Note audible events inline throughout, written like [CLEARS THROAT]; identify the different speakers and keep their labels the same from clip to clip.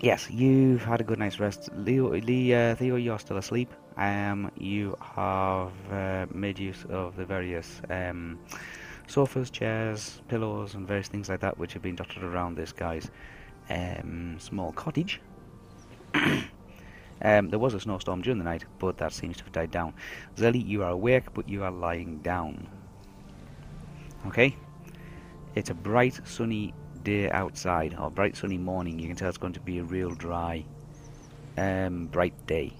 Speaker 1: Yes, you've had a good night's rest. Leo, Lee, uh, Theo, you're still asleep. Um, you have uh, made use of the various um, sofas, chairs, pillows, and various things like that which have been dotted around this guy's um, small cottage. [COUGHS] um, there was a snowstorm during the night, but that seems to have died down. Zelly, you are awake, but you are lying down. Okay? It's a bright, sunny day outside, or bright, sunny morning. You can tell it's going to be a real dry, um, bright day.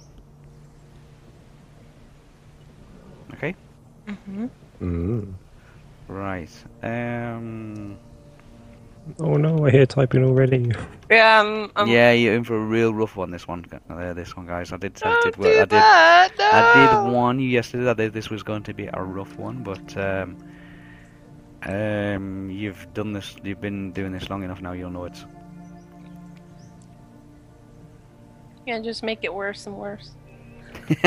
Speaker 1: Okay?
Speaker 2: Mm-hmm.
Speaker 3: Mm.
Speaker 1: Right. Um,
Speaker 3: Oh no, I hear typing already.
Speaker 2: Yeah, um, um,
Speaker 1: yeah, you're in for a real rough one. This one, gu- uh, this one, guys. I did, I
Speaker 2: Don't
Speaker 1: did,
Speaker 2: do
Speaker 1: work, I did,
Speaker 2: that. No.
Speaker 1: I did warn you yesterday that th- this was going to be a rough one, but um, um, you've done this. You've been doing this long enough now. You'll know it's
Speaker 2: Yeah, just make it worse and worse.
Speaker 1: [LAUGHS]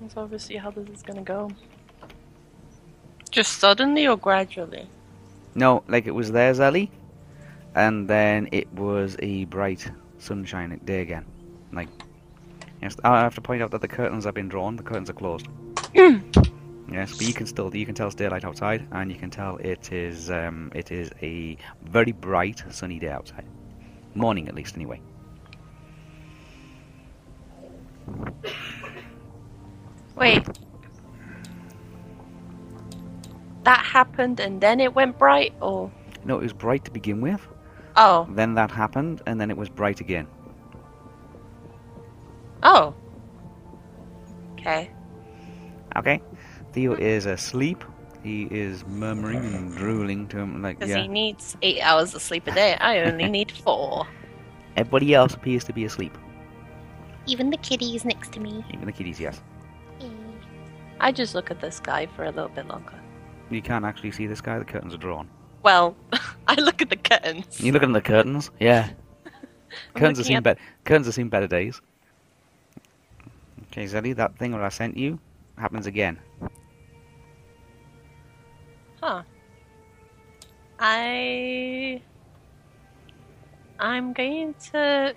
Speaker 2: That's obviously how this is gonna go. Just suddenly or gradually?
Speaker 1: no, like it was there, Zelly, and then it was a bright sunshine day again. Like, yes, I have to point out that the curtains have been drawn. The curtains are closed. Yes, but you can still you can tell it's daylight outside, and you can tell it is um, it is a very bright sunny day outside, morning at least anyway.
Speaker 2: Wait. That happened and then it went bright, or
Speaker 1: No, it was bright to begin with.
Speaker 2: oh,
Speaker 1: Then that happened, and then it was bright again.
Speaker 2: oh. Okay.
Speaker 1: Okay, Theo is asleep. He is murmuring and drooling to him like
Speaker 2: Because
Speaker 1: yeah.
Speaker 2: he needs eight hours of sleep a day.
Speaker 1: [LAUGHS]
Speaker 2: I only need four.
Speaker 1: Everybody else appears to be asleep,
Speaker 4: Even the kitty's next to me.
Speaker 1: even the kiddies. Yes,
Speaker 4: Mm.
Speaker 2: I just look at this guy for a little bit longer.
Speaker 1: you can't actually see this guy. The curtains are drawn.
Speaker 2: Well, [LAUGHS] I look at the curtains.
Speaker 1: You looking at the curtains? [LAUGHS] Yeah. curtains have
Speaker 2: looking
Speaker 1: seen
Speaker 2: at-
Speaker 1: better. Curtains have seen better days. Okay, Zelly, that thing that I sent you happens again. [COUGHS]
Speaker 2: Huh. I. I'm going to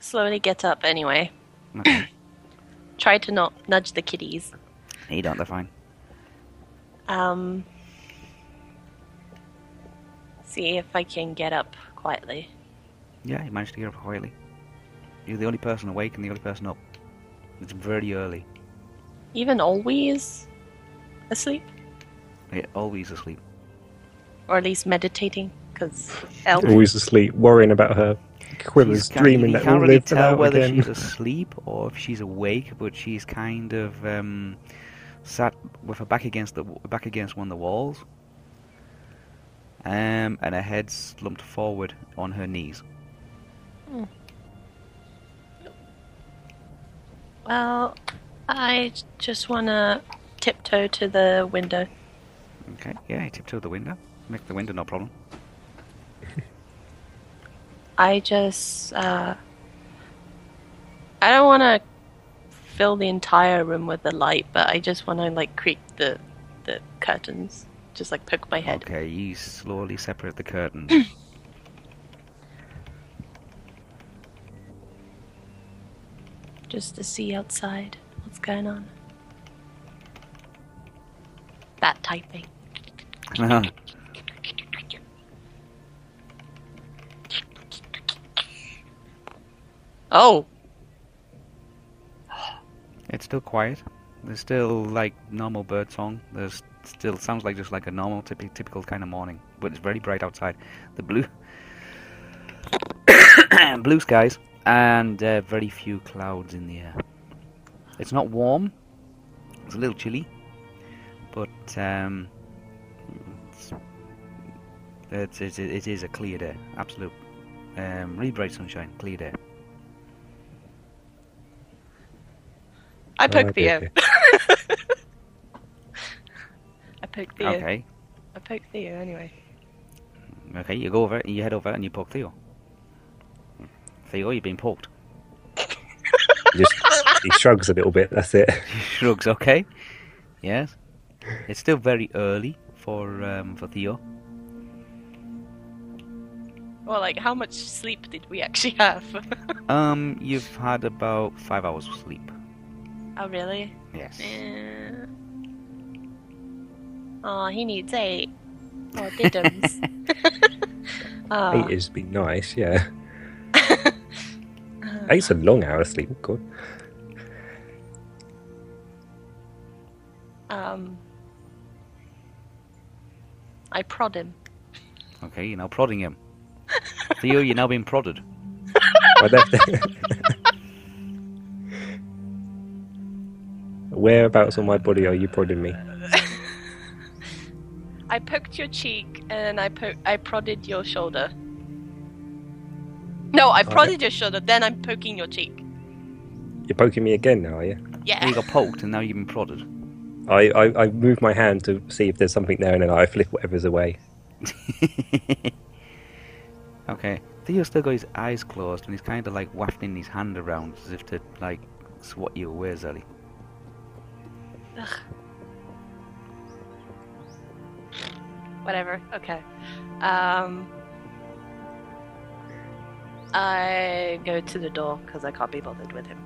Speaker 2: slowly get up anyway.
Speaker 1: Okay.
Speaker 2: Try to not nudge the kitties.
Speaker 1: you don't. They're fine.
Speaker 2: Um. See if I can get up quietly.
Speaker 1: Yeah, you managed to get up quietly. You're the only person awake and the only person up. It's very early.
Speaker 2: Even always asleep,
Speaker 1: You're always asleep.
Speaker 2: or at least meditating, because elf.
Speaker 3: Always asleep, worrying about her quivers,
Speaker 1: She's kind-
Speaker 3: dreaming
Speaker 1: you
Speaker 3: that
Speaker 1: can't
Speaker 3: will
Speaker 1: really
Speaker 3: live
Speaker 1: tell
Speaker 3: without
Speaker 1: whether
Speaker 3: again. [LAUGHS]
Speaker 1: she's asleep or if she's awake, but she's kind of um, sat with her back against the back against one of the walls, um, and her head slumped forward on her knees.
Speaker 2: Well, I j- just want to tiptoe to the window.
Speaker 1: Okay, yeah, tiptoe the window, make the window no problem.
Speaker 2: I just uh, I don't want to fill the entire room with the light, but I just want to like creak the the curtains, just like poke my head.
Speaker 1: Okay, you slowly separate the curtains. [LAUGHS]
Speaker 2: just to see outside what's going on. That typing. Oh,
Speaker 1: It's still quiet. There's still like normal bird song. There's still sounds like just like a normal typi- typical kind of morning, but it's very bright outside. The blue [COUGHS] blue skies and uh, very few clouds in the air. It's not warm. It's a little chilly, but um, it's, it's, it's, it is a clear day. Absolute, um, really bright sunshine. Clear day.
Speaker 2: I poke
Speaker 3: Oh,
Speaker 2: Theo.
Speaker 3: okay,
Speaker 2: [LAUGHS] I poke Theo.
Speaker 1: Okay.
Speaker 2: I poke Theo anyway.
Speaker 1: Okay, you go over, you head over, and you poke Theo. Theo, you've been [LAUGHS] poked.
Speaker 3: He [LAUGHS] Just he shrugs a little bit. That's it.
Speaker 1: She shrugs. Okay. Yes. It's still very early for um, for Theo.
Speaker 2: Or like, how much sleep did we actually have? [LAUGHS]
Speaker 1: Um, you've had about five hours of sleep.
Speaker 2: oh, really?
Speaker 1: Yes.
Speaker 2: Eh. Yeah. Oh, he needs eight. Or diddums. [LAUGHS]
Speaker 1: Ah.
Speaker 3: Eight
Speaker 2: oh.
Speaker 3: has been nice, yeah.
Speaker 2: uh,
Speaker 3: Eight's a long hour of sleep. Oh, God.
Speaker 2: um, I prod him.
Speaker 1: Okay, you're now prodding him. Theo, you're now being prodded.
Speaker 3: I left [LAUGHS] Whereabouts on my body are you prodding me?
Speaker 2: I poked your cheek and I po- I prodded your shoulder. No, I prodded your shoulder, then I'm poking your cheek.
Speaker 3: You're poking me again now, are you?
Speaker 2: Yeah.
Speaker 1: You got poked, and now you've been prodded. [LAUGHS]
Speaker 3: I, I, I move my hand to see if there's something there, and then I flip whatever's away.
Speaker 1: okay. Theo's still got his eyes closed, and he's kind of like wafting his hand around as if to like swat you away, Zelly.
Speaker 2: [LAUGHS] Whatever. Okay. Um, I go to the door because I can't be bothered with him.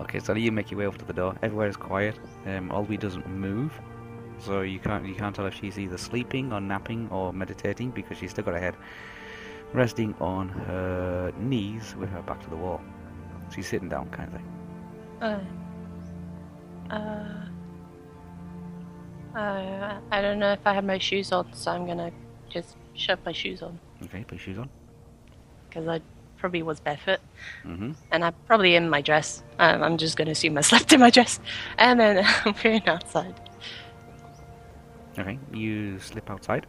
Speaker 1: Okay, so you make your way over to the door. Everywhere is quiet. Um, Olby doesn't move, so you can't you can't tell if she's either sleeping or napping or meditating because she's still got her head resting on her knees with her back to the wall. She's sitting down, kind of thing.
Speaker 2: Uh, uh, uh, I don't know if I have my shoes on, so I'm gonna just shove my shoes on
Speaker 1: Okay, put your shoes on.
Speaker 2: because I probably was barefoot
Speaker 1: Mm-hmm.
Speaker 2: and I'm probably in my dress. Um, I'm just gonna assume I slept in my dress, and then [LAUGHS] I'm going outside.
Speaker 1: Okay, you slip outside.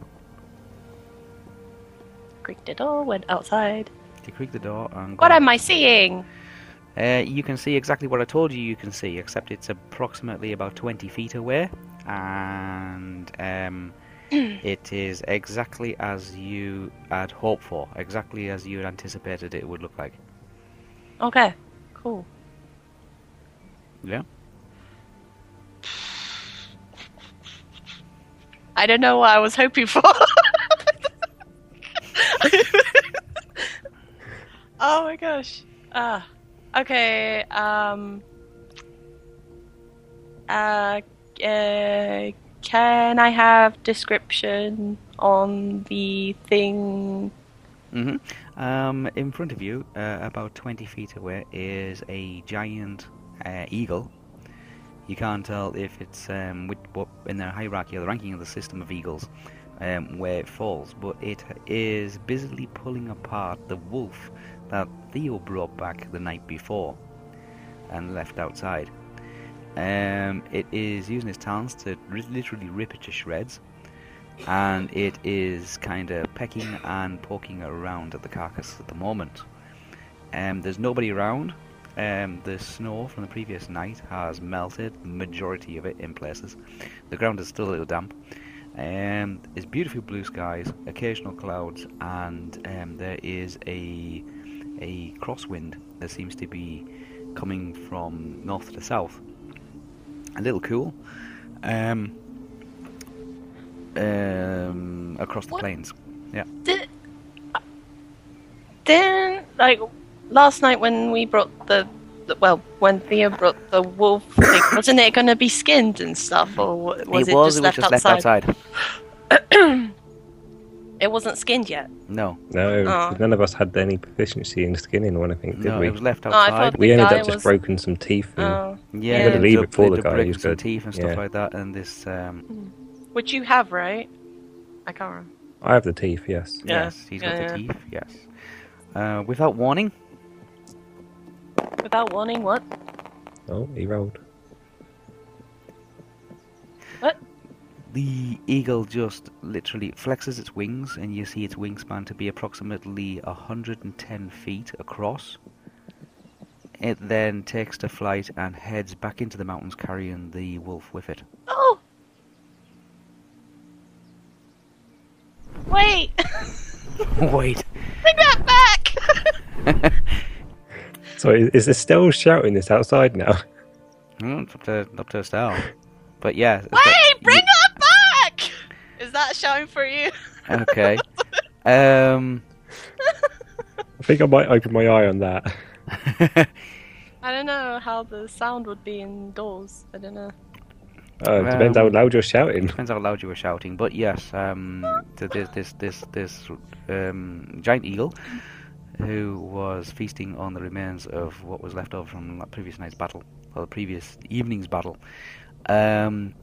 Speaker 2: Creaked the door, went outside.
Speaker 1: You creak the door and.
Speaker 2: What
Speaker 1: go-
Speaker 2: am I seeing?
Speaker 1: Uh, you can see exactly what I told you you can see, except it's approximately about 20 feet away, and um, it is exactly as you had hoped for, exactly as you had anticipated it would look like.
Speaker 2: Okay, cool.
Speaker 1: Yeah?
Speaker 2: I don't know what I was hoping for. [LAUGHS] oh my gosh. Ah. okay. Um. Uh, uh. Can I have description on the thing?
Speaker 1: hmm Um, in front of you, uh, about 20 feet away, is a giant uh, eagle. You can't tell if it's um, which, what in the hierarchy or the ranking of the system of eagles um, where it falls, but it is busily pulling apart the wolf that Theo brought back the night before and left outside. Um, it is using its talons to ri- literally rip it to shreds and it is kind of pecking and poking around at the carcass at the moment. Um, there's nobody around. Um, the snow from the previous night has melted, majority of it in places. The ground is still a little damp. Um, there's beautiful blue skies, occasional clouds, and um, there is a a crosswind that seems to be coming from north to south. A little cool. Um, um, across the
Speaker 2: What?
Speaker 1: plains.
Speaker 2: Did, didn't like last night when we brought the, the well when Thea brought the wolf
Speaker 1: [COUGHS]
Speaker 2: thing, wasn't it going to be skinned and stuff, or wa- was it,
Speaker 1: was,
Speaker 2: just,
Speaker 1: it was
Speaker 2: left,
Speaker 1: just
Speaker 2: outside?
Speaker 1: left outside.
Speaker 2: It wasn't skinned yet.
Speaker 1: No,
Speaker 3: No,
Speaker 2: Oh.
Speaker 3: none of us had any proficiency in skinning or anything, did
Speaker 1: Ah. no,
Speaker 3: we?
Speaker 1: it was left
Speaker 2: Oh, I
Speaker 1: outside.
Speaker 2: thought-
Speaker 3: We
Speaker 2: The
Speaker 3: ended
Speaker 2: guy
Speaker 3: up just
Speaker 2: was-
Speaker 3: broken some teeth. And...
Speaker 2: Oh.
Speaker 1: yeah,
Speaker 2: You gotta
Speaker 1: they
Speaker 3: leave
Speaker 1: did-
Speaker 3: it for
Speaker 1: they
Speaker 3: the
Speaker 1: did
Speaker 3: guy
Speaker 1: break
Speaker 3: who's
Speaker 1: some
Speaker 3: good.
Speaker 1: teeth and stuff
Speaker 3: Yeah.
Speaker 1: like that, and this. Um,
Speaker 2: which you have, right? I can't remember.
Speaker 3: I have the teeth, yes.
Speaker 2: Yeah,
Speaker 1: Yes, he's
Speaker 2: yeah,
Speaker 1: got the
Speaker 2: yeah.
Speaker 1: teeth. Yes. Uh, without warning,
Speaker 2: Without warning, what?
Speaker 3: Oh, he rolled.
Speaker 1: the eagle just literally flexes its wings, and you see its wingspan to be approximately 110 feet across. It then takes to flight and heads back into the mountains, carrying the wolf with
Speaker 3: [LAUGHS]
Speaker 1: it.
Speaker 2: Oh. Wait, [LAUGHS]
Speaker 1: Wait. [LAUGHS]
Speaker 2: bring that back! [LAUGHS]
Speaker 3: So is, is Estelle shouting this outside now? [LAUGHS]
Speaker 1: Mm, it's up to up to Estelle. But yeah. it's
Speaker 2: Wait,
Speaker 1: got-
Speaker 2: bring that back! Is that shouting for you?
Speaker 1: [LAUGHS] Okay. Um, [LAUGHS]
Speaker 3: I think I might open my eye on that.
Speaker 2: I don't know how the sound would be indoors. I don't know.
Speaker 3: Uh, depends how
Speaker 1: Um,
Speaker 3: loud
Speaker 1: [LAUGHS]
Speaker 3: you're shouting.
Speaker 1: Depends how loud you were shouting, but yes, um, th- this this this this um, giant eagle, who was feasting on the remains of what was left over from that previous night's battle, or the previous evening's battle, um,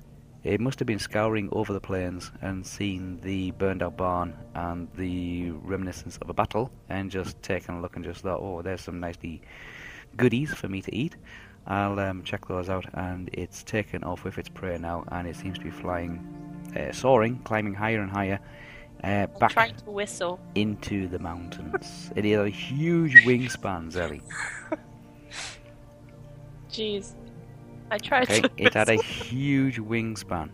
Speaker 1: it must have been scouring over the plains and seen the burned-out barn and the reminiscence of a battle, and just taken a look and just thought, oh, there's some nicely goodies for me to eat. I'll um, check those out, and it's taken off with its prey now, and it seems to be flying, uh, soaring, climbing higher and higher, uh,
Speaker 2: I'm
Speaker 1: back
Speaker 2: trying to whistle.
Speaker 1: into the mountains. it has a huge wingspan, Zelly.
Speaker 2: Jeez. [LAUGHS] I tried
Speaker 1: Okay,
Speaker 2: to.
Speaker 1: it had a
Speaker 2: whistle.
Speaker 1: huge wingspan.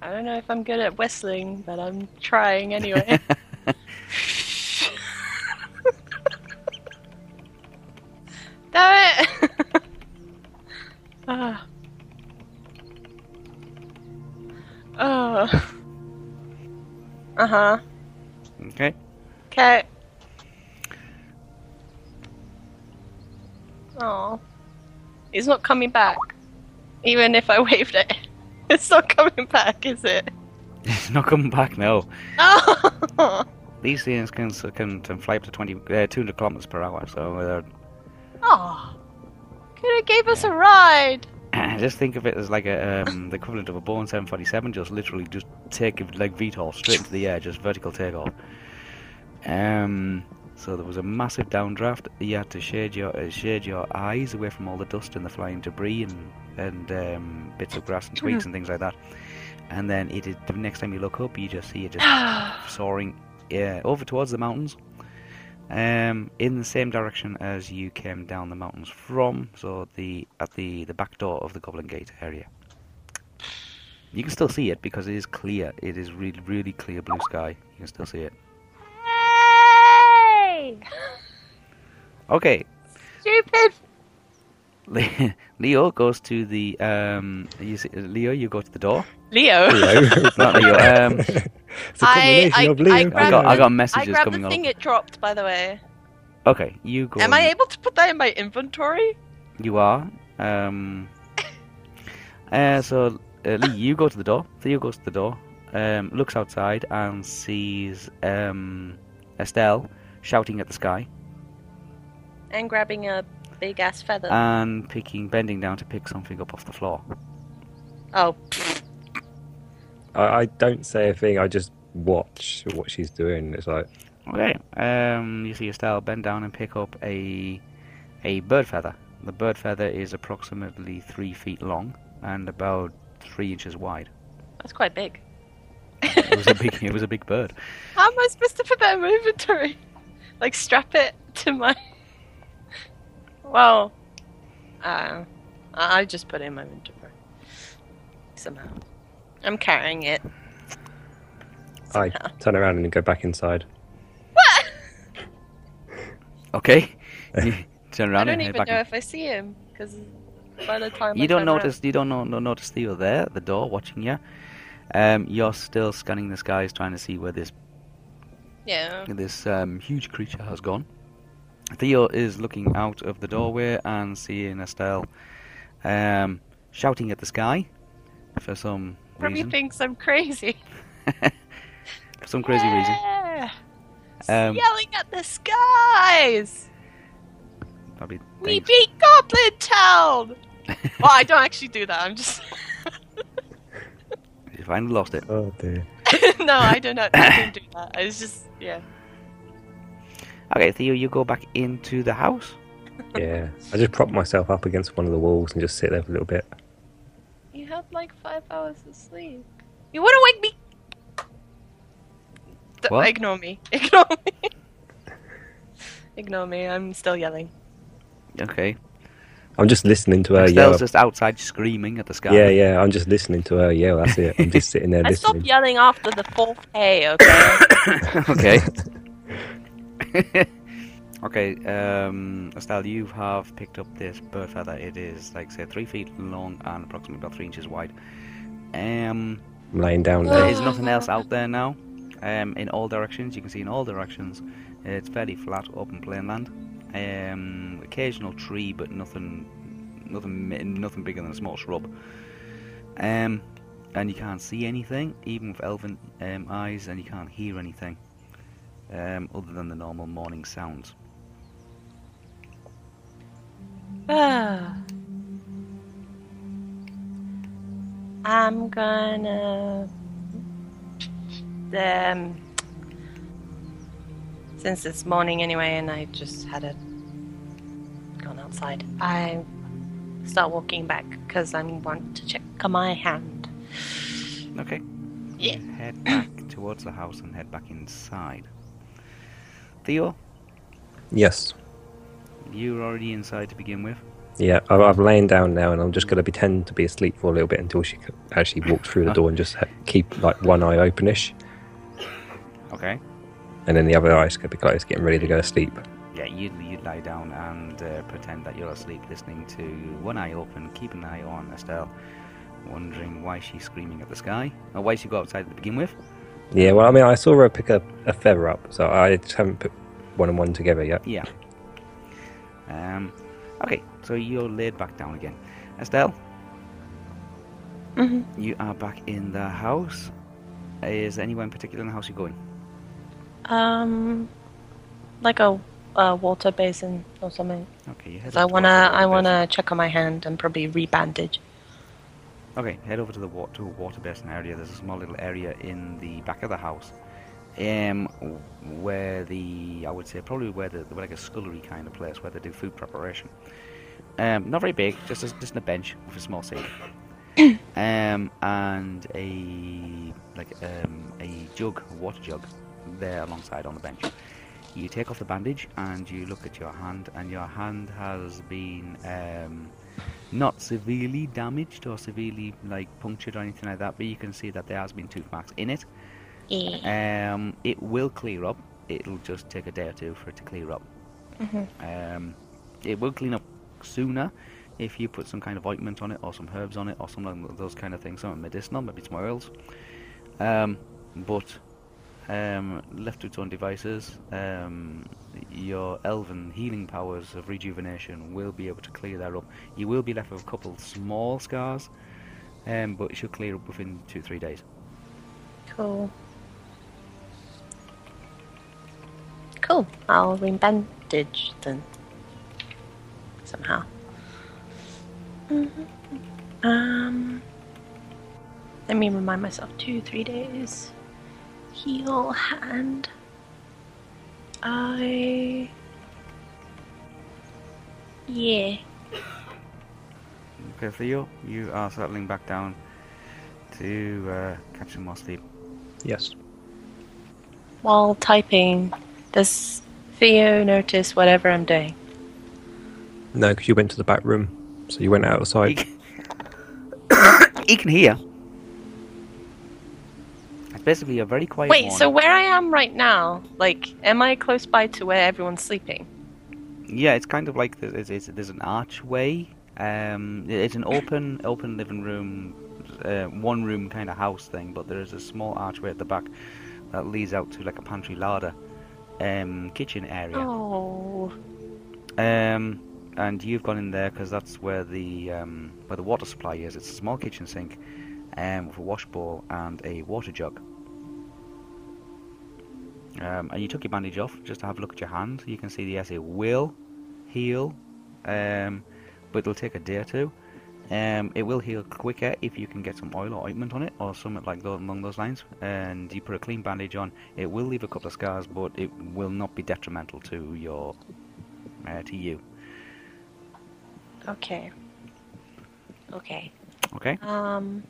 Speaker 2: I don't know if I'm good at whistling, but I'm trying
Speaker 1: [LAUGHS]
Speaker 2: anyway. Damn it! [LAUGHS] Ah. [LAUGHS] Oh. Uh huh.
Speaker 1: okay,
Speaker 2: Okay. Oh. It's not coming back. Even if I waved it. [LAUGHS] It's not coming back, is [LAUGHS] it?
Speaker 1: it's not coming back now.
Speaker 2: Oh!
Speaker 1: These things can can, can fly up to 20, uh, 200 kilometers per hour, so uh, they're
Speaker 2: Oh, could have gave us a ride. [SIGHS]
Speaker 1: [CLEARS THROAT] just think of it as like a um, the equivalent of a Boeing 747, just literally just take like VTOL straight into the air, just vertical takeoff. Um, so there was a massive downdraft. You had to shade your uh, shade your eyes away from all the dust and the flying debris and and um, bits of grass and twigs and things like that. And then it, it- the next time you look up, you just see it just [CLEARS THROAT]
Speaker 2: [GASPS]
Speaker 1: soaring yeah, over towards the mountains, um, in the same direction as you came down the mountains from. So the at the the back door of the Goblin Gate area. You can still see it because it is clear. It is really really clear blue sky. You can still see it.
Speaker 2: hey!
Speaker 1: Okay, [LAUGHS]
Speaker 2: Stupid.
Speaker 1: Le- Leo goes to the um. You see, Leo, you go to the door.
Speaker 2: Leo.
Speaker 3: Hello.
Speaker 1: Not Leo. Um,
Speaker 3: [LAUGHS] it's a
Speaker 2: I- [LAUGHS]
Speaker 3: combination
Speaker 2: I-
Speaker 3: of Leo.
Speaker 2: I
Speaker 3: and
Speaker 1: I
Speaker 2: grabbed
Speaker 1: got I
Speaker 3: Leo.
Speaker 1: got
Speaker 2: I
Speaker 1: messages
Speaker 2: grabbed
Speaker 1: coming
Speaker 2: the
Speaker 1: up.
Speaker 2: thing it dropped, by the way.
Speaker 1: Okay, you go.
Speaker 2: Am I able to put that in my inventory?
Speaker 1: You are. Um, uh, so, uh, Lee, you go to the door. Theo goes to the door, um, looks outside, and sees um, Estelle shouting at the sky
Speaker 2: And grabbing a big ass feather.
Speaker 1: Uh, and picking, bending down to pick something up off the floor.
Speaker 2: oh,
Speaker 3: I, I don't say a thing. I just watch what she's doing. It's like
Speaker 1: Okay. Um, you see Estelle bend down and pick up a a bird feather. The bird feather is approximately three feet long and about three inches wide.
Speaker 2: that's quite big.
Speaker 1: It was a big, it was a big bird.
Speaker 2: [LAUGHS] How am I supposed to put that in my inventory? Like strap it to my. [LAUGHS] Well, uh, I I just put it in my inventory somehow. I'm carrying it.
Speaker 3: I
Speaker 1: [LAUGHS]
Speaker 3: turn around and go back inside.
Speaker 2: [LAUGHS]
Speaker 1: Okay. Turn around
Speaker 2: I
Speaker 1: and head
Speaker 2: don't even
Speaker 1: back in.
Speaker 2: know if I see him because by the time I
Speaker 1: You don't
Speaker 2: turn
Speaker 1: notice. You don't know, no, notice that you're there at the door watching you. Um, you're still scanning the skies, trying to see where this
Speaker 2: around- yeah,
Speaker 1: this um, huge creature has gone. Theo is looking out of the doorway and seeing Estelle um, shouting at the sky for some
Speaker 2: probably
Speaker 1: reason,
Speaker 2: thinks I'm crazy.
Speaker 1: for some [LAUGHS] crazy reason.
Speaker 2: Yeah.
Speaker 1: Um,
Speaker 2: Yelling at the skies!
Speaker 1: Probably
Speaker 2: We
Speaker 1: thinks-
Speaker 2: beat Goblin Town!
Speaker 1: [LAUGHS]
Speaker 2: well, I don't actually do that. I'm just
Speaker 1: you finally lost it.
Speaker 3: Oh dear.
Speaker 2: [LAUGHS] no, I don't know. I don't do that. I was just yeah.
Speaker 1: Okay, Theo, you go back into the house.
Speaker 3: Yeah. I just prop myself up against one of the walls and just sit there for a little bit.
Speaker 2: You had like five hours of sleep. You wanna wake me? D-
Speaker 1: What?
Speaker 2: Ignore me. [LAUGHS] Ignore me. Ignore me. I'm still yelling.
Speaker 1: Okay,
Speaker 3: I'm just listening to her
Speaker 1: Estelle's
Speaker 3: yell.
Speaker 1: just outside screaming at the sky.
Speaker 3: Uh, Yeah, yeah. I'm just listening to her yell. That's it. I'm just sitting there
Speaker 2: I stopped
Speaker 3: listening.
Speaker 2: yelling after the fourth A. Okay.
Speaker 1: okay. [LAUGHS] okay, um, Estelle, you have picked up this bird feather. It is, like, say, three feet long and approximately about three inches wide. Um,
Speaker 3: I'm laying down
Speaker 1: there
Speaker 3: there.
Speaker 1: is nothing else out there now. um, in all directions. You can see in all directions. It's fairly flat, open plain land. Um, occasional tree, but nothing, nothing, mi- nothing bigger than a small shrub. Um, and you can't see anything, even with elven um, eyes, and you can't hear anything um, other than the normal morning sounds.
Speaker 2: [SIGHS] Ah. I'm gonna. Um, since it's morning anyway, and I just had a gone outside, I start walking back because I want to check on my hand.
Speaker 1: Okay.
Speaker 2: Yeah.
Speaker 1: You Head back [COUGHS] towards the house and head back inside. Theo,
Speaker 3: Yes.
Speaker 1: you were already inside to begin with.
Speaker 3: Yeah, I've, I've lain down now, and I'm just going to pretend to be asleep for a little bit until she c- actually walks through the door and just ha- keep like one eye openish,
Speaker 1: Okay.
Speaker 3: and then the other eye's going to be closed, getting ready to go to sleep.
Speaker 1: Yeah, you'd, you'd lie down and uh, pretend that you're asleep, listening to one eye open, keep an eye on Estelle, wondering why she's screaming at the sky, or why she got outside to begin with.
Speaker 3: Yeah, well, I mean, I saw her pick a, a feather up, so I just haven't put one and one together yet.
Speaker 1: Yeah. Um, okay, so you're laid back down again. Estelle,
Speaker 2: Mm-hmm.
Speaker 1: you are back in the house. Is anyone in particular in the house you're going?
Speaker 2: Um, like a, a water basin or something.
Speaker 1: Okay, you head
Speaker 2: 'Cause
Speaker 1: up
Speaker 2: I
Speaker 1: towards
Speaker 2: wanna,
Speaker 1: the water
Speaker 2: I
Speaker 1: basin.
Speaker 2: wanna check on my hand and probably rebandage.
Speaker 1: Okay, head over to the water to a water basin area. There's a small little area in the back of the house, um, where the I would say probably where the like a scullery kind of place where they do food preparation. Um, not very big, just a, just a bench with a small sink, um, and a like um, a jug, a water jug, there alongside on the bench. You take off the bandage and you look at your hand, and your hand has been. Um, not severely damaged or severely like punctured or anything like that, but you can see that there has been tooth marks in it.
Speaker 4: Yeah.
Speaker 1: Um, it will clear up. It'll just take a day or two for it to clear up.
Speaker 2: Mm-hmm.
Speaker 1: Um, it will clean up sooner if you put some kind of ointment on it or some herbs on it or something like those kind of things, something medicinal, maybe some oils. Um, but um, left to its own devices, um, your elven healing powers of rejuvenation will be able to clear that up. You will be left with a couple small scars, um, but it should clear up within two three days.
Speaker 2: Cool. Cool. I'll rebandage then. Somehow. Mhm. Um. Let me remind myself. Two, three days. Heal hand. I. Yeah.
Speaker 1: Okay, Theo, you are settling back down to uh, catch some more sleep.
Speaker 3: Yes.
Speaker 2: While typing, does Theo notice whatever I'm doing?
Speaker 3: No, because you went to the back room, so you went
Speaker 1: He
Speaker 3: outside.
Speaker 1: can, [COUGHS] he can hear. It's basically a very quiet.
Speaker 2: Wait, so
Speaker 1: morning.
Speaker 2: where I am right now, like, am I close by to where everyone's sleeping?
Speaker 1: yeah, it's kind of like there's, it's, it's, there's an archway. Um, it- it's an open, open living room, uh, one room kind of house thing, but there is a small archway at the back that leads out to like a pantry larder, um, kitchen area.
Speaker 2: Oh,
Speaker 1: Um, and you've gone in there because that's where the um, where the water supply is. It's a small kitchen sink, um, with a wash bowl and a water jug. Um, and you took your bandage off just to have a look at your hand. You can see the essay will heal, um, but it'll take a day or two. Um, it will heal quicker if you can get some oil or ointment on it or something like that along those lines. And you put a clean bandage on. It will leave a couple of scars, but it will not be detrimental to your uh, to you.
Speaker 2: okay. Okay.
Speaker 1: Okay.
Speaker 2: Um.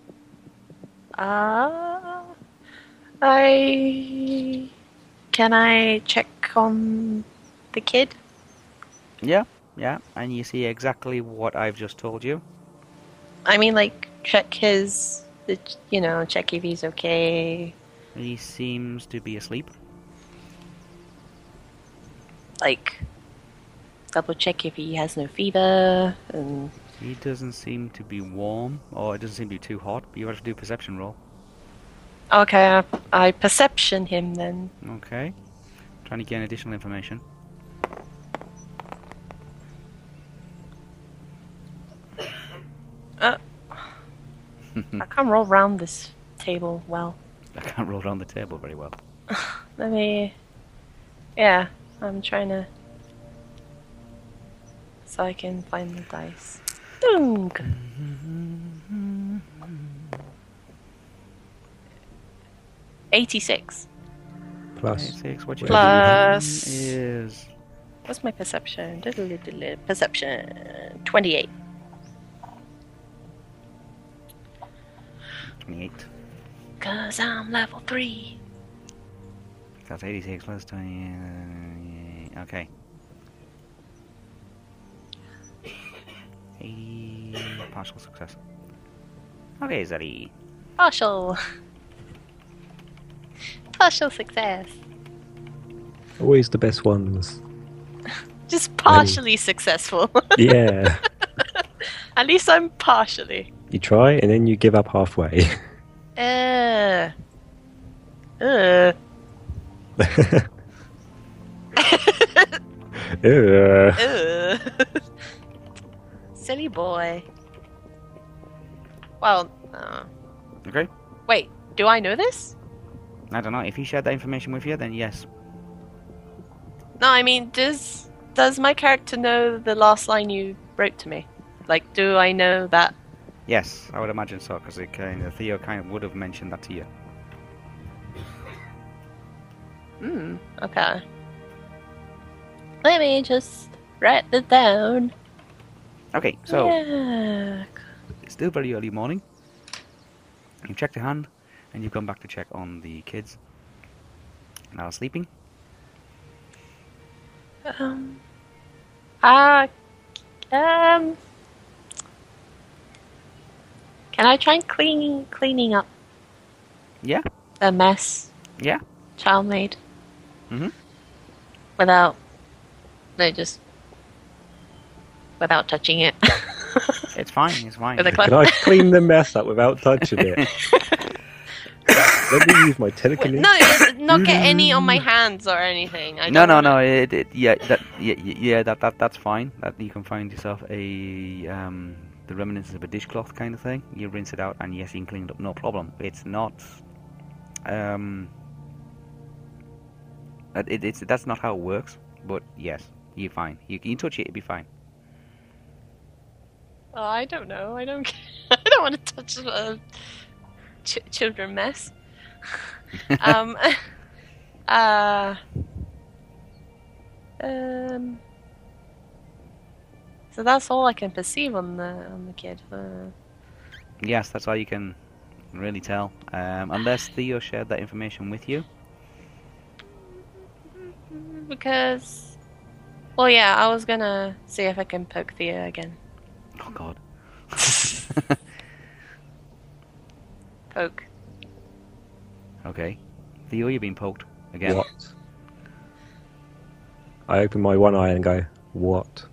Speaker 2: Uh, I. Can I check on the kid?
Speaker 1: Yeah. Yeah. And you see exactly what I've just told you.
Speaker 2: I mean, like, check his. The, you know, check if he's okay.
Speaker 1: He seems to be asleep.
Speaker 2: Like, double check if he has no fever. And.
Speaker 1: He doesn't seem to be warm, or it doesn't seem to be too hot. But you have to do a perception roll.
Speaker 2: Okay, I, I perception him then.
Speaker 1: Okay. Trying to gain additional information. [LAUGHS]
Speaker 2: I can't roll round this table well.
Speaker 1: I can't roll around the table very well.
Speaker 2: Let me. Yeah, I'm trying to. So I can find the dice. Dung. Eighty-six.
Speaker 3: Plus,
Speaker 1: Six, what you
Speaker 2: Plus-
Speaker 1: is
Speaker 2: What's my perception? Diddle-diddle-diddle. Perception twenty-eight.
Speaker 1: 28.
Speaker 2: Cause I'm level three.
Speaker 1: That's 86 plus 20. uh, Okay. 80. Partial success. Okay, Zeddy.
Speaker 2: Partial. [LAUGHS] Partial success.
Speaker 3: always the best ones.
Speaker 2: Just partially successful. [LAUGHS]
Speaker 3: Yeah,
Speaker 2: At least I'm partially.
Speaker 3: you try and then you give up halfway. [LAUGHS]
Speaker 2: Uh. Uh. [LAUGHS]
Speaker 3: Ugh.
Speaker 2: Ugh. Uh. Silly boy. Well, uh,
Speaker 1: Okay?
Speaker 2: wait, do I know this?
Speaker 1: I don't know. If he shared that information with you, then yes.
Speaker 2: No, I mean, does does my character know the last line you wrote to me? Like, do I know that?
Speaker 1: Yes, I would imagine so, because kind of, Theo kind of would have mentioned that to you.
Speaker 2: Hmm. Okay. Let me just write it down.
Speaker 1: Okay, so
Speaker 2: Yeah.
Speaker 1: it's still very early morning. You've checked your hand, and you've gone back to check on the kids. Now they're sleeping.
Speaker 2: Um. Ah. um. Can I try and cleaning cleaning up?
Speaker 1: Yeah.
Speaker 2: The mess.
Speaker 1: Yeah.
Speaker 2: Child made.
Speaker 1: Mhm.
Speaker 2: Without. No, just. Without
Speaker 1: [LAUGHS]
Speaker 2: touching it.
Speaker 1: It's fine. It's fine.
Speaker 2: With a
Speaker 3: Can I clean the mess up without touching it? [COUGHS] Let me use my telekinesis.
Speaker 2: no, just not get any on my hands or anything. I
Speaker 1: no,
Speaker 2: don't
Speaker 1: no,
Speaker 2: wanna-
Speaker 1: no. It, it, yeah, that, yeah, yeah, yeah, that, that, that's fine. That you can find yourself a um, the remnants of a dishcloth kind of thing. You rinse it out, and yes, you can clean it up, no problem. It's not. Um, uh, it, it's that's not how it works. But yes, you're fine. You can you touch it, it'll be fine.
Speaker 2: Oh, I don't know. I don't. [LAUGHS] I don't want to touch uh, ch- children mess. um. [LAUGHS] Uh. Um. So that's all I can perceive on the on the kid. Uh,
Speaker 1: Yes, that's all you can really tell. Um,
Speaker 2: [SIGHS]
Speaker 1: unless Theo shared that information with you.
Speaker 2: because. Well, yeah, I was gonna see if I can poke Thea again.
Speaker 1: Oh
Speaker 2: [LAUGHS]
Speaker 1: God.
Speaker 2: Poke.
Speaker 1: [LAUGHS] okay. Theo, you've been poked again.
Speaker 3: What? I open my one eye and go, what?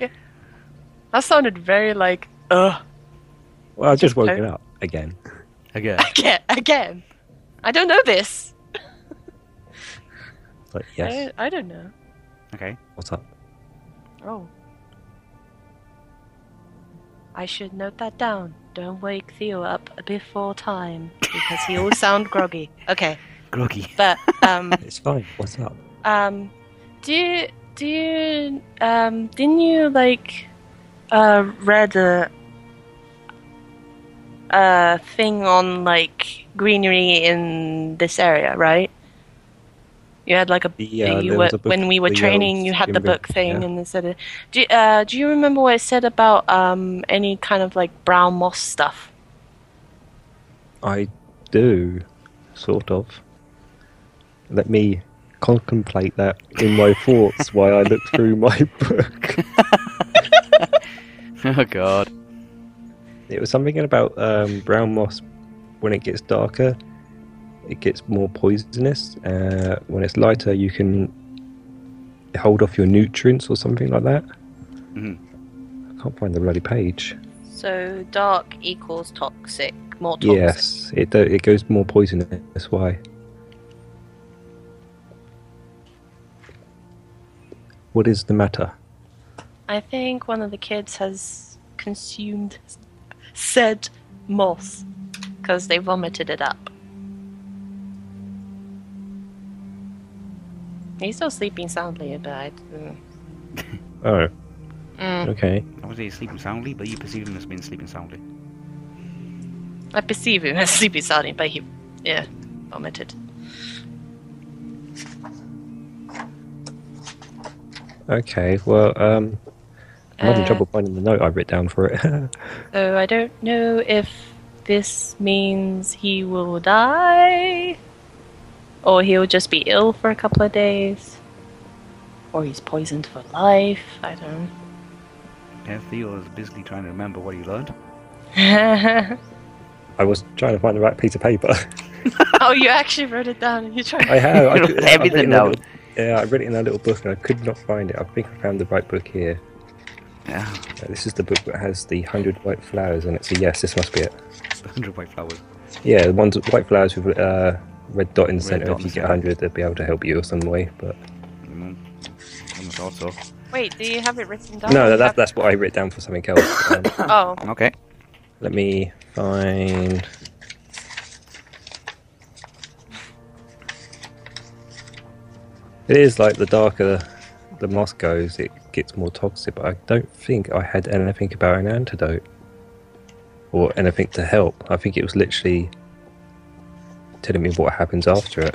Speaker 2: That sounded very like ugh [LAUGHS]
Speaker 3: Well, I just
Speaker 2: Just
Speaker 3: woken
Speaker 2: poke.
Speaker 3: up again.
Speaker 2: [LAUGHS]
Speaker 1: Again.
Speaker 2: again again. I don't know this.
Speaker 3: It's Like, yes,
Speaker 2: I, I don't know.
Speaker 1: Okay.
Speaker 3: what's up?
Speaker 2: Oh. I should note that down. Don't wake Theo up before time because he will sound groggy. Okay,
Speaker 1: Groggy.
Speaker 2: but um,
Speaker 3: It's fine. What's up?
Speaker 2: um, do you, do you um, didn't you like uh read a a thing on like greenery in this area, right? You had like a
Speaker 3: Yeah,
Speaker 2: you
Speaker 3: there
Speaker 2: were,
Speaker 3: was a book-
Speaker 2: when we were
Speaker 3: the, uh,
Speaker 2: training, you had the
Speaker 3: Jim
Speaker 2: book
Speaker 3: Book,
Speaker 2: thing,
Speaker 3: yeah.
Speaker 2: and it said, uh, do, uh, "Do you remember what it said about um, any kind of like brown moss stuff?"
Speaker 3: I do, sort of. Let me contemplate that in my thoughts while I look through my [LAUGHS] book.
Speaker 1: [LAUGHS] oh God.
Speaker 3: It was something about um, brown moss. When it gets darker, it gets more poisonous. Uh, when it's lighter, you can hold off your nutrients or something like that.
Speaker 1: Mhm.
Speaker 3: I can't find the bloody page.
Speaker 2: So dark equals toxic, more toxic.
Speaker 3: Yes, it do, it goes more poisonous way. What is the matter?
Speaker 2: I think one of the kids has consumed said moss because they vomited it up. He's still sleeping soundly, but I. mm.
Speaker 3: Oh,
Speaker 2: Mm,
Speaker 3: okay.
Speaker 1: Obviously, he's sleeping soundly, but you perceive him as being sleeping soundly.
Speaker 2: I perceive him as [LAUGHS] sleeping soundly, but he, yeah, vomited.
Speaker 3: Okay, well, um, I'm having
Speaker 2: Uh,
Speaker 3: trouble finding the note I wrote down for it. [LAUGHS]
Speaker 2: So I don't know if this means he will die, or he'll just be ill for a couple of days, or he's poisoned for life. I don't.
Speaker 1: Yeah, Theo is busily trying to remember what he learned.
Speaker 3: [LAUGHS]
Speaker 2: know.
Speaker 3: I was trying to find the right piece of paper. [LAUGHS]
Speaker 2: oh, you actually wrote it down. and You tried.
Speaker 3: I have.
Speaker 1: [LAUGHS]
Speaker 3: I
Speaker 1: You
Speaker 3: could-
Speaker 1: wrote
Speaker 3: I've
Speaker 1: everything
Speaker 3: written a
Speaker 1: down.
Speaker 3: little- Yeah, I read it in a little book and I could not find it. I think I found the right book here.
Speaker 1: Yeah,
Speaker 3: Uh, This is the book that has the hundred white flowers in it. So yes, this must be it.
Speaker 1: it's [LAUGHS] the hundred white flowers.
Speaker 3: Yeah, the ones white flowers with uh, red dot in the
Speaker 1: Red
Speaker 3: center.
Speaker 1: dot
Speaker 3: If
Speaker 1: in
Speaker 3: you
Speaker 1: the
Speaker 3: get
Speaker 1: centre.
Speaker 3: hundred, they'll be able to help you or some way. But
Speaker 1: Mm. I must also.
Speaker 2: Wait, do you have it written down?
Speaker 3: no, that, that's what I wrote down for something else. Um,
Speaker 2: Oh,
Speaker 1: Okay. [LAUGHS]
Speaker 3: let me find. It is like the darker the moss goes, it gets more toxic. But I don't think I had anything about an antidote or anything to help. I think it was literally telling me what happens after it.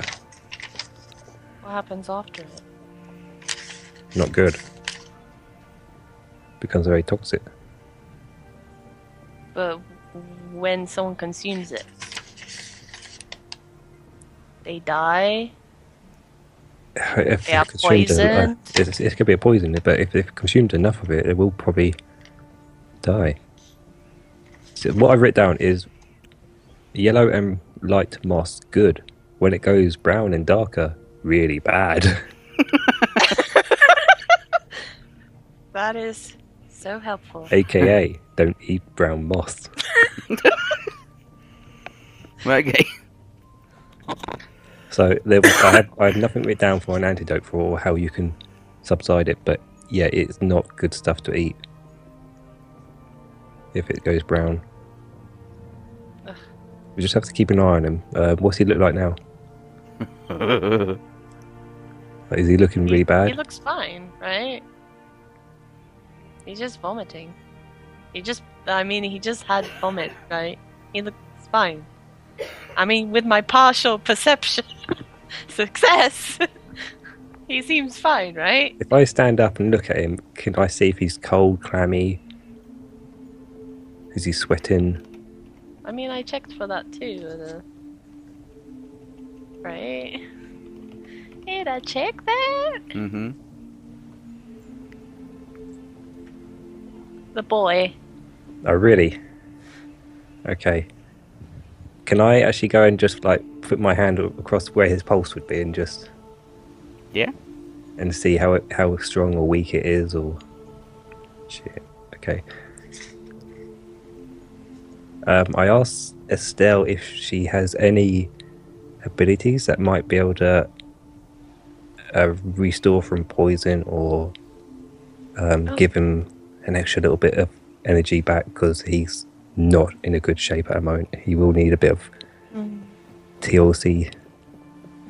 Speaker 2: what happens after it?
Speaker 3: not good. Becomes very toxic.
Speaker 2: But when someone consumes it, they die.
Speaker 3: If
Speaker 2: They are
Speaker 3: consumed
Speaker 2: poisoned.
Speaker 3: en- uh, it's, it could be a poison, but if they've consumed enough of it, it will probably die. So what I've written down is yellow and light moss, good. When it goes brown and darker, really bad. [LAUGHS]
Speaker 2: That is so helpful.
Speaker 3: AKA, don't eat brown moss.
Speaker 1: Right, [LAUGHS] okay.
Speaker 3: So there was, I, have, I have nothing written down for an antidote for how you can subside it, but yeah, it's not good stuff to eat if it goes brown.
Speaker 2: Ugh.
Speaker 3: We just have to keep an eye on him. Uh, what's he look like now?
Speaker 1: Mm-hmm.
Speaker 3: Like, is he looking
Speaker 2: He-
Speaker 3: really
Speaker 2: He
Speaker 3: bad?
Speaker 2: looks fine, right? He's just vomiting. He just, I mean, he just had vomit, right? He looks fine. I mean, with my partial perception [LAUGHS] success, [LAUGHS] he seems fine, right?
Speaker 3: If I stand up and look at him, can I see if he's cold, clammy? Is he sweating?
Speaker 2: I mean, I checked for that too. but, uh, right? Did I check that?
Speaker 1: mm-hmm.
Speaker 2: The boy.
Speaker 3: Oh, really? Okay. Can I actually go and just like put my hand a- across where his pulse would be and just
Speaker 1: Yeah.
Speaker 3: and see how it, how strong or weak it is or shit. Okay. Um, I asked Estelle if she has any abilities that might be able to uh, restore from poison or um,
Speaker 2: Oh.
Speaker 3: give him an extra little bit of energy back because he's not in a good shape at the moment. He will need a bit of
Speaker 2: Mm.
Speaker 3: TLC.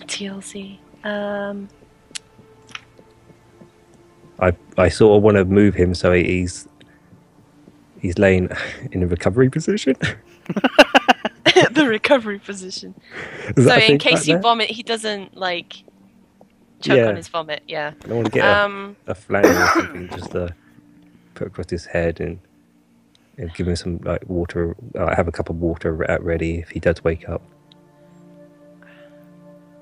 Speaker 2: TLC. Um, [LAUGHS]
Speaker 3: I I sort of want to move him so he's he's laying [LAUGHS] in a recovery position. [LAUGHS]
Speaker 2: the recovery position.
Speaker 3: Is
Speaker 2: So
Speaker 3: that a
Speaker 2: in
Speaker 3: thing
Speaker 2: case
Speaker 3: back
Speaker 2: you
Speaker 3: there?
Speaker 2: vomit, he doesn't like choke
Speaker 3: Yeah.
Speaker 2: on his vomit. Yeah.
Speaker 3: I don't want to get a-
Speaker 2: Um.
Speaker 3: a,
Speaker 2: [COUGHS]
Speaker 3: flannel or something just to put across his head and and give him some like water. Like, have a cup of water at ready if he does wake up.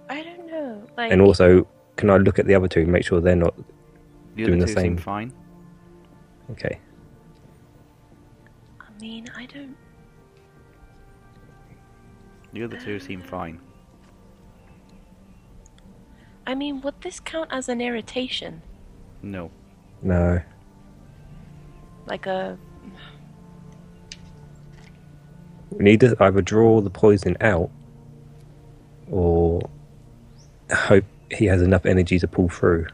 Speaker 2: I don't know. Like.
Speaker 3: And also, can I look at the other two and make sure they're not
Speaker 1: The
Speaker 3: Doing
Speaker 1: other
Speaker 3: the
Speaker 1: two seem
Speaker 3: same.
Speaker 1: fine.
Speaker 3: okay?
Speaker 2: I mean, I don't.
Speaker 1: The other two seem fine.
Speaker 2: I mean, would this count as an irritation?
Speaker 1: No.
Speaker 3: No.
Speaker 2: Like a.
Speaker 3: We need to either draw the poison out or hope he has enough energy to pull through.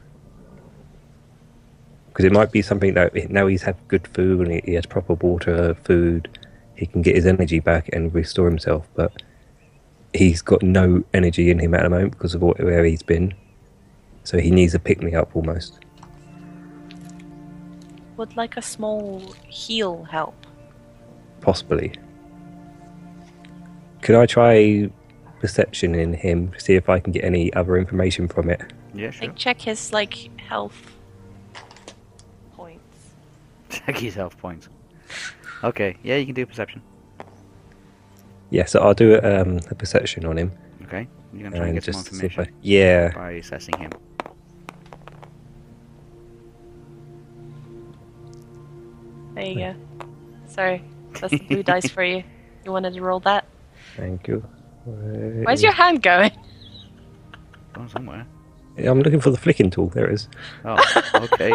Speaker 3: Because it might be something that now he's had good food and he- he has proper water, food, he can get his energy back and restore himself. But he's got no energy in him at the moment because of what- where he's been. So he needs a pick me up almost.
Speaker 2: Would like a small heal help?
Speaker 3: possibly. Could I try perception in him, see if I can get any other information from it?
Speaker 1: Yeah, sure.
Speaker 2: Like check his like health points.
Speaker 1: Check his health points. Okay, yeah, you can do perception.
Speaker 3: Yeah, so I'll do um, a perception on him
Speaker 1: Okay, you're gonna try and
Speaker 3: and
Speaker 1: get some
Speaker 3: Uh, just see if
Speaker 1: information
Speaker 3: I. Yeah,
Speaker 1: by assessing him.
Speaker 2: There you go. Sorry, that's the blue dice for you. You wanted to roll
Speaker 3: [LAUGHS]
Speaker 2: that?
Speaker 3: thank you. Where
Speaker 2: Where's
Speaker 3: is-
Speaker 2: your hand going? [LAUGHS]
Speaker 1: Going Oh, [LAUGHS] somewhere.
Speaker 3: I'm looking for the flicking tool. There it is.
Speaker 1: Oh, okay.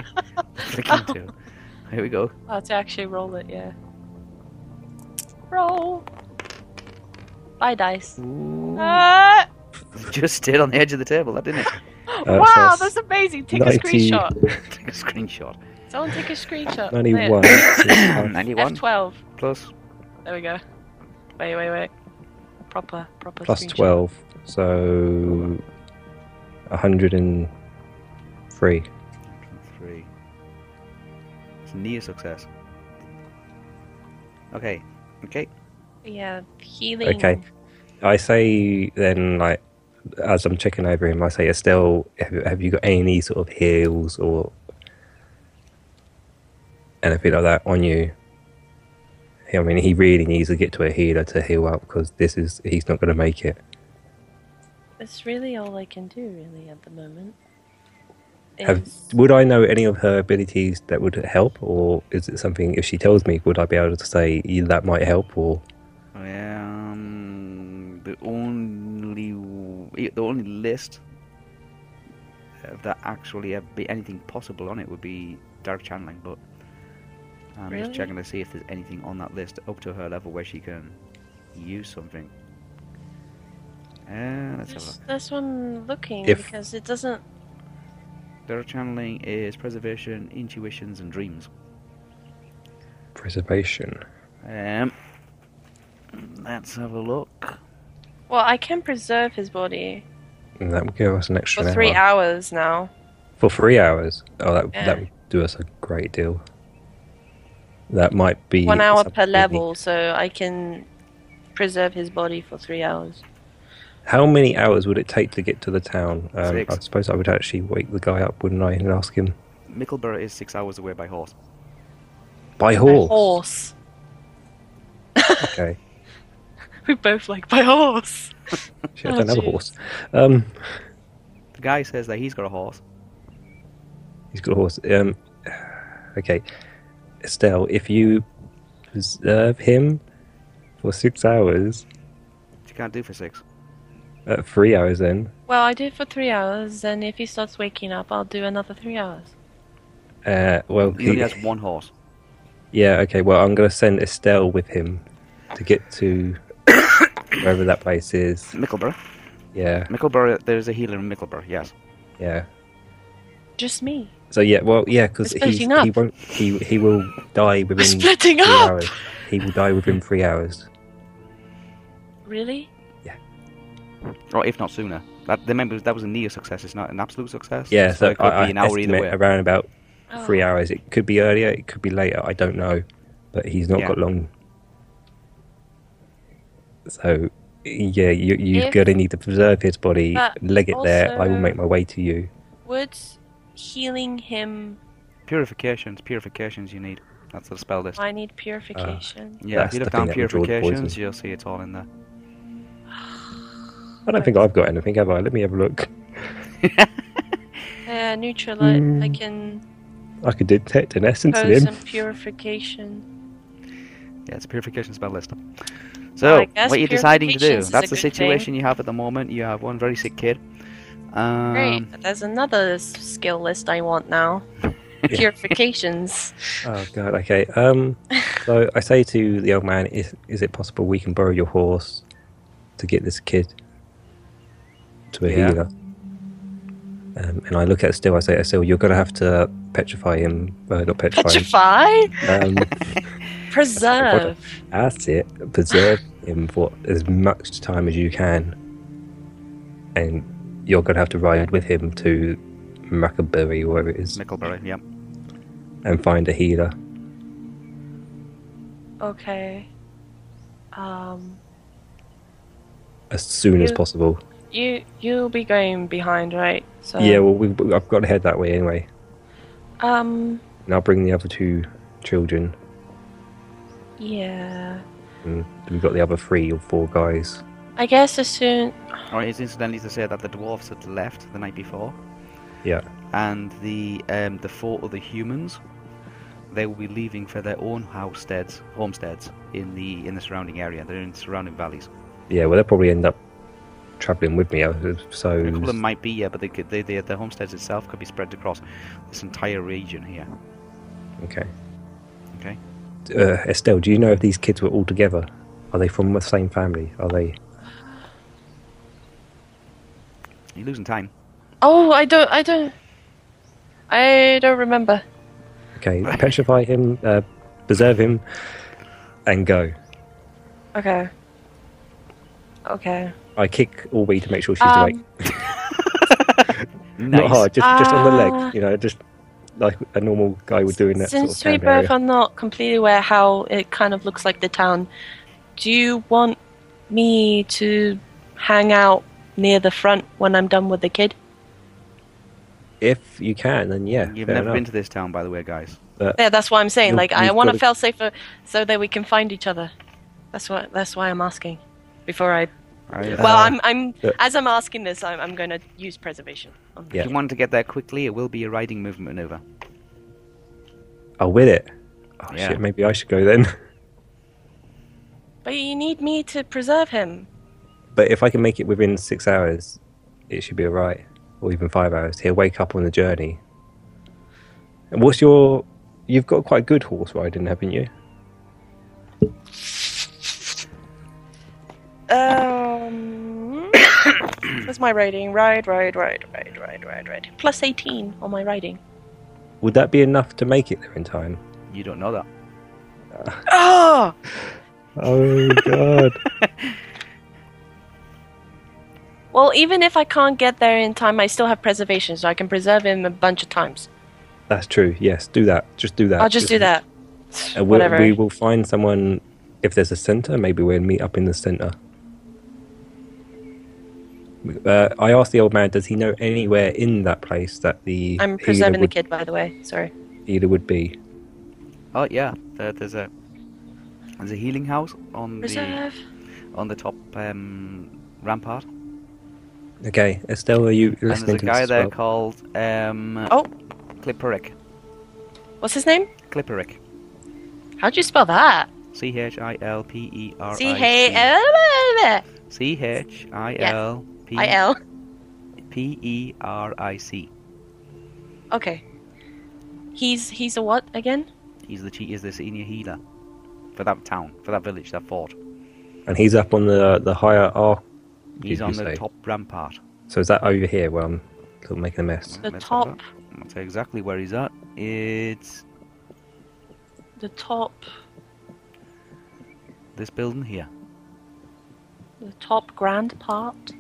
Speaker 1: Flicking to. Here we go.
Speaker 2: Oh, to actually roll it, yeah. Roll. Bye, dice.
Speaker 1: Ooh,
Speaker 2: Ah!
Speaker 1: [LAUGHS] just stayed on the edge of the table, that didn't it?
Speaker 2: wow,
Speaker 3: Uh, that's
Speaker 2: that's amazing. Take a
Speaker 3: 90
Speaker 2: screenshot.
Speaker 1: Take a screenshot.
Speaker 2: Someone take a screenshot. There.
Speaker 3: 91.
Speaker 1: Ninety-one
Speaker 2: F12.
Speaker 1: plus.
Speaker 2: There we go. Wait, wait, wait. Proper, proper.
Speaker 3: [COUGHS] plus
Speaker 2: screenshot.
Speaker 3: 12, so 103.
Speaker 1: Three. It's near success. Okay. Okay.
Speaker 2: Yeah, healing.
Speaker 3: Okay. I say then, like, as I'm checking over him, I say, Estelle, have, have you got any sort of heals or anything like that on you? I mean, he really needs to get to a healer to heal up because this is, he's not going to make it.
Speaker 2: That's really all I can do, really, at the moment.
Speaker 3: Have,
Speaker 2: Is-
Speaker 3: would I know any of her abilities that would help, or is it something, if she tells me, would I be able to say "Yeah, that might help, or
Speaker 1: Um, the only w- the only list uh, that actually have be anything possible on it would be dark channeling, but I'm
Speaker 2: Really?
Speaker 1: just checking to see if there's anything on that list up to her level where she can use something. Uh, let's have a
Speaker 2: That's,
Speaker 1: look.
Speaker 2: that's what I'm looking
Speaker 3: If-
Speaker 2: because it doesn't.
Speaker 1: Dark channeling is preservation, intuitions, and dreams.
Speaker 3: preservation?
Speaker 1: Um, let's have a look.
Speaker 2: Well, I can preserve his body
Speaker 3: And that would give us an
Speaker 2: for
Speaker 3: extra
Speaker 2: three
Speaker 3: hour.
Speaker 2: hours now.
Speaker 3: For three hours? Oh, that,
Speaker 2: Yeah.
Speaker 3: that would do us a great deal. That might be.
Speaker 2: One hour
Speaker 3: something
Speaker 2: per
Speaker 3: we need.
Speaker 2: level, so I can preserve his body for three hours.
Speaker 3: How many hours would it take to get to the town? Um,
Speaker 1: Six.
Speaker 3: I suppose I would actually wake the guy up, wouldn't I, and ask him.
Speaker 1: Mickleborough is six hours away by horse.
Speaker 3: By
Speaker 2: By
Speaker 3: horse.
Speaker 2: horse.
Speaker 3: Okay.
Speaker 2: [LAUGHS] We both like by horse.
Speaker 3: [LAUGHS] Shit, I
Speaker 2: Oh,
Speaker 3: don't have a
Speaker 2: jeez.
Speaker 3: horse. Um,
Speaker 1: The guy says that he's got a horse.
Speaker 3: he's got a horse. Um, okay. Estelle, if you preserve him for six hours,
Speaker 1: She can't do for six.
Speaker 3: uh, three hours then,
Speaker 2: Well, I do it for three hours, and if he starts waking up, I'll do another three hours.
Speaker 3: uh, well,
Speaker 1: He only has one horse.
Speaker 3: Yeah, okay. Well, I'm going to send Estelle with him to get
Speaker 2: [COUGHS]
Speaker 3: to wherever that place is.
Speaker 1: Mickleborough.
Speaker 3: Yeah,
Speaker 1: Mickleborough, there's a healer in Mickleborough, yes.
Speaker 3: yeah.
Speaker 2: Just me.
Speaker 3: So yeah, well, yeah, because
Speaker 2: We're splitting
Speaker 3: he
Speaker 2: up.
Speaker 3: won't. He he will die
Speaker 2: We're
Speaker 3: within three
Speaker 2: splitting up.
Speaker 3: hours. He will die within three hours.
Speaker 2: Really?
Speaker 1: Or if not sooner. That, remember, that was a near success, it's not an absolute success.
Speaker 3: Yeah, so,
Speaker 1: it could
Speaker 3: I,
Speaker 1: be an
Speaker 3: I
Speaker 1: hour either
Speaker 3: estimate
Speaker 1: way.
Speaker 3: around about
Speaker 2: Oh.
Speaker 3: three hours. It could be earlier, it could be later. I don't know, but he's not
Speaker 1: Yeah.
Speaker 3: got long. So yeah, you you're
Speaker 2: If-
Speaker 3: going to need to preserve his body,
Speaker 2: But
Speaker 3: leg it there. I will
Speaker 2: also-
Speaker 3: make my way to you.
Speaker 2: Would healing him?
Speaker 1: Purifications, purifications you need. That's the spell list.
Speaker 2: I need purification.
Speaker 1: Yeah, if
Speaker 3: That's
Speaker 1: you
Speaker 3: the
Speaker 1: look
Speaker 3: thing
Speaker 1: down
Speaker 3: that would draw the
Speaker 1: purifications,
Speaker 3: poison.
Speaker 1: you'll see it's all in there.
Speaker 3: Uh. I don't think I've got anything, have I? Let me have a look.
Speaker 2: [GASPS] Yeah, neutralize. I
Speaker 3: Mm.
Speaker 2: can
Speaker 3: I could detect an essence in
Speaker 2: pose
Speaker 3: him.
Speaker 2: some purification.
Speaker 1: Yeah, it's a purification spell list. So,
Speaker 2: I guess
Speaker 1: what you're deciding to do,
Speaker 2: purifications is
Speaker 1: that's the
Speaker 2: a good thing.
Speaker 1: situation you have at the moment. You have one very sick kid.
Speaker 2: Great.
Speaker 1: Um,
Speaker 3: [LAUGHS]
Speaker 2: but there's another s- skill list I want now. purifications.
Speaker 3: Oh god. Okay. Um. So I say to the old man, "Is is it possible we can borrow your horse to get this kid to a
Speaker 1: Yeah.
Speaker 3: healer?" Um, and I look at Still. I say, "Still, you're going to have to petrify him. Uh, not petrify. him.
Speaker 2: Petrify?
Speaker 3: Um,
Speaker 2: Preserve.
Speaker 3: that's it. Preserve him for as much time as you can, and you're going to have to ride with him to Macaberry, wherever it is,
Speaker 1: Micklebury, yep.
Speaker 3: and find a healer."
Speaker 2: Okay. Um,
Speaker 3: as soon as
Speaker 2: Yeah.
Speaker 3: possible.
Speaker 2: you you'll be going behind, right? So
Speaker 3: yeah, well, we've, we- I've got to head that way anyway.
Speaker 2: Um.
Speaker 3: And I'll bring the other two children.
Speaker 2: Yeah.
Speaker 3: And we've got the other three or four guys.
Speaker 2: I guess as soon.
Speaker 1: Or it's incidentally to say that the dwarfs had left the night before,
Speaker 3: Yeah.
Speaker 1: and the um, the four other humans, they will be leaving for their own housesteads, homesteads in the in the surrounding area. They're in surrounding valleys.
Speaker 3: Yeah, well, they'll probably end up travelling with me. uh, So,
Speaker 1: A couple of them might be here, but they could, they, they, their homesteads itself could be spread across this entire region here.
Speaker 3: okay.
Speaker 1: Okay.
Speaker 3: Uh, Estelle, do you know if these kids were all together? Are they from the same family? Are they?
Speaker 1: You're losing time.
Speaker 2: Oh, I don't. I don't. I don't remember.
Speaker 3: Okay, petrify him, uh, preserve him, and go.
Speaker 2: Okay. Okay.
Speaker 3: I kick Orby to make sure she's
Speaker 2: Um,
Speaker 3: awake. Not
Speaker 1: Nice.
Speaker 3: hard, just, just on the
Speaker 2: Ah.
Speaker 3: leg, you know, just like a normal guy would do in that
Speaker 2: Since
Speaker 3: sort
Speaker 2: we
Speaker 3: of town area.
Speaker 2: both are not completely aware how it kind of looks like the town, do you want me to hang out near the front when I'm done with the kid?
Speaker 3: If you can, then yeah.
Speaker 1: You've
Speaker 3: fair
Speaker 1: never
Speaker 3: enough.
Speaker 1: been to this town, by the way, guys.
Speaker 2: Yeah, that's what I'm saying.
Speaker 3: You-
Speaker 2: like, I
Speaker 3: you've
Speaker 2: want to
Speaker 3: gotta-
Speaker 2: feel safer so that we can find each other. That's what. That's why I'm asking. Before I,
Speaker 1: I,
Speaker 3: Yeah.
Speaker 2: well,
Speaker 3: Uh,
Speaker 2: I'm, I'm
Speaker 3: yeah.
Speaker 2: as I'm asking this, I'm, I'm going to use preservation. on the
Speaker 3: Yeah.
Speaker 1: If you want to get there quickly, it will be a riding movement maneuver.
Speaker 3: Oh, with it. Oh
Speaker 1: Yeah.
Speaker 3: shit, maybe I should go then. [LAUGHS]
Speaker 2: But you need me to preserve him.
Speaker 3: But if I can make it within six hours, it should be alright, or even five hours. He'll wake up on the journey. And what's your? You've got quite good horse riding, haven't you?
Speaker 2: Um, [COUGHS] what's my riding? Ride, ride, ride, ride, ride, ride, ride. Plus 18 on my riding.
Speaker 3: Would that be enough to make it there in time?
Speaker 1: You don't know that.
Speaker 2: Oh,
Speaker 3: Oh god!
Speaker 2: well, even if I can't get there in time, I still have preservation, so I can preserve him a bunch of times.
Speaker 3: [LAUGHS] That's true. Yes, do that. Just do that.
Speaker 2: I'll just do that.
Speaker 3: And we'll,
Speaker 2: Whatever.
Speaker 3: we will find someone. If there's a centre, maybe we'll meet up in the centre. Uh, I asked the old man, does he know anywhere in that place that the
Speaker 2: I'm
Speaker 3: healer
Speaker 2: preserving the
Speaker 3: would,
Speaker 2: kid, by the way. Sorry.
Speaker 3: healer would be?
Speaker 1: Oh yeah, there, there's a there's a healing house on the
Speaker 2: Preserve.
Speaker 1: on the top um, rampart,
Speaker 3: Okay, Estelle, are you
Speaker 1: and
Speaker 3: listening
Speaker 1: there's a
Speaker 3: to
Speaker 1: guy
Speaker 3: this?
Speaker 1: there
Speaker 3: as well?
Speaker 1: called um,
Speaker 2: Oh.
Speaker 1: Clipperick.
Speaker 2: What's his name?
Speaker 1: Clipperick.
Speaker 2: How do you spell that?
Speaker 1: C H I L P E R I
Speaker 2: C H L
Speaker 1: C H I L P
Speaker 2: I L.
Speaker 1: P E R I C.
Speaker 2: Okay. He's he's a what again?
Speaker 1: He's the chief. Is the senior healer for that town, for that village, that fort.
Speaker 3: And he's up on the the higher arc.
Speaker 1: He's
Speaker 3: Did you
Speaker 1: on the
Speaker 3: say?
Speaker 1: top rampart.
Speaker 3: So is that over here where I'm sort of making a mess?
Speaker 2: The
Speaker 1: Let's have a
Speaker 2: top
Speaker 1: look. I'll tell you exactly where he's at. It's
Speaker 2: the top
Speaker 1: this building here.
Speaker 2: the top grand part.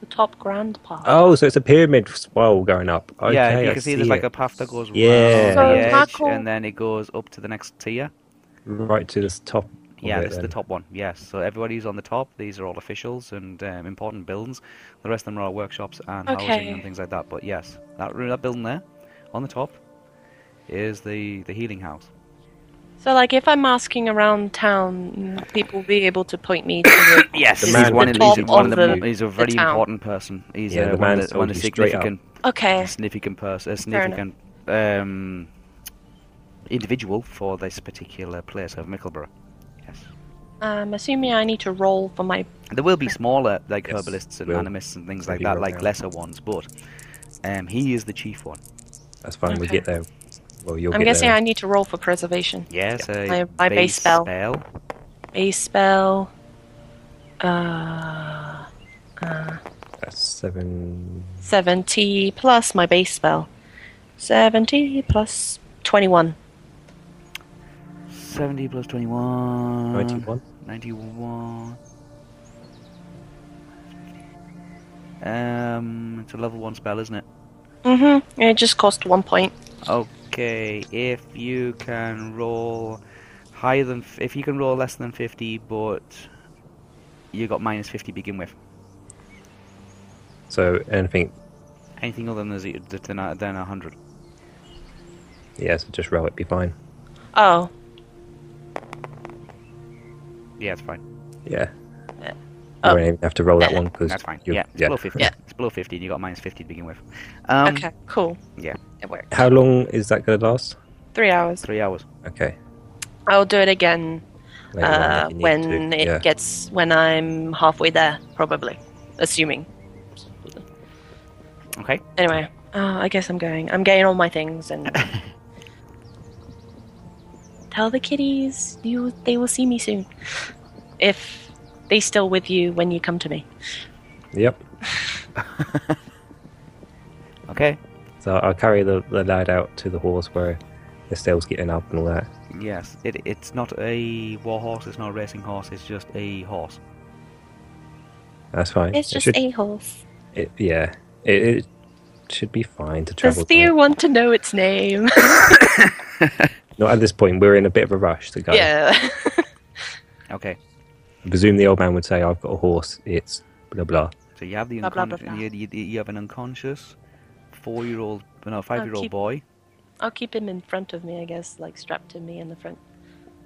Speaker 2: The top grand part.
Speaker 3: Oh, so it's a pyramid swirl going up. Okay,
Speaker 1: yeah, you
Speaker 3: I
Speaker 1: can see, there's
Speaker 3: see
Speaker 1: like a
Speaker 3: it.
Speaker 1: path that goes
Speaker 3: Yeah.
Speaker 1: round
Speaker 2: So
Speaker 1: the edge,
Speaker 2: Marco-
Speaker 1: and then it goes up to the next tier.
Speaker 3: right to this top. of
Speaker 1: Yeah,
Speaker 3: it
Speaker 1: this is the
Speaker 3: then.
Speaker 1: top one. Yes, so everybody's on the top. These are all officials and um, important buildings. The rest of them are all workshops and housing
Speaker 2: Okay.
Speaker 1: and things like that. But yes, that room, that building there, on the top, is the the healing house.
Speaker 2: So like if I'm asking around town, people will be able to point me to
Speaker 1: [COUGHS]
Speaker 2: the
Speaker 1: Yes,
Speaker 3: The
Speaker 1: he's
Speaker 3: man
Speaker 1: one,
Speaker 3: that
Speaker 1: of
Speaker 3: told
Speaker 1: these- one
Speaker 3: of
Speaker 1: of the,
Speaker 3: the-
Speaker 1: he's a very
Speaker 2: town.
Speaker 1: important person. He's
Speaker 3: Yeah,
Speaker 1: uh,
Speaker 3: the
Speaker 1: one
Speaker 3: man
Speaker 1: of the,
Speaker 3: told
Speaker 1: one of the
Speaker 3: you straight up.
Speaker 1: significant
Speaker 2: Okay.
Speaker 1: significant person, a
Speaker 2: Fair enough.
Speaker 1: significant um, individual for this particular place of Mickleborough. Yes,
Speaker 2: I'm assuming I need to roll for my
Speaker 1: there will be smaller like
Speaker 3: Yes,
Speaker 1: herbalists and
Speaker 3: will.
Speaker 1: animists and things
Speaker 3: Will
Speaker 1: like
Speaker 3: be
Speaker 1: that,
Speaker 3: right
Speaker 1: like
Speaker 3: now.
Speaker 1: lesser ones, but um, he is the chief one.
Speaker 3: That's fine. We
Speaker 2: Okay.
Speaker 3: get there. Well, you'll
Speaker 2: I'm
Speaker 3: get
Speaker 2: guessing
Speaker 3: there.
Speaker 2: I need to roll for preservation.
Speaker 1: Yes,
Speaker 2: My- my base spell. A spell. Uh, uh,
Speaker 3: That's seven.
Speaker 2: 70 plus my base spell. 70 plus 21.
Speaker 1: 70 plus 21.
Speaker 3: 91.
Speaker 1: 91. Um, it's a level 1 spell, isn't it?
Speaker 2: Mm-hmm. It just cost one point.
Speaker 1: Okay, if you can roll higher than. f- If you can roll less than 50, but you got minus 50 to begin with.
Speaker 3: So anything.
Speaker 1: Anything other than, ze- than a than a 100.
Speaker 3: Yeah, so just roll it. Be fine.
Speaker 2: Oh,
Speaker 1: Yeah, it's fine.
Speaker 3: Yeah.
Speaker 2: Yeah.
Speaker 3: You
Speaker 2: Oh.
Speaker 3: won't even have to roll that one because
Speaker 1: That's fine. Yeah, it's below 50.
Speaker 2: Yeah.
Speaker 1: It's below 50, and you got minus 50 to begin with. Um,
Speaker 2: okay, cool.
Speaker 1: yeah.
Speaker 2: It worked.
Speaker 3: How long is that going to last?
Speaker 2: Three hours.
Speaker 1: Three hours.
Speaker 3: Okay.
Speaker 2: I'll do it again
Speaker 3: Later on,
Speaker 2: uh,
Speaker 3: if you need
Speaker 2: when
Speaker 3: to.
Speaker 2: it
Speaker 3: yeah.
Speaker 2: gets when I'm halfway there, probably. Assuming.
Speaker 1: Okay.
Speaker 2: Anyway, uh, I guess I'm going. I'm getting all my things
Speaker 3: [LAUGHS]
Speaker 2: and tell the kitties you they will see me soon. If they still with you when you come to me.
Speaker 3: Yep.
Speaker 1: Okay.
Speaker 3: So I'll carry the, the lad out to the horse where Estelle's getting up and all that.
Speaker 1: Yes, it, it's not a war horse, it's not a racing horse, it's just a horse.
Speaker 3: That's fine.
Speaker 4: It's
Speaker 3: It
Speaker 4: just
Speaker 3: should-
Speaker 4: a horse.
Speaker 3: it- yeah. It, it should be fine to
Speaker 2: Does
Speaker 3: travel. to
Speaker 2: Theo
Speaker 3: it.
Speaker 2: want to know its name?
Speaker 3: Not at this point. We're in a bit of a rush to go.
Speaker 4: [LAUGHS]
Speaker 2: [LAUGHS] yeah.
Speaker 1: Okay,
Speaker 3: I presume the old man would say, "I've got a horse. It's blah blah."
Speaker 1: so you have the
Speaker 2: Blah, blah, blah,
Speaker 1: unconscious,
Speaker 2: blah.
Speaker 1: you, you, you have an unconscious four-year-old, no, five-year-old
Speaker 2: Oh, keep-
Speaker 1: boy.
Speaker 2: I'll keep him in front of me, I guess, like strapped to me in the front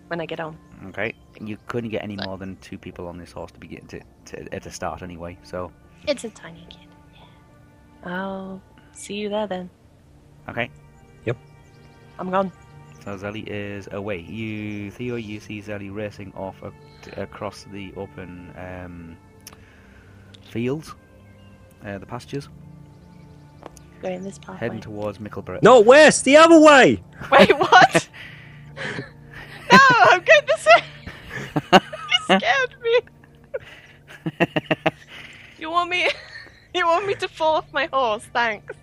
Speaker 2: when I get on.
Speaker 1: Okay, you couldn't get any more than two people on this horse to begin to, to at the start anyway. So
Speaker 4: It's a tiny kid.
Speaker 2: I'll see you there then.
Speaker 1: okay,
Speaker 2: I'm gone.
Speaker 1: so Zelly is away. You Theo, you see Zelly racing off ac- across the open um, fields, uh, the pastures,
Speaker 2: Going this pathway.
Speaker 1: heading towards Mickleborough.
Speaker 3: Not west, the other way.
Speaker 2: Wait,
Speaker 3: [LAUGHS]
Speaker 2: what? no, I'm going this
Speaker 3: [LAUGHS]
Speaker 2: way. You scared me. You want me? [LAUGHS] You want me to fall off my horse? Thanks.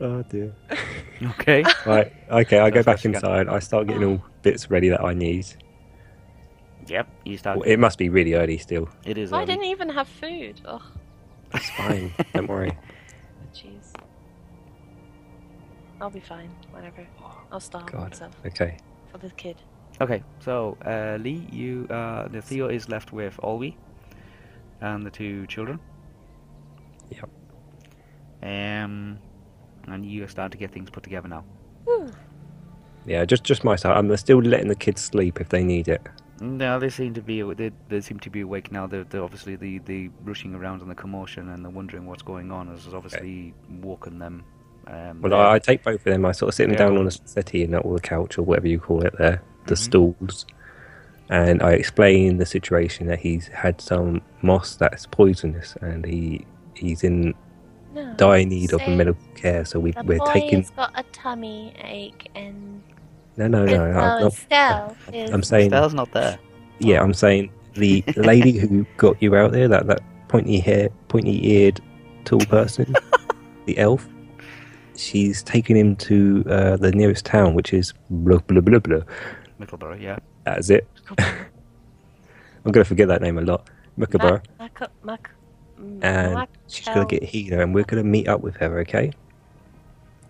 Speaker 3: Oh dear.
Speaker 1: [LAUGHS] okay.
Speaker 3: Right. Okay. I
Speaker 1: That's
Speaker 3: go
Speaker 1: what
Speaker 3: back
Speaker 1: she got.
Speaker 3: inside. I start getting all bits ready that I need.
Speaker 1: Yep. You start.
Speaker 3: Well, it must be really early still.
Speaker 1: it is.
Speaker 2: I
Speaker 1: early.
Speaker 2: didn't even have food. Oh,
Speaker 1: [LAUGHS]
Speaker 3: It's fine. Don't worry.
Speaker 2: jeez. I'll be fine. Whatever. I'll starve
Speaker 3: God.
Speaker 2: myself
Speaker 3: Okay.
Speaker 2: for the kid.
Speaker 1: Okay, so uh, Lee, you, uh, the Theo is left with Olwi and the two children.
Speaker 3: Yep.
Speaker 1: Um, and you are starting to get things put together now.
Speaker 3: Yeah. Just just my side. I'm still letting the kids sleep if they need it.
Speaker 1: No, they seem to be they, they seem to be awake now. They're, they're obviously the, the rushing around and the commotion and the wondering what's going on is obviously walking them. Um,
Speaker 3: Well,
Speaker 1: there.
Speaker 3: I, I take both of them. I sort of sit them
Speaker 1: Yeah.
Speaker 3: down on a settee, and or the couch, or whatever you call it there, the
Speaker 1: Mhm.
Speaker 3: stools. And I explain the situation that he's had some moss that's poisonous, and he he's in
Speaker 4: No.
Speaker 3: dire need of
Speaker 4: Say
Speaker 3: medical care. So we,
Speaker 4: The
Speaker 3: we're
Speaker 4: boy
Speaker 3: taking
Speaker 4: has got a tummy ache and
Speaker 3: no, no, no.
Speaker 4: and
Speaker 3: I'm,
Speaker 4: so
Speaker 3: not,
Speaker 4: Estelle is
Speaker 3: I'm saying
Speaker 1: Estelle's not there.
Speaker 3: yeah. I'm saying the lady who got you out there, that that pointy hair, pointy eared, tall person, the elf. She's taking him to uh, the nearest town, which is blah blah blah blah.
Speaker 1: Mickleborough, yeah.
Speaker 3: That's it. [LAUGHS] I'm gonna forget that name a lot. Mukabar.
Speaker 2: Mac, mac, m-
Speaker 3: And
Speaker 2: mac-
Speaker 3: She's gonna get here, and we're gonna meet up with her, okay?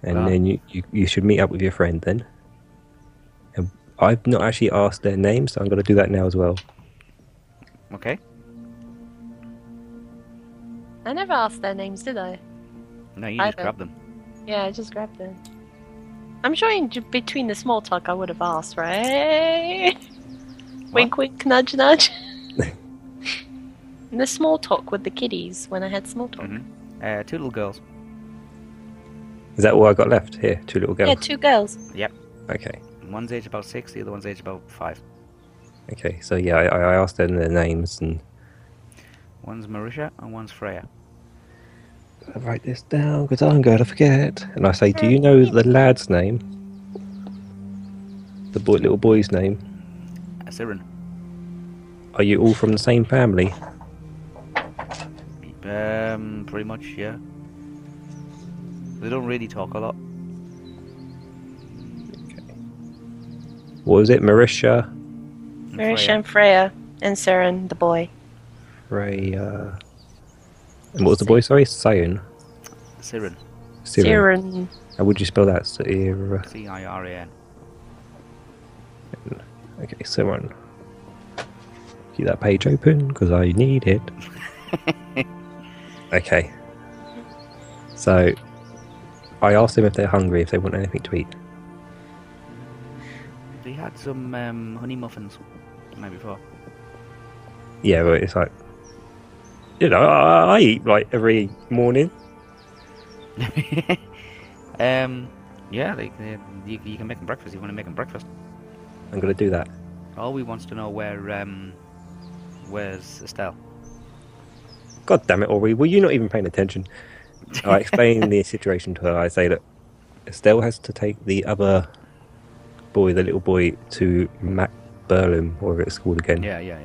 Speaker 3: And
Speaker 1: Ah.
Speaker 3: then you, you you should meet up with your friend then. And I've not actually asked their names, so I'm gonna do that now as well.
Speaker 1: Okay.
Speaker 2: I never asked their names, did I?
Speaker 1: No, you
Speaker 2: I
Speaker 1: just
Speaker 2: don't-
Speaker 1: grab them.
Speaker 2: Yeah, I just grabbed them. I'm sure in j- between the small talk I would have asked, right? Wink, wink,
Speaker 1: [LAUGHS]
Speaker 2: nudge, nudge. in the small talk with the kiddies when I had small talk.
Speaker 1: Mhm. Uh, two little girls.
Speaker 3: Is that all I got left here? Two little girls.
Speaker 2: Yeah, two girls.
Speaker 3: Okay,
Speaker 1: One's age about six, the other one's age about five.
Speaker 3: okay. So yeah, I, I asked them their names, and
Speaker 1: One's Marisha and one's Freya.
Speaker 3: I write this down because I'm going to forget. And I say, Do you know the lad's name? The boy, little boy's name?
Speaker 1: Siren.
Speaker 3: Are you all from the same family?
Speaker 1: Um, pretty much, yeah. They don't really talk a lot.
Speaker 3: What was it? Marisha,
Speaker 1: And
Speaker 2: Marish
Speaker 1: Freya.
Speaker 2: and Freya and Saren, the boy.
Speaker 3: Ray, uh, and what was the boy? Sorry, Sion.
Speaker 1: Siren.
Speaker 3: Siren.
Speaker 2: Saren.
Speaker 3: How would you spell that? Siren.
Speaker 1: C I R A N.
Speaker 3: Okay, Siren. Keep that page open because I need it. okay. So, I asked them if they're hungry, if they want anything to eat.
Speaker 1: They had some um, honey muffins the night before.
Speaker 3: Yeah, but it's like, you know, I, I eat like every morning.
Speaker 1: um, yeah, they, they, you, you can make them breakfast. You want to make them breakfast.
Speaker 3: I'm gonna do that.
Speaker 1: All we wants to know where um, where's Estelle?
Speaker 3: God damn it, Ori, were you not even paying attention? I explain the situation to her. I say, look, Estelle has to take the other boy, the little boy, to Mac Berlin, or it's called again.
Speaker 1: Yeah, yeah,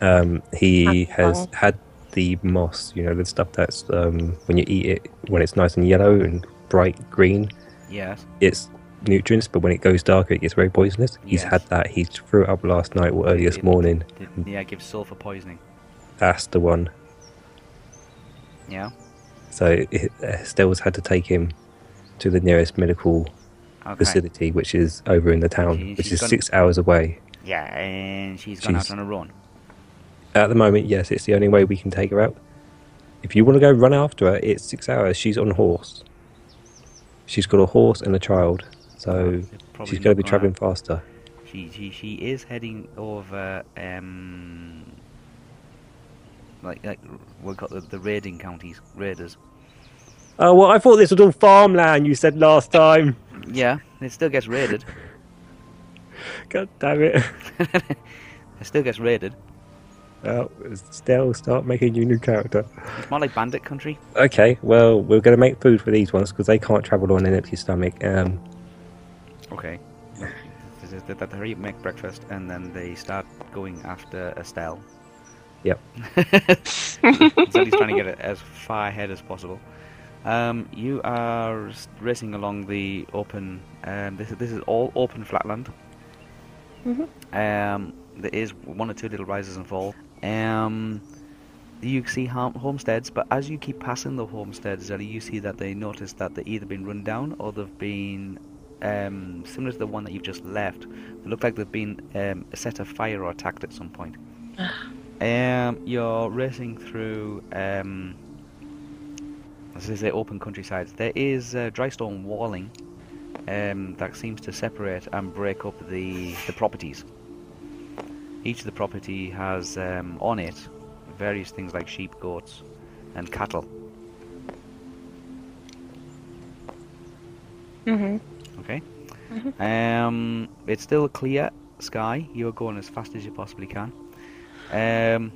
Speaker 1: yeah.
Speaker 3: Um, he
Speaker 2: Mac
Speaker 3: has
Speaker 2: Berlin.
Speaker 3: had the moss, you know, the stuff that's um, when you eat it, when it's nice and yellow and bright green,
Speaker 1: Yes.
Speaker 3: it's nutrients, but when it goes darker, it gets very poisonous. He's
Speaker 1: Yes.
Speaker 3: had that. He threw it up last night or early this
Speaker 1: It-
Speaker 3: morning.
Speaker 1: Did, yeah, gives sulfur poisoning.
Speaker 3: That's the one.
Speaker 1: Yeah.
Speaker 3: So it, Estelle's had to take him to the nearest medical
Speaker 1: Okay.
Speaker 3: facility, which is over in the town,
Speaker 1: She-
Speaker 3: which
Speaker 1: she's
Speaker 3: is
Speaker 1: gone-
Speaker 3: six hours away.
Speaker 1: Yeah, and she's gone
Speaker 3: She's-
Speaker 1: out on a run.
Speaker 3: At the moment, yes, it's the only way we can take her out. If you want to go run after her, it's six hours. She's on horse. She's got a horse and a child, so
Speaker 1: They're probably not
Speaker 3: she's going to be
Speaker 1: gonna-
Speaker 3: travelling faster.
Speaker 1: She, she she is heading over um like like we got the, the raiding counties raiders.
Speaker 3: Oh well, I thought this was all farmland. You said last time.
Speaker 1: Yeah, it still gets raided. [LAUGHS]
Speaker 3: God damn it!
Speaker 1: it still gets raided.
Speaker 3: Well, Estelle, start making your new character.
Speaker 1: It's more like bandit country.
Speaker 3: Okay, well, we're going to make food for these ones because they can't travel on an empty stomach. Um,
Speaker 1: Okay. This is- That that they make breakfast and then they start going after Estelle. [LAUGHS]
Speaker 3: Yep.
Speaker 1: Sally's trying to get it as far ahead as possible. Um, you are s- racing along the open. Um, this is this is all open flatland.
Speaker 2: Mhm.
Speaker 1: Um, there is one or two little rises and falls. Um, you see hom- homesteads, but as you keep passing the homesteads, Zelly, you see that they notice that they've either been run down or they've been um, similar to the one that you've just left. They look like they've been um, set afire or attacked at some point. Um, you're racing through, um, as I say, open countrysides. There is uh, dry stone walling um, that seems to separate and break up the, the properties. Each of the property has um, on it various things like sheep, goats, and cattle.
Speaker 2: Mm-hmm.
Speaker 1: Okay. Um, it's still a clear sky. You're going as fast as you possibly can. Um,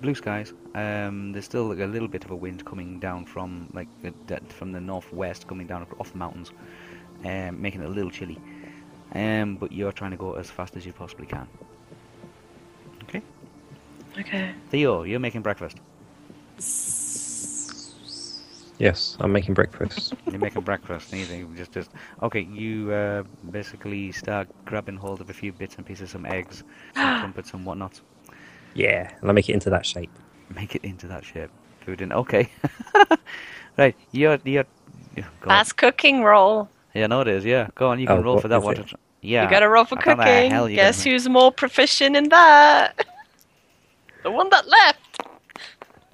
Speaker 1: blue skies. Um, there's still like a little bit of a wind coming down from like the, the- from the northwest, coming down off the mountains, um, making it a little chilly. Um, but you're trying to go as fast as you possibly can. Okay.
Speaker 2: Okay.
Speaker 1: Theo, you're making breakfast.
Speaker 3: yes, I'm
Speaker 1: [LAUGHS]
Speaker 3: making breakfast.
Speaker 1: You're making breakfast. Anything? Just, just. Okay. You uh, basically start grabbing hold of a few bits and pieces, some
Speaker 2: [GASPS]
Speaker 1: eggs, some crumpets, and whatnot.
Speaker 3: yeah, and I make it into that shape.
Speaker 1: Make it into that shape. Food in. Okay. [LAUGHS] right. You're. You're. yeah, Go on.
Speaker 2: That's cooking roll.
Speaker 1: Yeah, no, it is. Yeah. Go on. You can
Speaker 3: Oh,
Speaker 1: roll
Speaker 3: what
Speaker 1: for that
Speaker 3: is
Speaker 1: one.
Speaker 3: it?
Speaker 1: to tr- Yeah.
Speaker 2: You gotta roll for
Speaker 1: How the
Speaker 2: cooking.
Speaker 1: hell you gonna
Speaker 2: Guess
Speaker 1: make-
Speaker 2: who's more proficient in that? [LAUGHS] the one that left.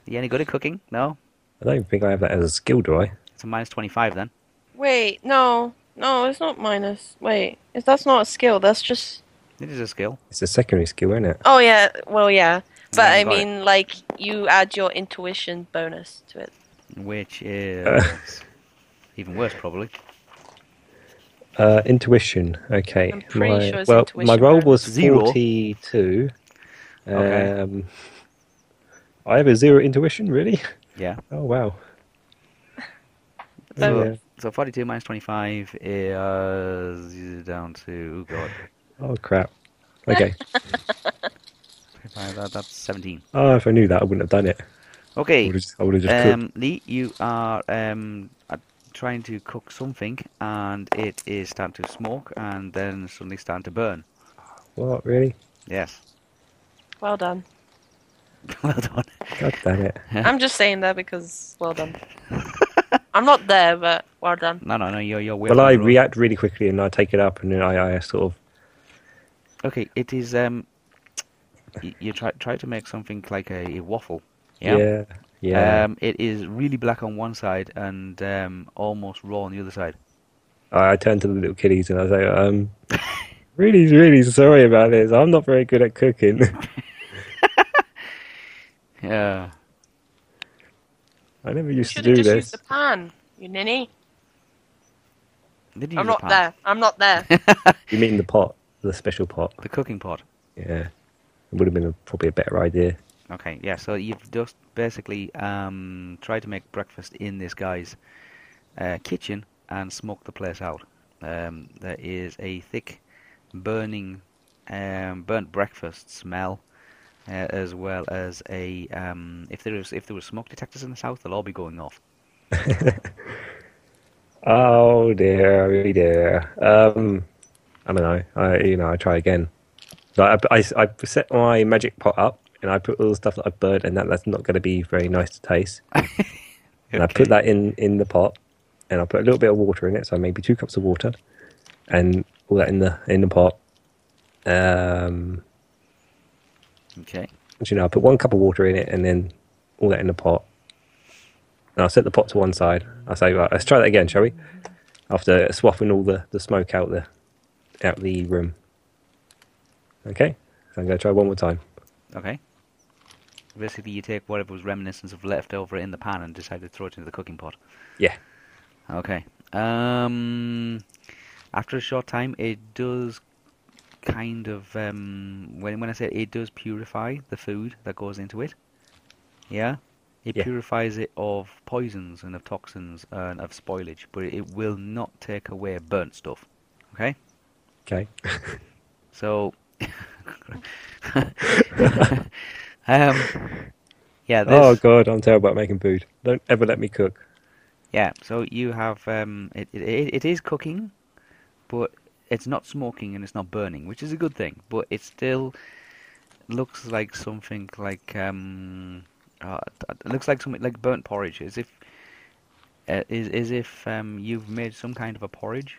Speaker 1: You any good at cooking? No.
Speaker 3: I don't think I have that as a skill, do I?
Speaker 1: It's a minus twenty-five then.
Speaker 2: Wait, no. No, it's not minus. Wait, if that's not a skill, that's just.
Speaker 1: It is a skill.
Speaker 3: It's a secondary skill, isn't it?
Speaker 2: Oh, yeah. Well, yeah. But
Speaker 1: Yeah,
Speaker 2: I
Speaker 1: you got it.
Speaker 2: mean, like, you add your intuition bonus to it.
Speaker 1: Which is
Speaker 3: [LAUGHS]
Speaker 1: even worse, probably.
Speaker 3: Uh, intuition. Okay.
Speaker 2: I'm pretty
Speaker 3: my,
Speaker 2: sure it's
Speaker 3: well,
Speaker 2: intuition,
Speaker 3: my roll was
Speaker 1: Zero.
Speaker 3: forty-two.
Speaker 1: Okay.
Speaker 3: Um, I have a zero intuition, really. [LAUGHS]
Speaker 1: Yeah.
Speaker 3: Oh wow.
Speaker 1: So,
Speaker 3: Yeah.
Speaker 1: so 42 minus 25 is down to, oh god,
Speaker 3: Oh crap. Okay.
Speaker 1: Five, that, that's 17.
Speaker 3: oh, if I knew that, I wouldn't have done it. I
Speaker 1: Okay,
Speaker 3: would have just, I would have just cooked.
Speaker 1: um, Lee, you are um, uh, trying to cook something and it is starting to smoke and then suddenly starting to burn.
Speaker 3: What really?
Speaker 1: Yes. [LAUGHS]
Speaker 2: Well done.
Speaker 1: well done.
Speaker 3: God damn it!
Speaker 2: I'm just saying that because well done. I'm not there, but well done.
Speaker 1: No, no, no, you're, you're
Speaker 3: Well, I react really quickly and I take it up and then I, I sort of
Speaker 1: Okay, it is, um, y- you try, try to make something like a, a waffle.
Speaker 3: yeah yeah.
Speaker 1: Um, it is really black on one side and um, almost raw on the other side.
Speaker 3: I, I turn to the little kiddies and I say, um, [LAUGHS] really really sorry about this. I'm not very good at cooking. [LAUGHS]
Speaker 1: Yeah.
Speaker 3: I never
Speaker 2: You
Speaker 3: used to
Speaker 2: should
Speaker 3: do
Speaker 2: have just
Speaker 3: this.
Speaker 2: used the pan, you ninny.
Speaker 1: Did you
Speaker 2: I'm
Speaker 1: use
Speaker 2: not there. I'm not there.
Speaker 1: a pan?
Speaker 3: You mean the pot, the special pot?
Speaker 1: [LAUGHS] the cooking pot.
Speaker 3: Yeah, it would have been a, probably a better idea.
Speaker 1: Okay, yeah, so you've just basically um, tried to make breakfast in this guy's uh, kitchen and smoke the place out. Um, there is a thick, burning, um, burnt breakfast smell, uh, as well as a um, if there is if there were smoke detectors in the south, they'll all be going off.
Speaker 3: Oh dear, oh dear. Um, I don't know. I you know I try again. Like I, I, I set my magic pot up and I put all the stuff that I burnt and that that's not going to be very nice to taste. And I put
Speaker 1: Okay.
Speaker 3: that in in the pot and I put a little bit of water in it, so maybe two cups of water, and all that in the in the pot. Um,
Speaker 1: Okay.
Speaker 3: which, you know, I put one cup of water in it and then all that in the pot. And I set the pot to one side. I say, right, let's try that again, shall we? After swapping all the, the smoke out the out the room. Okay, so I'm going to try one more time.
Speaker 1: Okay. Basically, you take whatever was reminiscence of leftover in the pan and decide to throw it into the cooking pot.
Speaker 3: Yeah.
Speaker 1: Okay. Um, after a short time, it does kind of um, when when I say it does purify the food that goes into it. Yeah, it
Speaker 3: Yeah.
Speaker 1: purifies it of poisons and of toxins and of spoilage, but it will not take away burnt stuff. Okay,
Speaker 3: Okay. [LAUGHS]
Speaker 1: so. [LAUGHS] um, yeah. This,
Speaker 3: Oh God, I'm terrible at making food. Don't ever let me cook.
Speaker 1: Yeah, so you have um, it, it. It it is cooking, but it's not smoking and it's not burning, which is a good thing. But it still looks like something like um, uh, it looks like something like burnt porridge, as if uh, is as if um, you've made some kind of a porridge,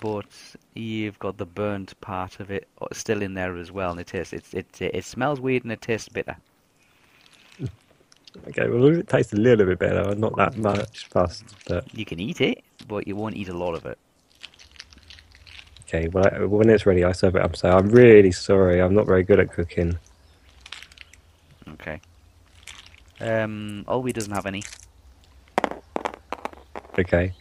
Speaker 1: but you've got the burnt part of it uh, still in there as well, and it tastes it it it smells weird and it tastes bitter.
Speaker 3: Okay, well it tastes a little bit better, not that much fussed, but
Speaker 1: You can eat it, but you won't eat a lot of it.
Speaker 3: okay. Well, I, when it's ready, I serve it up. So I'm really sorry. I'm not very good at cooking.
Speaker 1: Okay. Um, Olwe doesn't have any.
Speaker 3: Okay.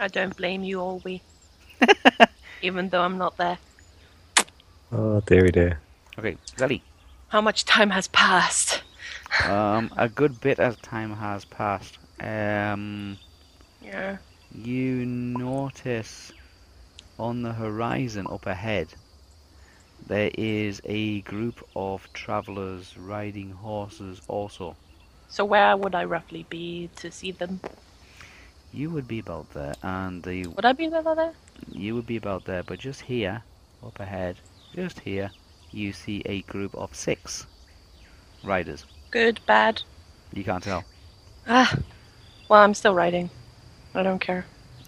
Speaker 2: I don't blame you, all we. Even though I'm not there.
Speaker 3: Oh dearie dear.
Speaker 1: Okay, Zelly.
Speaker 2: How much time has passed?
Speaker 1: Um, a good bit of time has passed. Um,
Speaker 2: Yeah.
Speaker 1: you notice on the horizon up ahead there is a group of travelers riding horses. Also,
Speaker 2: So where would I roughly be to see them?
Speaker 1: you would be about there, and the
Speaker 2: Would I be there? there, there?
Speaker 1: you would be about there, but just here, up ahead, just here, you see a group of six riders.
Speaker 2: Good, bad.
Speaker 1: You can't tell.
Speaker 2: Ah. Well, I'm still writing. I don't care.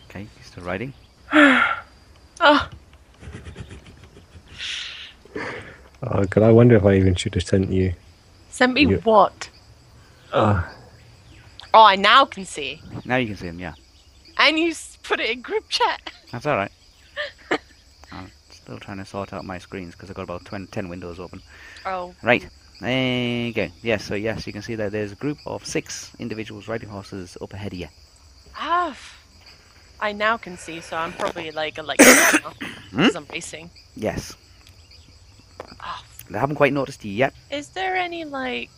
Speaker 1: Okay, you're still riding.
Speaker 2: Oh,
Speaker 3: Oh god, I wonder if I even should have sent you.
Speaker 2: send me
Speaker 3: You-
Speaker 2: what?
Speaker 3: Oh,
Speaker 1: Ah.
Speaker 2: Oh, I now can see.
Speaker 1: Now you can see him, yeah.
Speaker 2: And you s- put it in group chat.
Speaker 1: That's alright. [LAUGHS] I'm still trying to sort out my screens because I've got about 20, 10 windows open.
Speaker 2: Oh.
Speaker 1: Right, there you go. Yes, so yes, you can see that there's a group of six individuals riding horses up ahead of you.
Speaker 2: Ah. f- I now can see, so I'm probably like a like [COUGHS] because I'm racing. Ah,
Speaker 1: Yes.
Speaker 2: Oh,
Speaker 1: They haven't quite noticed you yet.
Speaker 2: Is there any like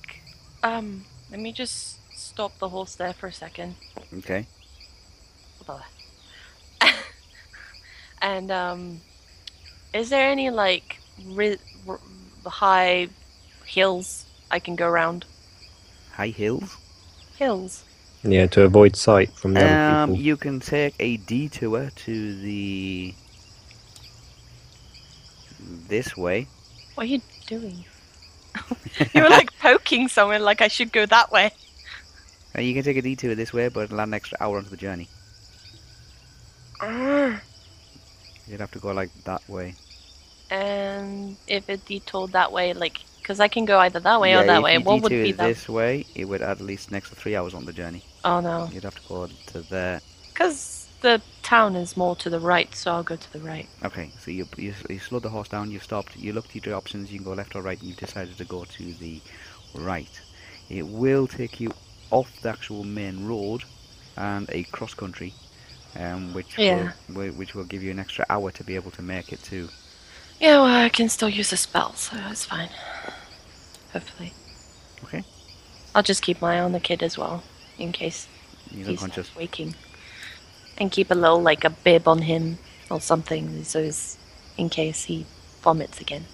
Speaker 2: Um, let me just stop the horse there for a second.
Speaker 1: Okay.
Speaker 2: and um, is there any like ri- r- high hills I can go around?
Speaker 1: High hills.
Speaker 2: Hills.
Speaker 3: Yeah, to avoid sight from the other
Speaker 1: Um,
Speaker 3: people.
Speaker 1: you can take a detour to the this way.
Speaker 2: What are you doing? [LAUGHS] you were like poking someone, like I should go that way.
Speaker 1: Uh, You can take a detour this way, but it'll add an extra hour onto the journey. Ah. You'd have to go like that way.
Speaker 2: And if it detoured that way, like, because I can go either that way or
Speaker 1: Yeah,
Speaker 2: that
Speaker 1: if
Speaker 2: way.
Speaker 1: you
Speaker 2: What would
Speaker 1: detour
Speaker 2: be that?
Speaker 1: this way? It would add at least an extra three hours on the journey.
Speaker 2: Oh no,
Speaker 1: You'd have to go to there.
Speaker 2: because the town is more to the right, so I'll go to the right.
Speaker 1: Okay, so you, you you slowed the horse down. You've stopped. You looked at your options. You can go left or right, and you've decided to go to the right. It will take you off the actual main road and a cross country, um, which
Speaker 2: Yeah.
Speaker 1: will, whi- which will give you an extra hour to be able to make it to.
Speaker 2: Yeah, well, I can still use the spell, so it's fine. Hopefully.
Speaker 1: Okay.
Speaker 2: I'll just keep my eye on the kid as well, in case
Speaker 1: He's,
Speaker 2: he's
Speaker 1: unconscious.
Speaker 2: not waking, and keep a little like a bib on him or something, so he's, in case he vomits again.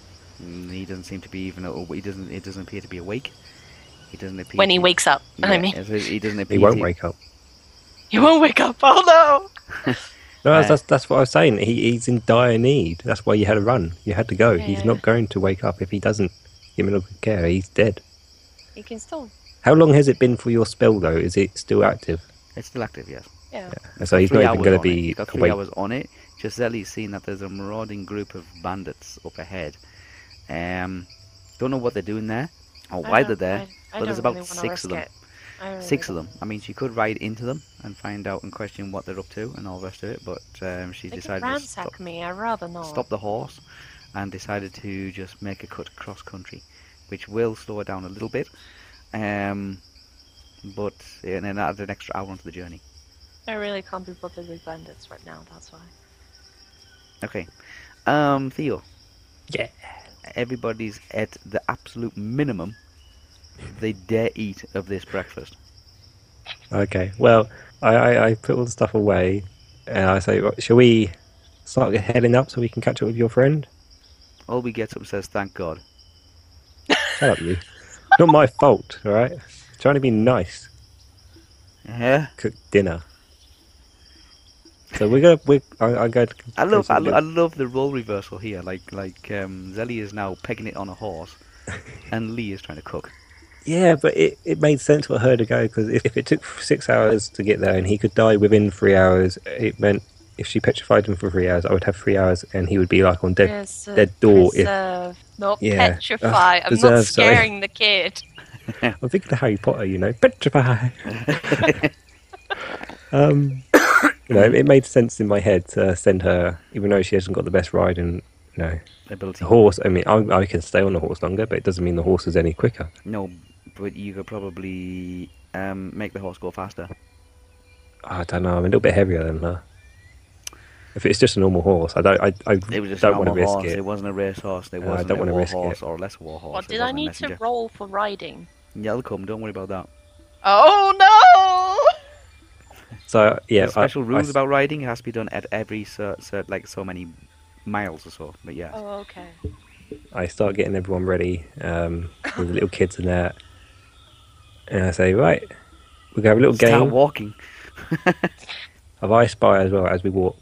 Speaker 1: Mm, He doesn't seem to be even. aw- He doesn't. It doesn't appear to be awake. He doesn't appear.
Speaker 2: When
Speaker 1: to
Speaker 2: he
Speaker 1: be-
Speaker 2: wakes up, I
Speaker 1: Yeah,
Speaker 2: mean, [LAUGHS]
Speaker 1: so he doesn't appear.
Speaker 3: He won't
Speaker 1: to-
Speaker 3: wake up.
Speaker 2: he won't wake up. Oh no!
Speaker 3: No,
Speaker 1: Uh,
Speaker 3: that's, that's that's what I was saying. He, he's in dire need. That's why you had to run. You had to go.
Speaker 2: Yeah,
Speaker 3: He's
Speaker 2: yeah.
Speaker 3: not going to wake up if he doesn't give him a good care. He's dead.
Speaker 2: You can still,
Speaker 3: How long has it been for your spell though? Is it still active?
Speaker 1: It's still active. Yes.
Speaker 2: yeah.
Speaker 3: And so he's
Speaker 1: three
Speaker 3: not even
Speaker 1: hours
Speaker 3: going
Speaker 1: on
Speaker 3: to
Speaker 1: it.
Speaker 3: be
Speaker 1: He's got three
Speaker 3: awake.
Speaker 1: hours on it. Giuseppe seen that there's a marauding group of bandits up ahead. Um, don't know what they're doing there or why they're there. but there's about six of them. Six of them. I mean, she could ride into them and find out and question what they're up to and all the rest of it. But um, she
Speaker 2: They could
Speaker 1: decided to
Speaker 2: ransack
Speaker 1: stop,
Speaker 2: me. I'd rather not.
Speaker 1: stop the horse and decided to just make a cut cross country, which will slow her down a little bit. Um, but and then add an extra hour onto the journey.
Speaker 2: I really can't be bothered with bandits right now. That's why.
Speaker 1: Okay. Um, Theo.
Speaker 3: Yeah.
Speaker 1: Everybody's at the absolute minimum they dare eat of this breakfast.
Speaker 3: Okay. Well, I, I, I put all the stuff away, and I say, "Right, shall we start heading up so we can catch up with your friend?
Speaker 1: All we get up says, thank God.
Speaker 3: Shut up, you. not my fault. All right. Trying to be nice.
Speaker 1: Yeah.
Speaker 3: Cook dinner. So we're gonna. We're, I, I go. To
Speaker 1: I love, I, lo- I love the role reversal here. Like, like um, Zelly is now pegging it on a
Speaker 3: [LAUGHS]
Speaker 1: horse, and Lee is trying to cook.
Speaker 3: Yeah, but it, it made sense for her to go because if, if it took six hours to get there and he could die within three hours, it meant if she petrified him for three hours, I would have three hours and he would be like on dead.
Speaker 2: yes, uh,
Speaker 3: their door is-
Speaker 2: Preserve, not
Speaker 3: Yeah.
Speaker 2: petrify.
Speaker 3: Ugh,
Speaker 2: I'm not
Speaker 3: preserve, sorry.
Speaker 2: scaring the kid.
Speaker 3: I'm thinking of Harry Potter, you
Speaker 1: [LAUGHS]
Speaker 3: know, petrify. um, you know, it made sense in my head to send her, even though she hasn't got the best ride and you know
Speaker 1: Ability.
Speaker 3: the horse. I mean, I, I can stay on the horse longer, but it doesn't mean the horse is any quicker.
Speaker 1: No, but you could probably um, make the horse go faster.
Speaker 3: I don't know. I'm a little bit heavier than her. If it's just a normal horse, I don't. I, I
Speaker 1: It was just a
Speaker 3: don't want
Speaker 1: normal
Speaker 3: to risk
Speaker 1: horse.
Speaker 3: it.
Speaker 1: wasn't a race horse. It
Speaker 3: No, I
Speaker 1: wasn't
Speaker 3: don't
Speaker 1: a
Speaker 3: wanna
Speaker 1: war
Speaker 3: risk it.
Speaker 1: horse or less war horse.
Speaker 2: What
Speaker 1: it
Speaker 2: did I
Speaker 1: wasn't a
Speaker 2: need to
Speaker 1: messenger.
Speaker 2: roll for riding?
Speaker 1: Yeah, I'll come. Don't worry about that.
Speaker 2: Oh
Speaker 3: So yeah,
Speaker 1: There's special
Speaker 3: I,
Speaker 1: rules
Speaker 3: I,
Speaker 1: about riding. It has to be done at every so, so like so many miles or so. But yeah,
Speaker 2: no! Oh, okay.
Speaker 3: I start getting everyone ready um, with the little kids and that, and I say, right, we're gonna have a little
Speaker 1: start
Speaker 3: game
Speaker 1: walking.
Speaker 3: of I Spy as well as we walk.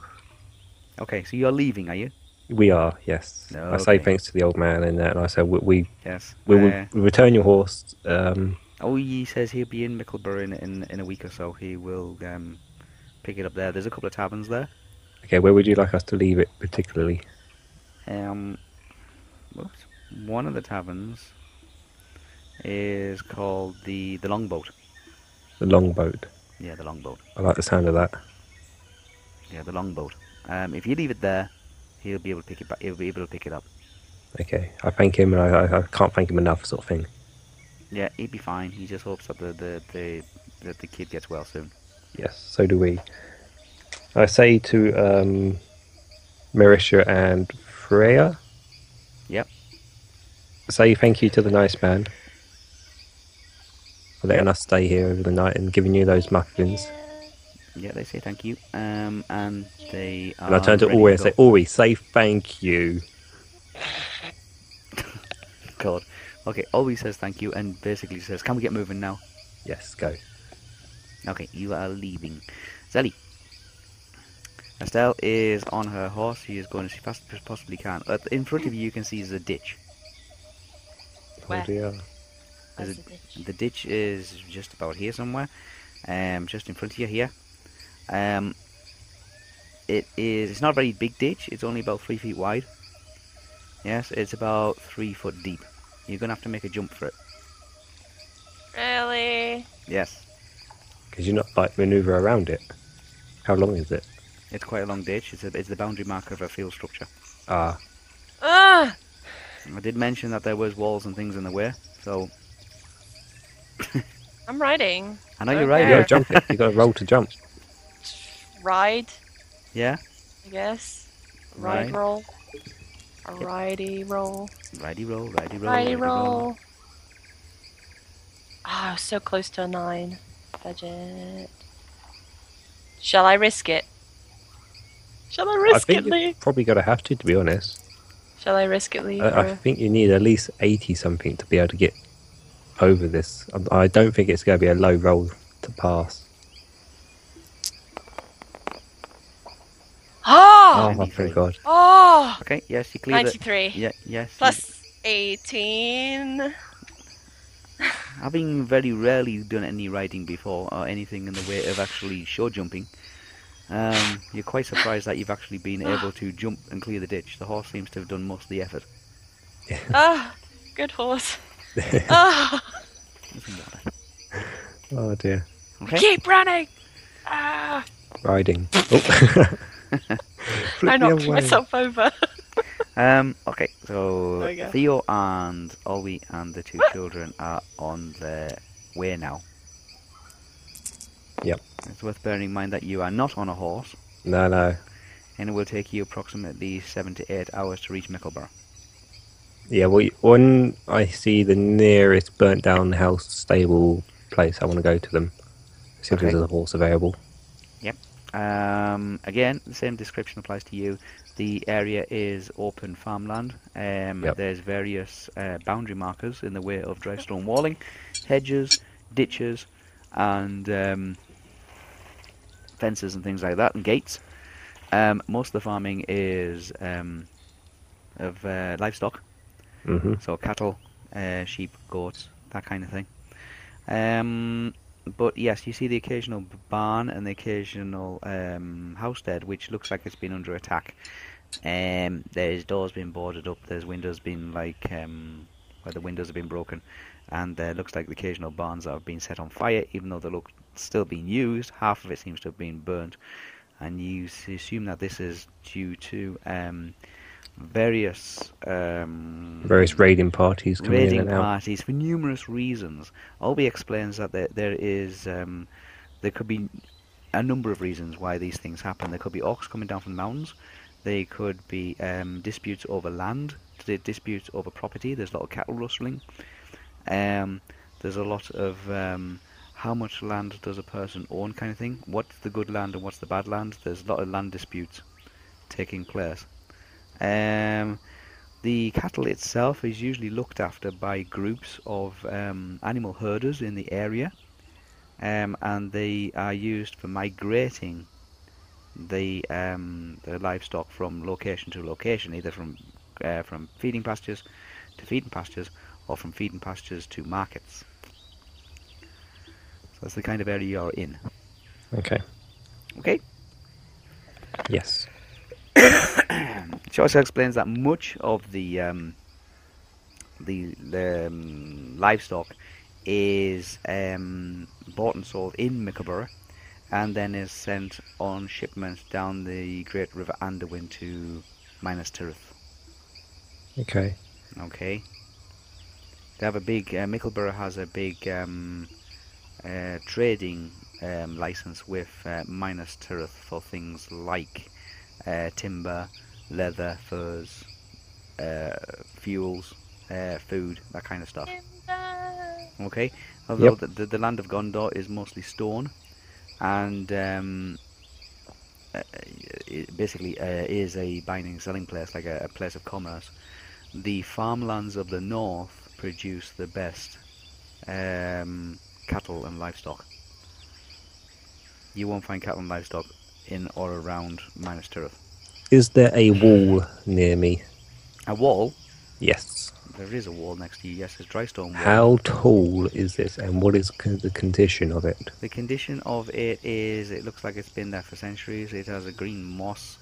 Speaker 1: Okay, so you're leaving, are you?
Speaker 3: We are, yes.
Speaker 1: No,
Speaker 3: I say
Speaker 1: okay.
Speaker 3: thanks to the old man and that, and I say we we,
Speaker 1: Yes.
Speaker 3: we will
Speaker 1: Uh,
Speaker 3: return your horse. Um,
Speaker 1: oh, he says he'll be in Mickleborough in, in in a week or so. He will um, pick it up there. There's a couple of taverns there.
Speaker 3: okay, where would you like us to leave it particularly?
Speaker 1: Um, whoops. One of the taverns is called the the Longboat.
Speaker 3: The longboat.
Speaker 1: Yeah, the Longboat.
Speaker 3: I like the sound of that.
Speaker 1: Yeah, the Longboat. Um, if you leave it there, he'll be able to pick it back. He'll be able to pick it up.
Speaker 3: Okay, I thank him, and I, I, I can't thank him enough, sort of thing.
Speaker 1: Yeah, he'd be fine. He just hopes that the the, the that the kid gets well soon.
Speaker 3: Yes, so do we. I say to um, Marisha and Freya.
Speaker 1: Yep.
Speaker 3: Say thank you to the nice man. for letting us stay here over the night and giving you those muffins.
Speaker 1: Yeah, they say thank you. Um, and they are.
Speaker 3: And I turned to
Speaker 1: ready
Speaker 3: Ori and
Speaker 1: go.
Speaker 3: said, Ori, say thank you. "Oh."
Speaker 1: God. Okay, Ori says thank you and basically says, can we get moving now?
Speaker 3: Yes, go.
Speaker 1: Okay, you are leaving. Zelly. Estelle is on her horse. She is going as fast as possibly can. At- In front of you, you can see there's a ditch.
Speaker 3: Oh
Speaker 4: Where?
Speaker 3: dear.
Speaker 1: There's
Speaker 4: Where's
Speaker 1: a-
Speaker 4: the ditch?
Speaker 1: The ditch is just about here somewhere, um, just in front of you here. Um, it is. It's not a very big ditch. It's only about three feet wide. Yes, it's about three foot deep. You're gonna have to make a jump for it.
Speaker 2: Really?
Speaker 1: Yes,
Speaker 3: Because you're not like maneuver around it. How long is it?
Speaker 1: it's quite a long ditch. It's, a, it's the boundary marker of a field structure.
Speaker 3: Ah,
Speaker 2: Ah!
Speaker 1: I did mention that there was walls and things in the way, so
Speaker 2: I'm riding.
Speaker 1: I know you're
Speaker 3: you
Speaker 1: right.
Speaker 2: Okay.
Speaker 3: gotta jump it. You gotta roll to jump.
Speaker 2: Ride,
Speaker 1: Yeah,
Speaker 2: I guess. Ride
Speaker 1: Right.
Speaker 2: roll. A ridey roll.
Speaker 1: righty roll, righty roll,
Speaker 2: Righty
Speaker 1: righty roll.
Speaker 2: roll. Ah, so close to a nine. Budget. Shall I risk it? Shall I
Speaker 3: I
Speaker 2: risk
Speaker 3: think
Speaker 2: it,
Speaker 3: you're
Speaker 2: Lee?
Speaker 3: probably gonna have to, to be honest.
Speaker 2: Shall I risk it, Lee?
Speaker 3: I, I
Speaker 2: for-
Speaker 3: think you need at least 80 something to be able to get over this. I- I don't think it's going to be a low roll to pass. Oh,
Speaker 2: Ah!
Speaker 3: my
Speaker 1: Ninety-three.
Speaker 2: [LAUGHS]
Speaker 3: Oh, God.
Speaker 2: Oh!
Speaker 1: Okay, yes, you cleared it.
Speaker 2: 93.
Speaker 1: Yeah, yes. you-
Speaker 2: Plus 18.
Speaker 1: Having very rarely done any riding before or anything in the way of actually show jumping, um, you're quite surprised that you've actually been able to jump and clear the ditch. The horse seems to have done most of the effort.
Speaker 2: Ah! Good horse. Ah!
Speaker 1: There's some water.
Speaker 3: Oh dear.
Speaker 1: Okay.
Speaker 2: Keep running! Ah! [LAUGHS]
Speaker 3: Riding. Oh. Flip
Speaker 2: I
Speaker 3: the
Speaker 2: knocked
Speaker 3: other way.
Speaker 2: myself over. [LAUGHS]
Speaker 1: Um, okay. So
Speaker 2: There we go.
Speaker 1: Theo and Ollie and the two children are on their way now.
Speaker 3: Yep.
Speaker 1: It's worth bearing in mind that you are not on a horse,
Speaker 3: No, no.
Speaker 1: and it will take you approximately seven to eight hours to reach Mickleborough.
Speaker 3: Yeah, well, you- when I see the nearest burnt down house stable place, I want to go to them. See if
Speaker 1: Okay.
Speaker 3: there's a horse available.
Speaker 1: Um, again, the same description applies to you. The area is open farmland. Um,
Speaker 3: Yep.
Speaker 1: There's various uh, boundary markers in the way of dry stone walling, hedges, ditches, and um, fences and things like that, and gates. Um, most of the farming is um, of uh, livestock,
Speaker 3: hmm
Speaker 1: so cattle, uh, sheep, goats, that kind of thing. Um, but yes, you see the occasional b- barn and the occasional um, housestead, which looks like it's been under attack. Um, there's doors being boarded up. There's windows being like um, where the windows have been broken, and there looks like the occasional barns that have been set on fire, even though they look still being used. Half of it seems to have been burnt, and you s- assume that this is due to um, various um,
Speaker 3: Various raiding parties coming in
Speaker 1: raiding
Speaker 3: and out.
Speaker 1: parties for numerous reasons. Olby explains that there, there is um, there could be a number of reasons why these things happen. There could be orcs coming down from the mountains. They could be um, disputes over land, di- disputes over property. There's a lot of cattle rustling. Um, there's a lot of um, how much land does a person own kind of thing. What's the good land and what's the bad land? There's a lot of land disputes taking place. Um, the cattle itself is usually looked after by groups of um, animal herders in the area, um, and they are used for migrating the um, the livestock from location to location, either from uh, from feeding pastures to feeding pastures, or from feeding pastures to markets. So that's the kind of area you're in.
Speaker 3: Okay.
Speaker 1: Okay.
Speaker 3: Yes.
Speaker 1: She also explains that much of the um, the, the um, livestock is um, bought and sold in Mickleborough, and then is sent on shipment down the Great River Anderwyn to Minas Tirith.
Speaker 3: Okay.
Speaker 1: Okay. They have a big. Uh, Mickleborough has a big um, uh, trading um, license with uh, Minas Tirith for things like uh, timber, leather, furs, uh, fuels, uh, food, that kind of stuff. Okay. Although
Speaker 3: Yep.
Speaker 1: the, the, the land of Gondor is mostly stone, and um, uh, it basically uh, is a binding selling place, like a, a place of commerce. The farmlands of the north produce the best um, cattle and livestock. You won't find cattle and livestock in or around Minas Tirith.
Speaker 3: Is there a wall near me?
Speaker 1: A wall.
Speaker 3: Yes.
Speaker 1: There is a wall next to you. Yes, it's Drystone Wall.
Speaker 3: How tall is this, and what is con- the condition of it?
Speaker 1: The condition of it is it looks like it's been there for centuries. It has a green moss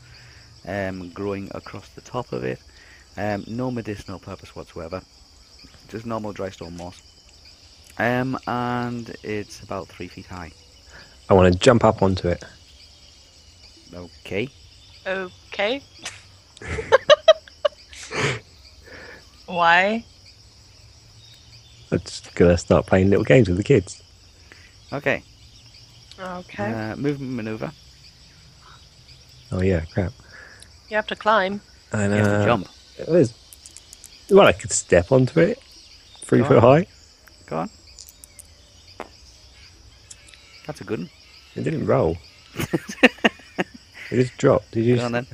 Speaker 1: um, growing across the top of it. Um, no medicinal purpose whatsoever. Just normal dry stone moss. Um, and it's about three feet high.
Speaker 3: I want to jump up onto it.
Speaker 1: Okay.
Speaker 2: Okay. Why?
Speaker 3: I'm just gonna start playing little games with the kids.
Speaker 1: Okay.
Speaker 2: Okay.
Speaker 1: Uh, movement maneuver.
Speaker 3: Oh yeah, crap.
Speaker 2: you have to climb.
Speaker 3: And
Speaker 1: You have
Speaker 3: uh,
Speaker 1: to jump.
Speaker 3: there's- Well, I could step onto it, three
Speaker 1: Go
Speaker 3: foot high.
Speaker 1: Go on. That's a good one.
Speaker 3: It didn't roll. it just dropped. Did you?
Speaker 1: Go on then.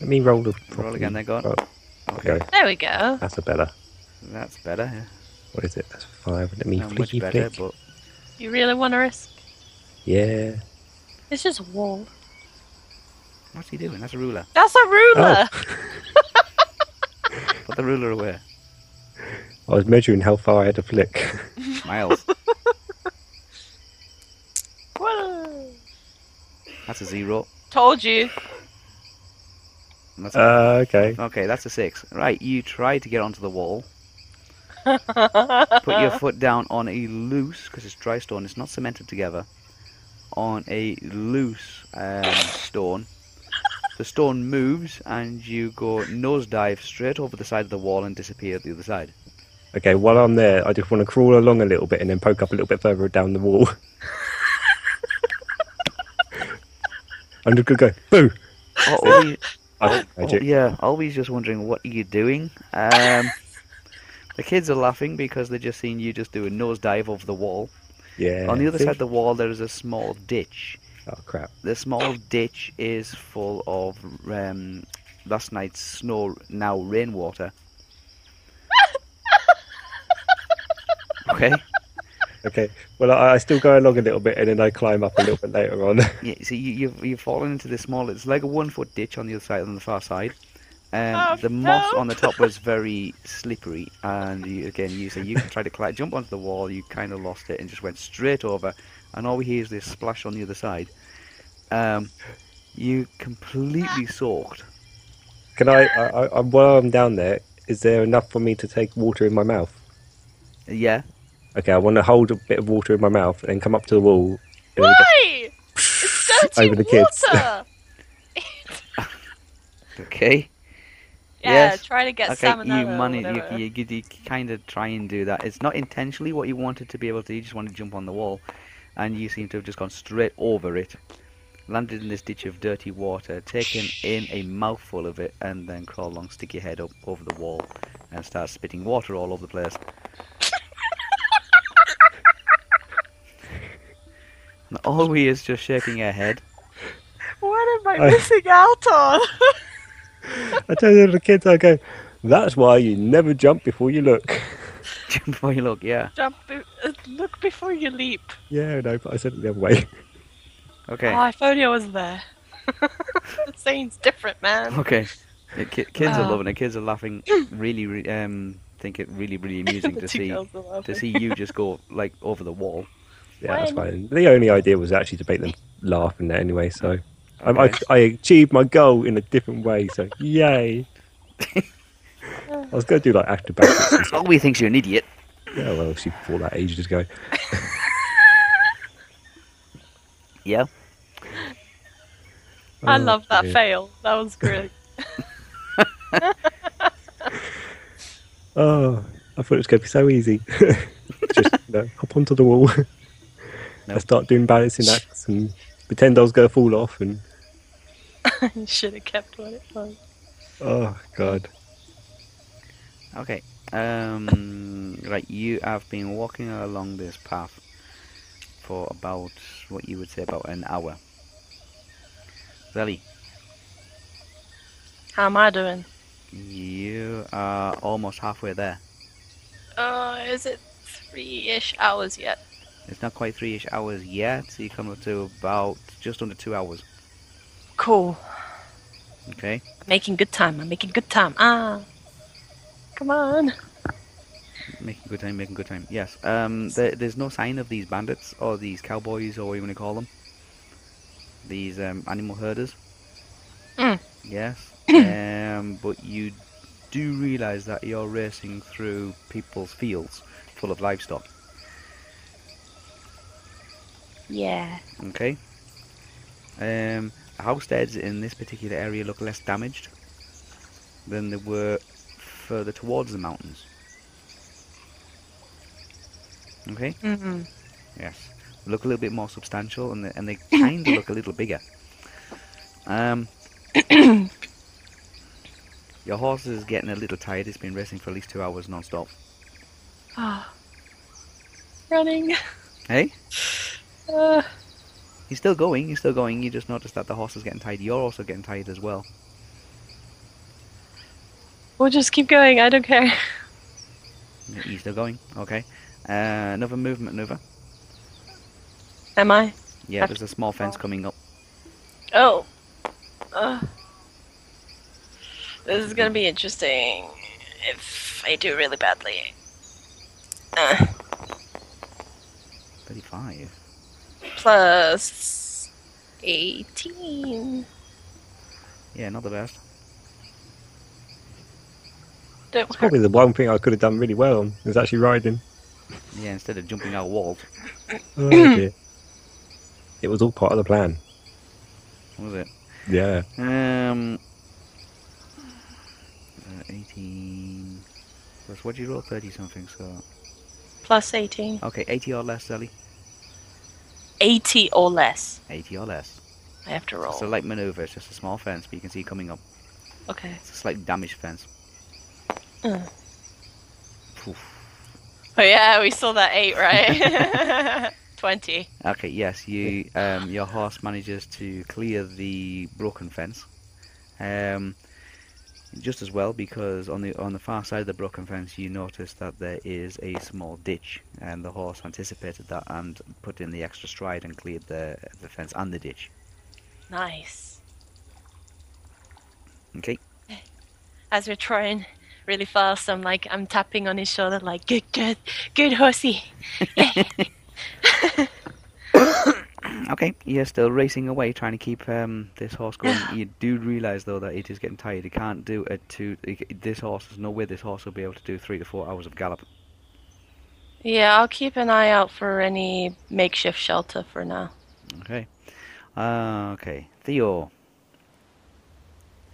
Speaker 3: Let me roll the
Speaker 1: Roll again then, go on.
Speaker 3: Oh, okay,
Speaker 2: There we go.
Speaker 3: that's a better.
Speaker 1: That's better.
Speaker 3: What is it? That's five. Let me
Speaker 1: Not much
Speaker 3: flicky
Speaker 1: better,
Speaker 3: flick.
Speaker 1: but
Speaker 2: You really want to risk?
Speaker 3: Yeah.
Speaker 2: It's just a wall.
Speaker 1: what's he doing? That's a ruler.
Speaker 2: That's a ruler.
Speaker 1: Put the ruler away.
Speaker 3: I was measuring how far I had to flick. [LAUGHS]
Speaker 1: Miles.
Speaker 2: Whoa.
Speaker 1: That's a zero.
Speaker 2: Told you.
Speaker 1: And that's a
Speaker 3: uh, okay.
Speaker 1: Okay, that's a six. Right, you try to get onto the wall. Put your
Speaker 2: [LAUGHS]
Speaker 1: foot down on a loose, because it's dry stone, it's not cemented together, on a loose um, stone. The stone moves, and you go nosedive straight over the side of the wall and disappear at the other side.
Speaker 3: Okay, while I'm there, I just want to crawl along a little bit and then poke up a little bit further down
Speaker 1: [LAUGHS]
Speaker 3: the wall. I'm just going to go, boo!
Speaker 1: What were you-
Speaker 3: I don't
Speaker 1: Oh,
Speaker 3: magic.
Speaker 1: yeah, always just wondering what are you doing. Um, the kids are laughing because they just seen you just do a nosedive over the wall.
Speaker 3: yeah.
Speaker 1: On the other
Speaker 3: see?
Speaker 1: side of the wall, there is a small ditch.
Speaker 3: Oh, crap.
Speaker 1: The small ditch is full of um, last night's snow, now
Speaker 2: [LAUGHS]
Speaker 1: rainwater. okay.
Speaker 3: Okay, well, I, I still go along a little bit and then I climb up a little bit later on. [LAUGHS]
Speaker 1: Yeah. So you, you've you've fallen into this small. It's like a one-foot ditch on the other side, on the far side. Um,
Speaker 2: Oh,
Speaker 1: the moss
Speaker 2: no.
Speaker 1: on the top
Speaker 2: [LAUGHS]
Speaker 1: was very slippery, and you, again, you so you tried to climb, jump onto the wall. You kind of lost it and just went straight over, and all we hear is this splash on the other side. Um, you completely soaked.
Speaker 3: Can I, I, I, I- while I'm down there, is there enough for me to take water in my mouth?
Speaker 1: Yeah.
Speaker 3: Okay, I want to hold a bit of water in my mouth and then come up to the wall. and then
Speaker 2: Why? It's dirty
Speaker 3: Over the kids.
Speaker 2: water.
Speaker 1: Okay.
Speaker 2: Yeah,
Speaker 1: Yes.
Speaker 2: try to get
Speaker 1: okay,
Speaker 2: salmonella.
Speaker 1: you
Speaker 2: or
Speaker 1: manage.
Speaker 2: whatever.
Speaker 1: You, you, you, kind of try and do that. It's not intentionally what you wanted to be able to. You just wanted to jump on the wall, and you seem to have just gone straight over it, landed in this ditch of dirty water, taken in a mouthful of it, and then crawl along, stick your head up over the wall, and start spitting water all over the place. and all we is just shaking her head. [LAUGHS]
Speaker 2: What am
Speaker 3: I-
Speaker 2: I missing out on?
Speaker 3: just- [LAUGHS] I tell the kids, I go, that's why you never jump before you look. [LAUGHS]
Speaker 1: Before you look, yeah.
Speaker 2: Jump! Be- uh, look before you leap.
Speaker 3: yeah, no, but I said it the other way.
Speaker 1: Okay.
Speaker 2: Oh, if only I
Speaker 1: [LAUGHS]
Speaker 2: was there. the scene's different, man. [LAUGHS]
Speaker 1: Okay. Yeah, ki- kids are
Speaker 2: Uh.
Speaker 1: loving it. Kids are
Speaker 2: [CLEARS THROAT]
Speaker 1: laughing. Really, re- um, think it really, really amusing
Speaker 2: [LAUGHS] The
Speaker 1: to
Speaker 2: two
Speaker 1: see
Speaker 2: girls are laughing.
Speaker 1: to see you just go like over the wall.
Speaker 3: Yeah, that's
Speaker 2: When-
Speaker 3: fine. The only idea was actually to make them laugh in there anyway, so I I,
Speaker 1: Okay.
Speaker 3: I achieved my goal in a different way, so
Speaker 2: [LAUGHS]
Speaker 3: yay. I was going to do like acrobatics. and stuff.
Speaker 1: Ogby thinks you're an idiot.
Speaker 3: yeah, well, she bought that ages ago.
Speaker 1: Yeah.
Speaker 2: I
Speaker 3: Oh,
Speaker 2: love that
Speaker 3: dear.
Speaker 2: fail.
Speaker 1: [LAUGHS]
Speaker 2: That was great.
Speaker 3: Oh, I thought it was going to be so easy. [LAUGHS] Just you know, hop onto the wall. [LAUGHS] I
Speaker 1: Nope.
Speaker 3: start doing balancing acts and pretend I was going to fall off. And
Speaker 2: you should have kept what it was.
Speaker 3: oh god,
Speaker 1: Okay. Um, Right, you have been walking along this path for about what you would say about an hour. Zelly,
Speaker 2: How am I doing?
Speaker 1: you are almost halfway there.
Speaker 2: Uh, is it three-ish hours yet?
Speaker 1: It's not quite three-ish hours yet, so you come up to about just under two hours.
Speaker 2: Cool.
Speaker 1: Okay.
Speaker 2: Making good time. I'm making good time. Ah, come on.
Speaker 1: Making good time, making good time. Yes. Um. There, there's no sign of these bandits or these cowboys or what you want to call them. These um, animal herders.
Speaker 2: Mm.
Speaker 1: Yes. um. But you do realise that you're racing through people's fields full of livestock.
Speaker 2: Yeah.
Speaker 1: Okay. Um. Housesteads in this particular area look less damaged than they were further towards the mountains. Okay.
Speaker 2: Mm-hmm.
Speaker 1: Yes, look a little bit more substantial, and they, and they kind of look a little bigger. Um, [COUGHS] your horse is getting a little tired. It's been racing for at least two hours non-stop.
Speaker 2: Ah, running.
Speaker 1: Hey,
Speaker 2: Uh,
Speaker 1: he's still going. He's still going. You just noticed that the horse is getting tired. You're also getting tired as well.
Speaker 2: we'll just keep going. I don't care.
Speaker 1: He's still going. Okay. Uh, another movement maneuver.
Speaker 2: Am I?
Speaker 1: Yeah, there's a small fence coming up.
Speaker 2: Oh. Uh, this is gonna be interesting if I do really badly. Uh,
Speaker 1: Thirty-five.
Speaker 2: plus 18.
Speaker 1: Yeah, not the best.
Speaker 2: Don't hurt.
Speaker 3: Probably the one thing I could have done really well on is actually riding.
Speaker 1: Yeah, instead of jumping out walled,
Speaker 2: [CLEARS THROAT]
Speaker 3: Oh, dear. It was all part of the plan.
Speaker 1: was it?
Speaker 3: Yeah.
Speaker 1: Um, uh, 18. Plus, what did you roll? 30 something, so.
Speaker 2: Plus 18.
Speaker 1: Okay, 80 or less, Sally.
Speaker 2: 80 or less.
Speaker 1: 80 or less.
Speaker 2: I have to roll.
Speaker 1: It's a light maneuver, it's just a small fence, but you can see coming up.
Speaker 2: okay.
Speaker 1: It's a slight damaged fence.
Speaker 2: Uh.
Speaker 1: Poof.
Speaker 2: Oh, yeah, we saw that 8, right? 20.
Speaker 1: Okay, yes, you um, your horse manages to clear the broken fence, um, just as well because on the on the far side of the broken fence you notice that there is a small ditch, and the horse anticipated that and put in the extra stride and cleared the the fence and the ditch.
Speaker 2: Nice.
Speaker 1: Okay, [CLEARS THROAT]
Speaker 2: As we're trying really fast, I'm like, I'm tapping on his shoulder, like, good, good, good horsey.
Speaker 1: okay, you're still racing away trying to keep um, this horse going. you do realise though that it is getting tired. It can't do a two. It, this horse, there's no way this horse will be able to do three to four hours of gallop.
Speaker 2: Yeah, I'll keep an eye out for any makeshift shelter for now.
Speaker 1: Okay. Uh, okay. Theo,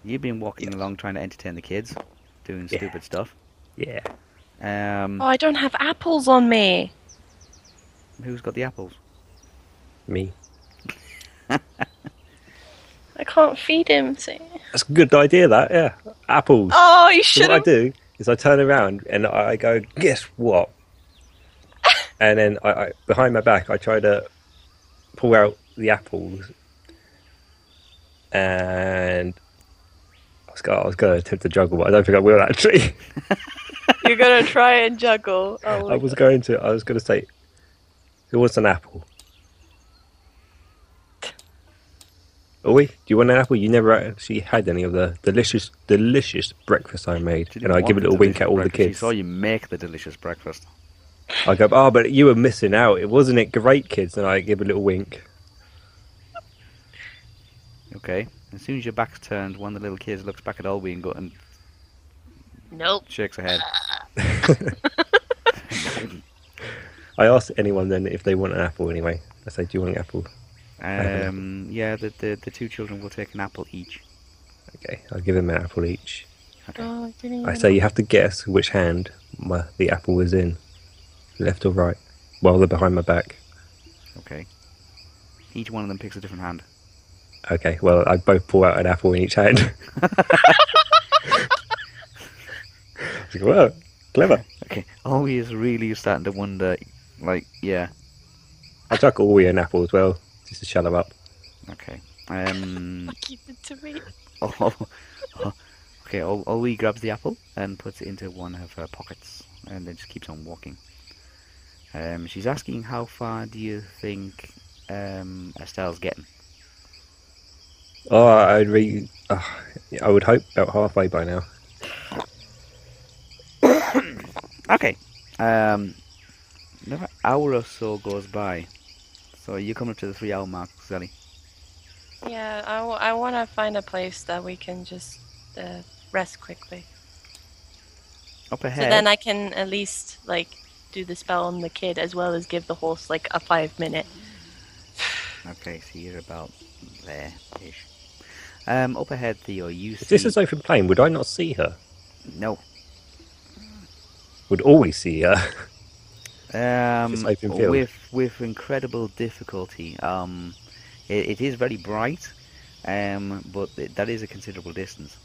Speaker 1: you've been walking along trying to entertain the kids, doing
Speaker 3: Yeah.
Speaker 1: stupid stuff.
Speaker 3: Yeah.
Speaker 1: Um,
Speaker 2: Oh, I don't have apples on me.
Speaker 1: Who's got the apples?
Speaker 3: Me.
Speaker 2: I can't feed him. See?
Speaker 3: That's a good idea, that, yeah. Apples.
Speaker 2: Oh, you
Speaker 3: So
Speaker 2: should
Speaker 3: what I
Speaker 2: have.
Speaker 3: do is I turn around and I go, guess what? and then I, I behind my back, I try to pull out the apples, and I was, go- I was going to attempt to juggle, but I don't think I will actually. [LAUGHS]
Speaker 2: You're gonna try and juggle. Oh,
Speaker 3: I was going to, I was going to say, who wants an apple? Are we? Do you want an apple? You never actually had any of the delicious, delicious breakfast I made,
Speaker 1: Didn't
Speaker 3: and I
Speaker 1: want
Speaker 3: give a
Speaker 1: the
Speaker 3: little wink
Speaker 1: delicious
Speaker 3: at all the
Speaker 1: breakfast. He
Speaker 3: kids.
Speaker 1: saw you make the delicious breakfast.
Speaker 3: I go, oh, but you were missing out. It wasn't it great, kids? And I give a little wink.
Speaker 1: Okay. As soon as your back's turned, one of the little kids looks back at Olby and, go, and
Speaker 2: nope.
Speaker 1: shakes her head.
Speaker 3: I asked anyone then if they want an apple anyway. I say, do you want an apple?
Speaker 1: Um,
Speaker 3: [LAUGHS]
Speaker 1: yeah, the, the the two children will take an apple each.
Speaker 3: Okay, I'll give them an apple each.
Speaker 2: Oh, I didn't
Speaker 3: I
Speaker 2: even-
Speaker 3: say, you have to guess which hand my, the apple was in, left or right. Well, they're behind my back.
Speaker 1: Okay. Each one of them picks a different hand.
Speaker 3: Okay, well, I both pull out an apple in each hand. I was like, well, Clever.
Speaker 1: Okay, [LAUGHS] Ollie is really starting to wonder, like, yeah,
Speaker 3: I chuck Oreo and Apple as well, just to shut them up.
Speaker 1: okay. Um,
Speaker 2: Keep it to me.
Speaker 1: oh, oh, [LAUGHS] okay, Ol- Ollie grabs the apple and puts it into one of her pockets and then just keeps on walking. Um, she's asking how far do you think um, Estelle's getting?
Speaker 3: Oh, I'd re- ah, I would hope about halfway by now.
Speaker 1: Okay. Um, another hour or so goes by. So you come up to the three hour mark, Sally.
Speaker 2: Yeah, I, w- I want to find a place that we can just uh, rest quickly.
Speaker 1: Up ahead.
Speaker 2: So then I can at least like do the spell on the kid as well as give the horse like a five minute.
Speaker 1: Okay, so you're about there ish. Um, up ahead, Theo, you
Speaker 3: If
Speaker 1: see.
Speaker 3: this is open plain, would I not see her?
Speaker 1: No.
Speaker 3: Would always see her.
Speaker 1: Um,
Speaker 3: open field.
Speaker 1: with with incredible difficulty. Um, it, it is very bright, um, but it, that is a considerable distance.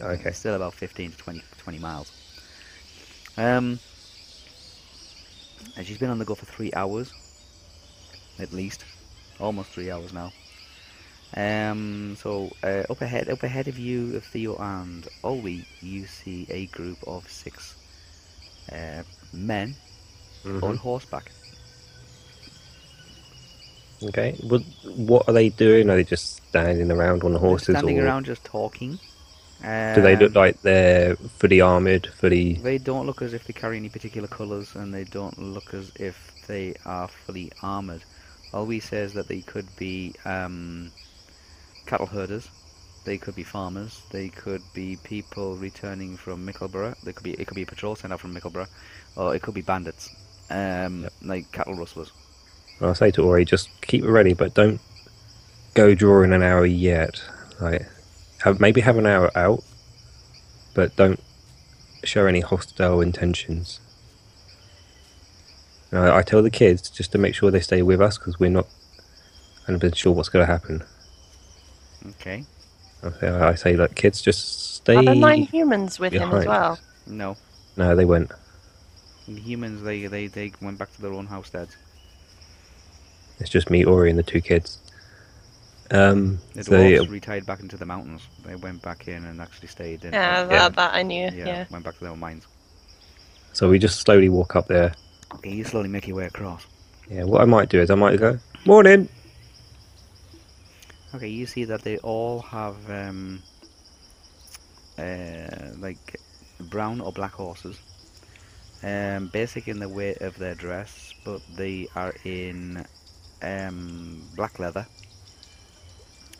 Speaker 3: okay.
Speaker 1: It's still about 15 to 20, 20 miles. Um, and she's been on the go for three hours, at least, almost three hours now. Um, so uh, up ahead, up ahead of you, of Theo and Ollie, you see a group of six uh, men on
Speaker 3: Mhm.
Speaker 1: horseback.
Speaker 3: Okay. Would, what are they doing? Are they just standing around on the
Speaker 1: They're
Speaker 3: horses,
Speaker 1: standing
Speaker 3: or
Speaker 1: around, just talking. Um,
Speaker 3: do they look like they're fully armored, fully?
Speaker 1: They don't look as if they carry any particular colours, and they don't look as if they are fully armoured. Always says that they could be um, cattle herders, they could be farmers, they could be people returning from Mickleborough, they could be it could be a patrol sent out from Mickleborough, or it could be bandits, um,
Speaker 3: Yep.
Speaker 1: like cattle rustlers.
Speaker 3: I'll say to Ori, just keep it ready, but don't go drawing an hour yet. Like, have, maybe have an hour out, but don't show any hostile intentions. And I, I tell the kids just to make sure they stay with us because we're not 100% sure what's going to happen.
Speaker 1: Okay,
Speaker 3: I say, I say, like, kids, just stay.
Speaker 2: Other nine humans with him as
Speaker 3: behind.
Speaker 2: well.
Speaker 1: no
Speaker 3: No, they won't.
Speaker 1: humans. They they they went back to their own homesteads.
Speaker 3: It's just me, Ori, and the two kids. Um,
Speaker 1: The
Speaker 3: so,
Speaker 1: dwarves retired back into the mountains. They went back in and actually stayed in.
Speaker 2: Yeah,
Speaker 1: uh,
Speaker 2: That, that I knew.
Speaker 1: yeah,
Speaker 2: yeah.
Speaker 1: went back to their own mines.
Speaker 3: so we just slowly walk up there.
Speaker 1: Okay, you slowly make your way across.
Speaker 3: Yeah, what I might do is I might go, morning.
Speaker 1: Okay, you see that they all have um, uh, like brown or black horses. Um, basic in the way of their dress, but they are in um, black leather.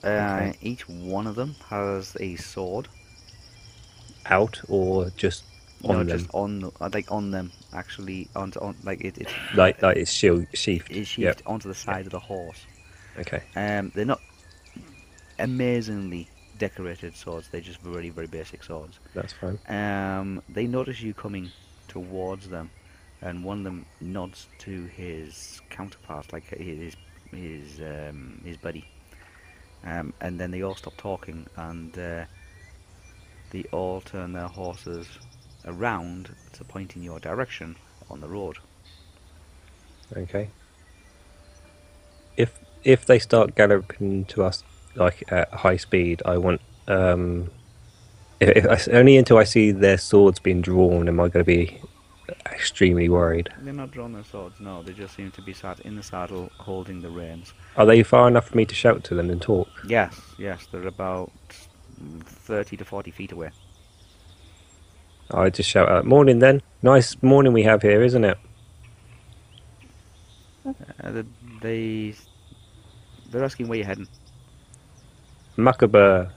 Speaker 1: Uh,
Speaker 3: Okay.
Speaker 1: Each one of them has a sword.
Speaker 3: out or just on
Speaker 1: no,
Speaker 3: them,
Speaker 1: just on, the- uh, like on them, actually, on, on like it, it's
Speaker 3: like like it's shield sheathed.
Speaker 1: it's sheathed
Speaker 3: Yep,
Speaker 1: onto the side of the horse.
Speaker 3: Okay.
Speaker 1: Um, they're not amazingly decorated swords. They're just very, very basic swords.
Speaker 3: That's fine.
Speaker 1: Um, they notice you coming towards them, and one of them nods to his counterpart, like his his um, his buddy. Um, and then they all stop talking, and uh, they all turn their horses around to point in your direction on the road.
Speaker 3: Okay. If if they start galloping to us like at high speed, I want um. If, if I s only until I see their swords being drawn, am I going to be extremely worried?
Speaker 1: They're not drawn their swords, no. They just seem to be sat in the saddle, holding the reins.
Speaker 3: Are they far enough for me to shout to them and talk?
Speaker 1: Yes, yes, they're about mm, 30 to 40 feet away.
Speaker 3: I just shout out, "Morning, then! Nice morning we have here, isn't it?"
Speaker 1: Uh, the- they, they're asking where you're heading,
Speaker 3: Muckaburr.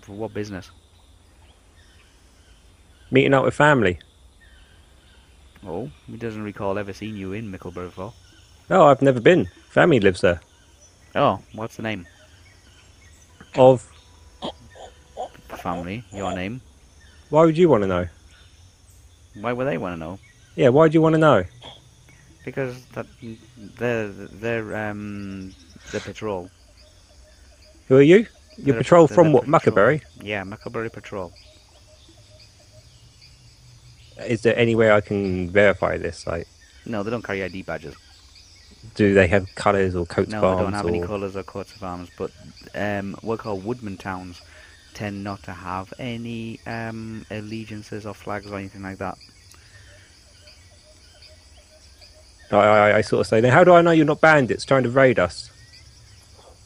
Speaker 1: for what business.
Speaker 3: meeting up with family.
Speaker 1: Oh, he doesn't recall ever seeing you in Mickleborough before.
Speaker 3: Oh, I've never been. Family lives there.
Speaker 1: Oh, what's the name?
Speaker 3: Of
Speaker 1: Family, your name.
Speaker 3: Why would you want to know?
Speaker 1: Why would they want to know?
Speaker 3: Yeah, why do you want to know?
Speaker 1: Because that they're they're um the patrol.
Speaker 3: Who are you?
Speaker 1: They're
Speaker 3: Your
Speaker 1: a-
Speaker 3: patrol
Speaker 1: they're
Speaker 3: from
Speaker 1: the
Speaker 3: what?
Speaker 1: patrol.
Speaker 3: Muckaberry?
Speaker 1: Yeah, Muckleberry Patrol.
Speaker 3: Is there any way I can verify this? Like,
Speaker 1: No, they don't carry ID badges.
Speaker 3: do they have colours or coats
Speaker 1: No,
Speaker 3: of arms?
Speaker 1: they don't have any
Speaker 3: or-
Speaker 1: colours or coats of arms, but um, what are called woodman towns tend not to have any um, allegiances or flags or anything like that.
Speaker 3: I, I, I sort of say, then how do I know you're not bandits trying to raid us?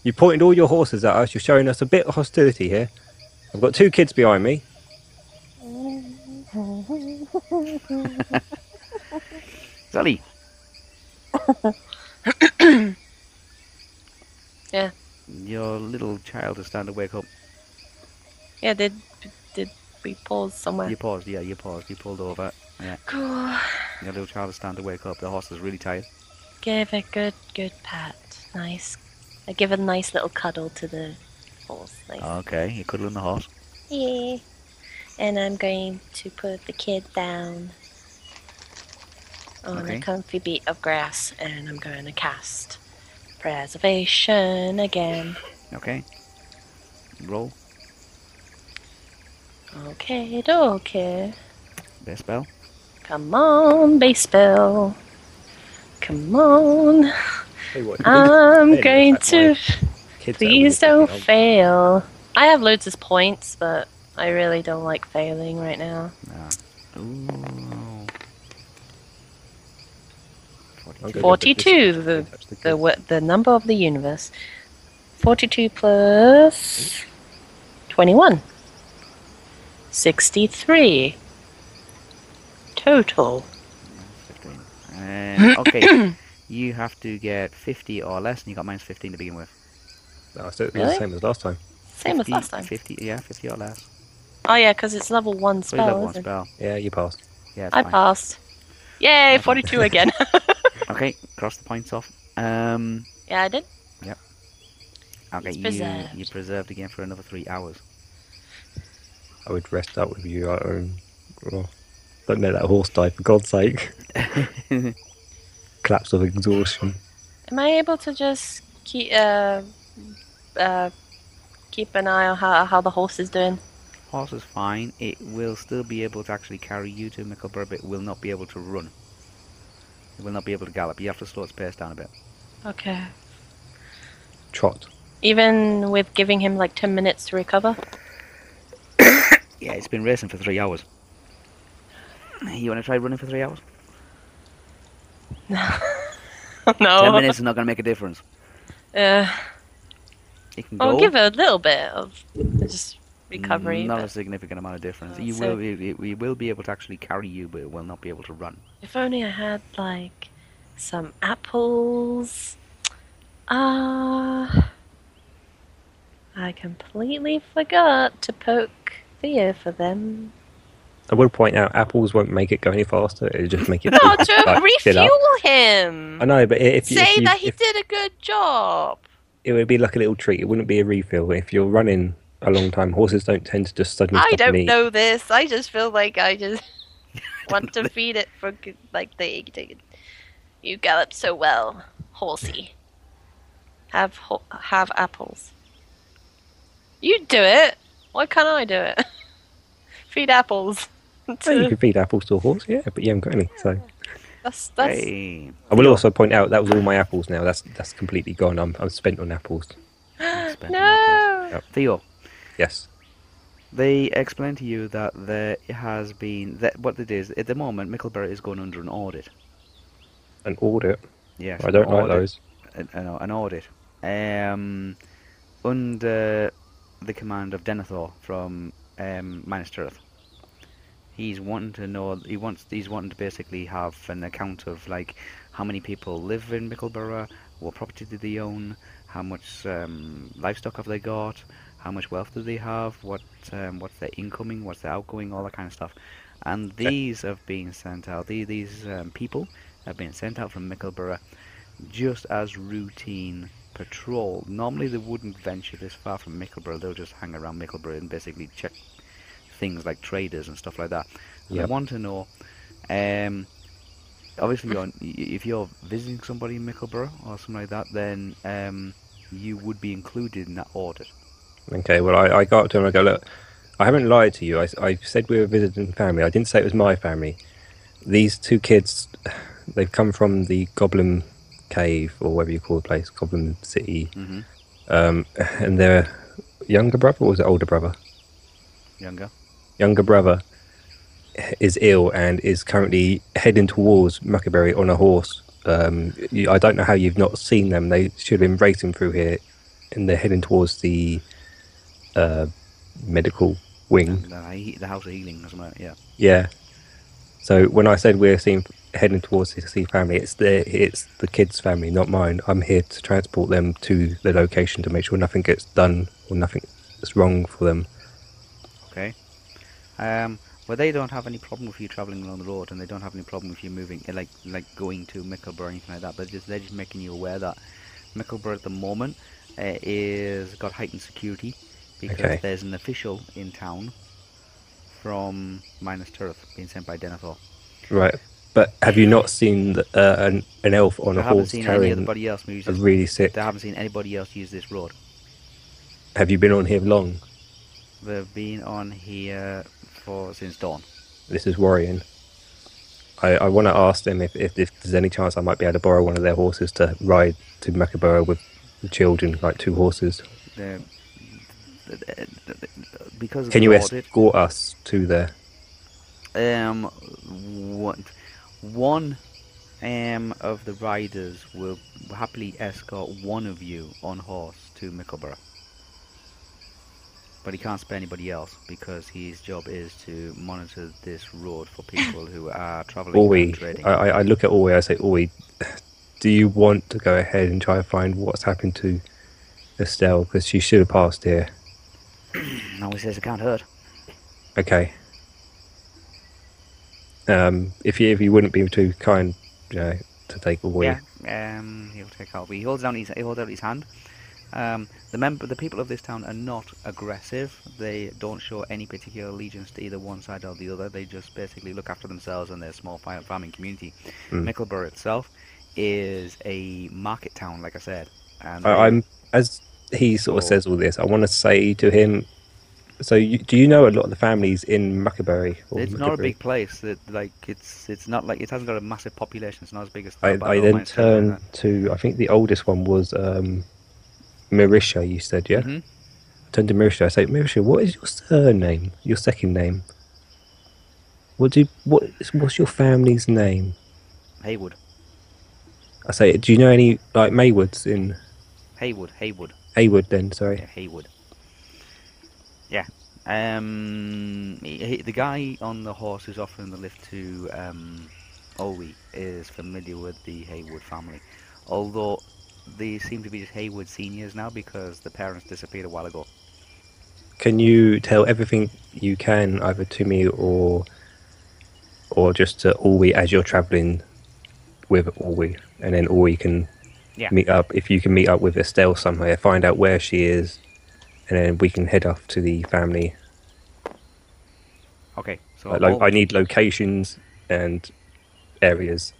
Speaker 3: You pointed all your horses at us. You're showing us a bit of hostility here. I've got two kids behind me.
Speaker 1: Zully,
Speaker 2: [COUGHS] Yeah.
Speaker 1: your little child is starting to wake up.
Speaker 2: Yeah, did did we pause somewhere?
Speaker 1: You paused, yeah, you paused, you pulled over. Yeah,
Speaker 2: Cool.
Speaker 1: your little child is starting to wake up. The horse is really tired.
Speaker 2: [SIGHS] Give a good good pat. Nice. I give a nice little cuddle to the horse. Nice.
Speaker 1: Okay, you're cuddling the horse.
Speaker 2: Yeah. And I'm going to put the kid down on
Speaker 1: Okay.
Speaker 2: a comfy beat of grass and I'm going to cast preservation again.
Speaker 1: Okay, roll
Speaker 2: Okay, okay.
Speaker 1: their spell.
Speaker 2: Come on, base bill. Come on.
Speaker 3: Hey, what,
Speaker 2: I'm
Speaker 3: Hey,
Speaker 2: going
Speaker 3: that's
Speaker 2: to.
Speaker 3: my kids that are
Speaker 2: Please
Speaker 3: walking
Speaker 2: don't
Speaker 3: along.
Speaker 2: fail. I have loads of points, but I really don't like failing right now.
Speaker 1: Ooh. 42.
Speaker 3: Okay. Good, but this-
Speaker 2: 42,
Speaker 3: don't
Speaker 2: the,
Speaker 3: touch the
Speaker 2: the,
Speaker 3: kids.
Speaker 2: wo- the number of the universe. 42 plus 21. 63. Total.
Speaker 1: 15. Um,
Speaker 2: [COUGHS]
Speaker 1: okay, you have to get 50 or less, and you got minus 15 to begin with.
Speaker 3: No, so it's
Speaker 2: Really?
Speaker 3: the same as last time.
Speaker 2: Same
Speaker 1: 50
Speaker 2: as last time.
Speaker 1: 50, yeah, 50 or less.
Speaker 2: Oh, yeah, because it's level 1
Speaker 1: So you have
Speaker 2: spell.
Speaker 1: one
Speaker 2: isn't it?
Speaker 1: spell.
Speaker 3: Yeah, you passed.
Speaker 1: Yeah, it's
Speaker 2: I
Speaker 1: fine.
Speaker 2: passed. Yay, 42 again.
Speaker 1: Okay, cross the points off. Um,
Speaker 2: [LAUGHS] yeah, I did.
Speaker 1: okay,
Speaker 2: It's
Speaker 1: you,
Speaker 2: preserved.
Speaker 1: you preserved again for another three hours. [LAUGHS]
Speaker 3: I would rest up with you. I um, oh, don't let that horse die, for God's sake. Collapse of exhaustion.
Speaker 2: Am I able to just keep uh, uh, keep an eye on how, how the horse is doing?
Speaker 1: Horse is fine. It will still be able to actually carry you to Mickleborough, but it will not be able to run. It will not be able to gallop. You have to slow its pace down a bit.
Speaker 2: Okay.
Speaker 3: Trot.
Speaker 2: Even with giving him like 10 minutes to recover?
Speaker 1: Yeah, it's been racing for three hours. You want to try running for three hours?
Speaker 2: no.
Speaker 1: Ten
Speaker 2: [LAUGHS]
Speaker 1: minutes is not going to make a difference.
Speaker 2: Uh,
Speaker 1: It can
Speaker 2: I'll
Speaker 1: go.
Speaker 2: Oh, give it a little bit of just recovery.
Speaker 1: Not
Speaker 2: but
Speaker 1: a significant amount of difference.
Speaker 2: Oh,
Speaker 1: you
Speaker 2: so-
Speaker 1: will you, you will be able to actually carry you, but it will not be able to run.
Speaker 2: If only I had like some apples. Ah. I completely forgot to poke Theo for them.
Speaker 3: I will point out, apples won't make it go any faster. It'll just make it. [LAUGHS]
Speaker 2: No, to
Speaker 3: like, fill up.
Speaker 2: refuel him!
Speaker 3: I know, but if you,
Speaker 2: say
Speaker 3: if you,
Speaker 2: that he
Speaker 3: if-
Speaker 2: did a good job.
Speaker 3: it would be like a little treat. It wouldn't be a refill. If you're running a long time, horses don't tend to just suddenly.
Speaker 2: I
Speaker 3: stop and
Speaker 2: don't
Speaker 3: eat.
Speaker 2: know this. I just feel like I
Speaker 3: [LAUGHS]
Speaker 2: just want to feed it for good, like they, they you gallop so well, horsey. Have ho- have apples. You do it. Why can't I do it? [LAUGHS] Feed apples. [LAUGHS]
Speaker 3: Well, you
Speaker 2: to-
Speaker 3: can feed apples to a horse, yeah, but you haven't got any. So
Speaker 2: that's that's [LAUGHS]
Speaker 1: Hey,
Speaker 3: I will also point out that was all my apples. Now that's that's completely gone. I'm I'm spent on apples.
Speaker 1: spent
Speaker 2: no.
Speaker 1: Theo,
Speaker 3: Yes.
Speaker 1: they explained to you that there has been that what it is at the moment. Micklebury is going under an audit.
Speaker 3: An audit.
Speaker 1: Yes,
Speaker 3: I don't
Speaker 1: an
Speaker 3: like
Speaker 1: audit.
Speaker 3: those.
Speaker 1: an, an, an audit um, under the command of Denethor from um, Minas Tirith. He's wanting to know. He wants. He's wanting to basically have an account of like how many people live in Mickleborough, what property do they own, how much um, livestock have they got, how much wealth do they have, what um, what's their incoming, what's their outgoing, all that kind of stuff. And these have been sent out. These, these um, people have been sent out from Mickleborough just as routine patrol. Normally they wouldn't venture this far from Mickleborough. They'll just hang around Mickleborough and basically check things like traders and stuff like that. And I
Speaker 3: Yep.
Speaker 1: want to know. Um, obviously, you're, if you're visiting somebody in Mickleborough or something like that, then um, you would be included in that audit.
Speaker 3: Okay. Well, I, I go up to him. and I go, look, I haven't lied to you. I, I said we were visiting family. I didn't say it was my family. These two kids, they've come from the Goblin Cave, or whatever you call the place, Goblin City.
Speaker 1: Mhm.
Speaker 3: Um, and their younger brother, or was it older brother?
Speaker 1: Younger.
Speaker 3: Younger brother is ill and is currently heading towards Muckerberry on a horse. Um, you, I don't know how you've not seen them. They should have been racing through here, and they're heading towards the uh, medical wing.
Speaker 1: The, he- the House of Healing, or something. Yeah.
Speaker 3: Yeah. So when I said we're seeing, heading towards the sea family, it's the it's the kids' family, not mine. I'm here to transport them to the location to make sure nothing gets done or nothing is wrong for them.
Speaker 1: Okay. Um, well, they don't have any problem with you traveling along the road, and they don't have any problem with you moving, eh, like like going to Mickleborough or anything like that. But just they're just making you aware that Mickleborough at the moment uh, is got heightened security because
Speaker 3: Okay.
Speaker 1: there's an official in town from Minus Tirith being sent by Denethor.
Speaker 3: Right. But have you not seen the, uh, an, an elf on
Speaker 1: I
Speaker 3: a
Speaker 1: haven't
Speaker 3: horse
Speaker 1: seen any
Speaker 3: carrying
Speaker 1: anybody else use
Speaker 3: a
Speaker 1: this.
Speaker 3: really sick?
Speaker 1: They haven't seen anybody else use this road.
Speaker 3: Have you been on here long?
Speaker 1: They've been on here for since dawn.
Speaker 3: This is worrying. I, I want to ask them if, if, if there's any chance I might be able to borrow one of their horses to ride to Macaburra with the children, like two horses.
Speaker 1: They're, th- th- th- th- because of
Speaker 3: Can
Speaker 1: the
Speaker 3: you
Speaker 1: audit,
Speaker 3: escort us to there?
Speaker 1: um what one um of the riders will happily escort one of you on horse to Mickleborough. But he can't spare anybody else because his job is to monitor this road for people who are travelling and
Speaker 3: Ori,
Speaker 1: trading.
Speaker 3: I, I I look at Ori, I say, Ori, do you want to go ahead and try and find what's happened to Estelle? Because she should have passed here.
Speaker 1: no, he says it can't hurt.
Speaker 3: Okay. Um, if you if you wouldn't be too kind, you know, to take away.
Speaker 1: Yeah, um, he'll take out. He holds down his he holds out his hand. Um, the member, the people of this town are not aggressive. They don't show any particular allegiance to either one side or the other. They just basically look after themselves and their small fi- farming community.
Speaker 3: Mm.
Speaker 1: Mickleborough itself is a market town, like I said. And
Speaker 3: I, I'm as he sort of
Speaker 1: Oh.
Speaker 3: says all this. I want to say to him. So you, do you know a lot of the families in Muckerberry? or
Speaker 1: It's not a
Speaker 3: Muckerbury?
Speaker 1: big place. It, like it's it's not like it hasn't got a massive population. It's not as big as.
Speaker 3: I,
Speaker 1: Thurber
Speaker 3: I
Speaker 1: or
Speaker 3: then
Speaker 1: Minster or
Speaker 3: turned
Speaker 1: anything
Speaker 3: to I think the oldest one was um, Marisha. You said yeah.
Speaker 1: like that. Mhm.
Speaker 3: Turned to Marisha. I say Marisha, what is your surname? Your second name? What do what? is- What's your family's name?
Speaker 1: Haywood,
Speaker 3: I say, do you know any like Maywoods in
Speaker 1: Haywood, Haywood.
Speaker 3: Haywood? Then sorry.
Speaker 1: Yeah, Haywood. Yeah. Um, he- he- the guy on the horse who's offering the lift to um, Ollie is familiar with the Haywood family, although they seem to be just Haywood seniors now because the parents disappeared a while ago.
Speaker 3: Can you tell everything you can either to me or or just to Orwe as you're travelling with Orwe, and then Orwe can
Speaker 1: Yeah.
Speaker 3: meet up if you can meet up with Estelle somewhere, find out where she is, and then we can head off to the family.
Speaker 1: Okay, so
Speaker 3: Like, lo-
Speaker 1: Ol-
Speaker 3: I need locations and areas.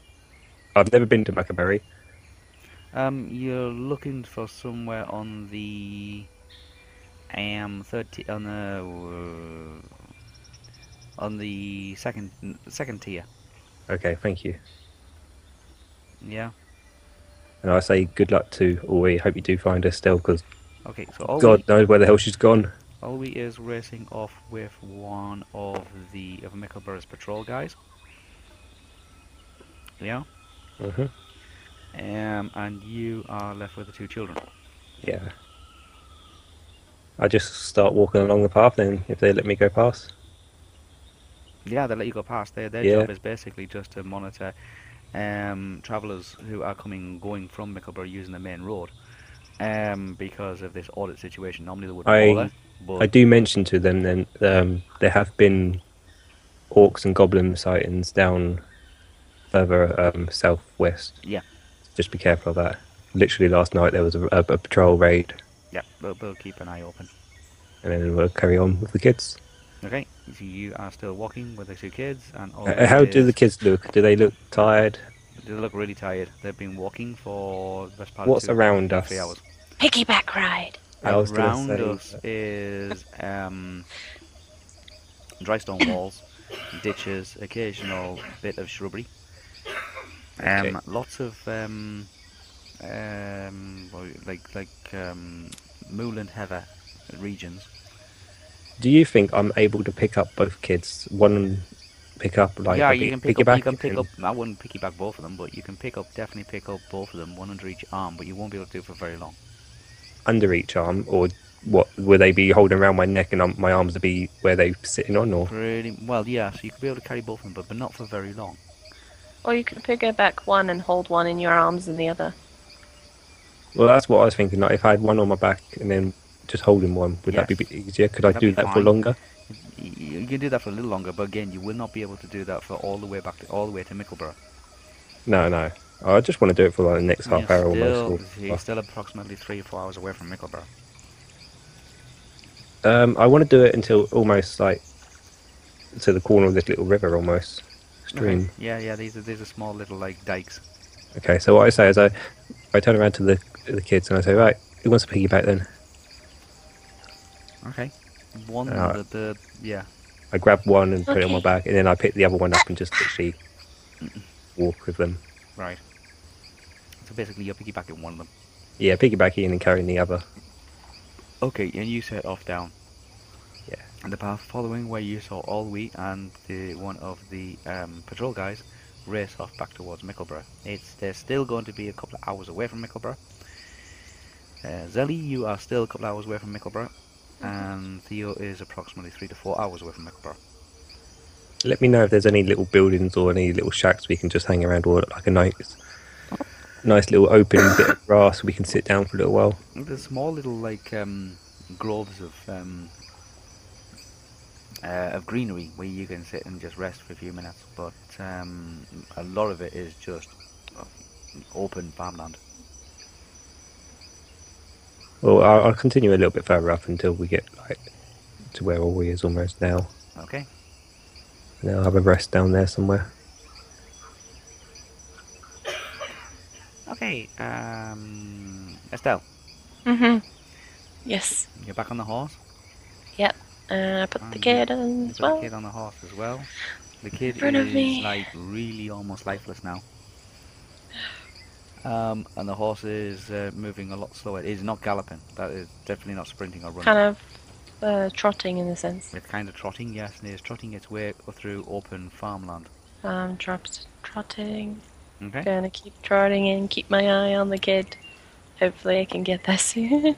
Speaker 3: I've never been to Macaberry.
Speaker 1: um, you're looking for somewhere on the um thirty on the uh, on the second second tier.
Speaker 3: Okay, thank you.
Speaker 1: Yeah.
Speaker 3: And I say good luck to Orwe. Hope you do find Estelle because
Speaker 1: Okay, so Ollie,
Speaker 3: God knows where the hell she's gone.
Speaker 1: Ollie is racing off with one of the of Mickleburgh's patrol guys. Yeah.
Speaker 3: Mhm.
Speaker 1: Um, and you are left with the two children.
Speaker 3: Yeah. I just start walking along the path, then if they let me go past.
Speaker 1: Yeah, they let you go past. Their their
Speaker 3: Yeah.
Speaker 1: job is basically just to monitor um, travellers who are coming and going from Mickleborough using the main road. Um, because of this audit situation, normally they would
Speaker 3: I-
Speaker 1: bother. But
Speaker 3: I do mention to them then um, there have been orcs and goblin sightings down further um, southwest.
Speaker 1: Yeah.
Speaker 3: Just be careful of that. Literally last night there was a, a, a patrol raid,
Speaker 1: yeah, we'll, we'll keep an eye open.
Speaker 3: and then we'll carry on with the kids.
Speaker 1: Okay, so you are still walking with the two kids, and all
Speaker 3: Uh, how do the kids look? Do they look tired?
Speaker 1: They look really tired. They've been walking for the best part
Speaker 3: What's
Speaker 1: of two,
Speaker 3: around us?
Speaker 1: three hours.
Speaker 2: Piggyback ride.
Speaker 3: I was gonna
Speaker 1: around
Speaker 3: say-
Speaker 1: us is um, dry stone walls, ditches, occasional bit of shrubbery. Um,
Speaker 3: Okay.
Speaker 1: Lots of um, um, well, like like um, moorland heather regions.
Speaker 3: Do you think I'm able to pick up both kids? One pick up like
Speaker 1: yeah,
Speaker 3: a
Speaker 1: you
Speaker 3: bit-
Speaker 1: can pick up.
Speaker 3: piggyback
Speaker 1: You can pick
Speaker 3: and-
Speaker 1: up. I wouldn't piggyback both of them, but you can pick up definitely pick up both of them, one under each arm. But you won't be able to do it for very long.
Speaker 3: under each arm, or what? Will they be holding around my neck and um, my arms to be where they're sitting on? Or
Speaker 1: Pretty well, yeah. So you could be able to carry both of them, but, but not for very long.
Speaker 2: Or you can pick back one and hold one in your arms and the other.
Speaker 3: well, that's what I was thinking. Like if I had one on my back and then just holding one, would that be
Speaker 1: Yes.
Speaker 3: a bit easier? Could I
Speaker 1: That'd
Speaker 3: do
Speaker 1: be
Speaker 3: that for
Speaker 1: fine.
Speaker 3: longer?
Speaker 1: Y- You can do that for a little longer, but again, you will not be able to do that for all the way back to all the way to Mickleborough.
Speaker 3: No, no. I just want to do it for like the next half
Speaker 1: You're
Speaker 3: hour
Speaker 1: still,
Speaker 3: almost. or-
Speaker 1: you're still approximately three or four hours away from Mickleborough.
Speaker 3: Um, I want to do it until almost like to the corner of this little river, almost stream.
Speaker 1: Okay. Yeah, yeah. These are these are small little like dikes.
Speaker 3: Okay, so what I say is I, I turn around to the the kids and I say, right, who wants a piggyback then?
Speaker 1: Okay. One
Speaker 3: Uh,
Speaker 1: the, the yeah.
Speaker 3: I grab one and put it on my
Speaker 2: Okay.
Speaker 3: back, and then I pick the other one up and just literally walk with them.
Speaker 1: Right. So basically, you're piggybacking one of them.
Speaker 3: Yeah, piggybacking and carrying the other.
Speaker 1: Okay, and you set off down.
Speaker 3: Yeah.
Speaker 1: And the path following where you saw Olwe and the one of the um, patrol guys race off back towards Mickleborough. It's they're still going to be a couple of hours away from Mickleborough. Uh, Zelly, you are still a couple of hours away from Mickleborough, and Theo is approximately three to four hours away from Mickleborough.
Speaker 3: Let me know if there's any little buildings or any little shacks we can just hang around, or like a nice, nice little open bit of grass we can sit down for a little while.
Speaker 1: There's small little like um, groves of um, uh, of greenery where you can sit and just rest for a few minutes, but um, a lot of it is just open farmland.
Speaker 3: Well, I'll, I'll continue a little bit further up until we get like to where all we is almost now.
Speaker 1: Okay.
Speaker 3: And then I'll have a rest down there somewhere.
Speaker 1: Okay. Um, Estelle,
Speaker 2: Mm-hmm. Yes.
Speaker 1: you're back on the horse.
Speaker 2: Yep. Uh, put
Speaker 1: Um,
Speaker 2: the kid in
Speaker 1: You
Speaker 2: as
Speaker 1: put
Speaker 2: well.
Speaker 1: the kid on the horse as well. The kid
Speaker 2: front of
Speaker 1: is
Speaker 2: me.
Speaker 1: like really almost lifeless now. Um, and the horse is uh, moving a lot slower. It is not galloping. That is definitely not sprinting or running.
Speaker 2: Kind of uh, trotting in a sense.
Speaker 1: It's kind of trotting, yes, and it's trotting its way through open farmland.
Speaker 2: Um, drops trotting.
Speaker 1: Okay.
Speaker 2: Gonna keep trotting and keep my eye on the kid. Hopefully, I can get there [LAUGHS] soon.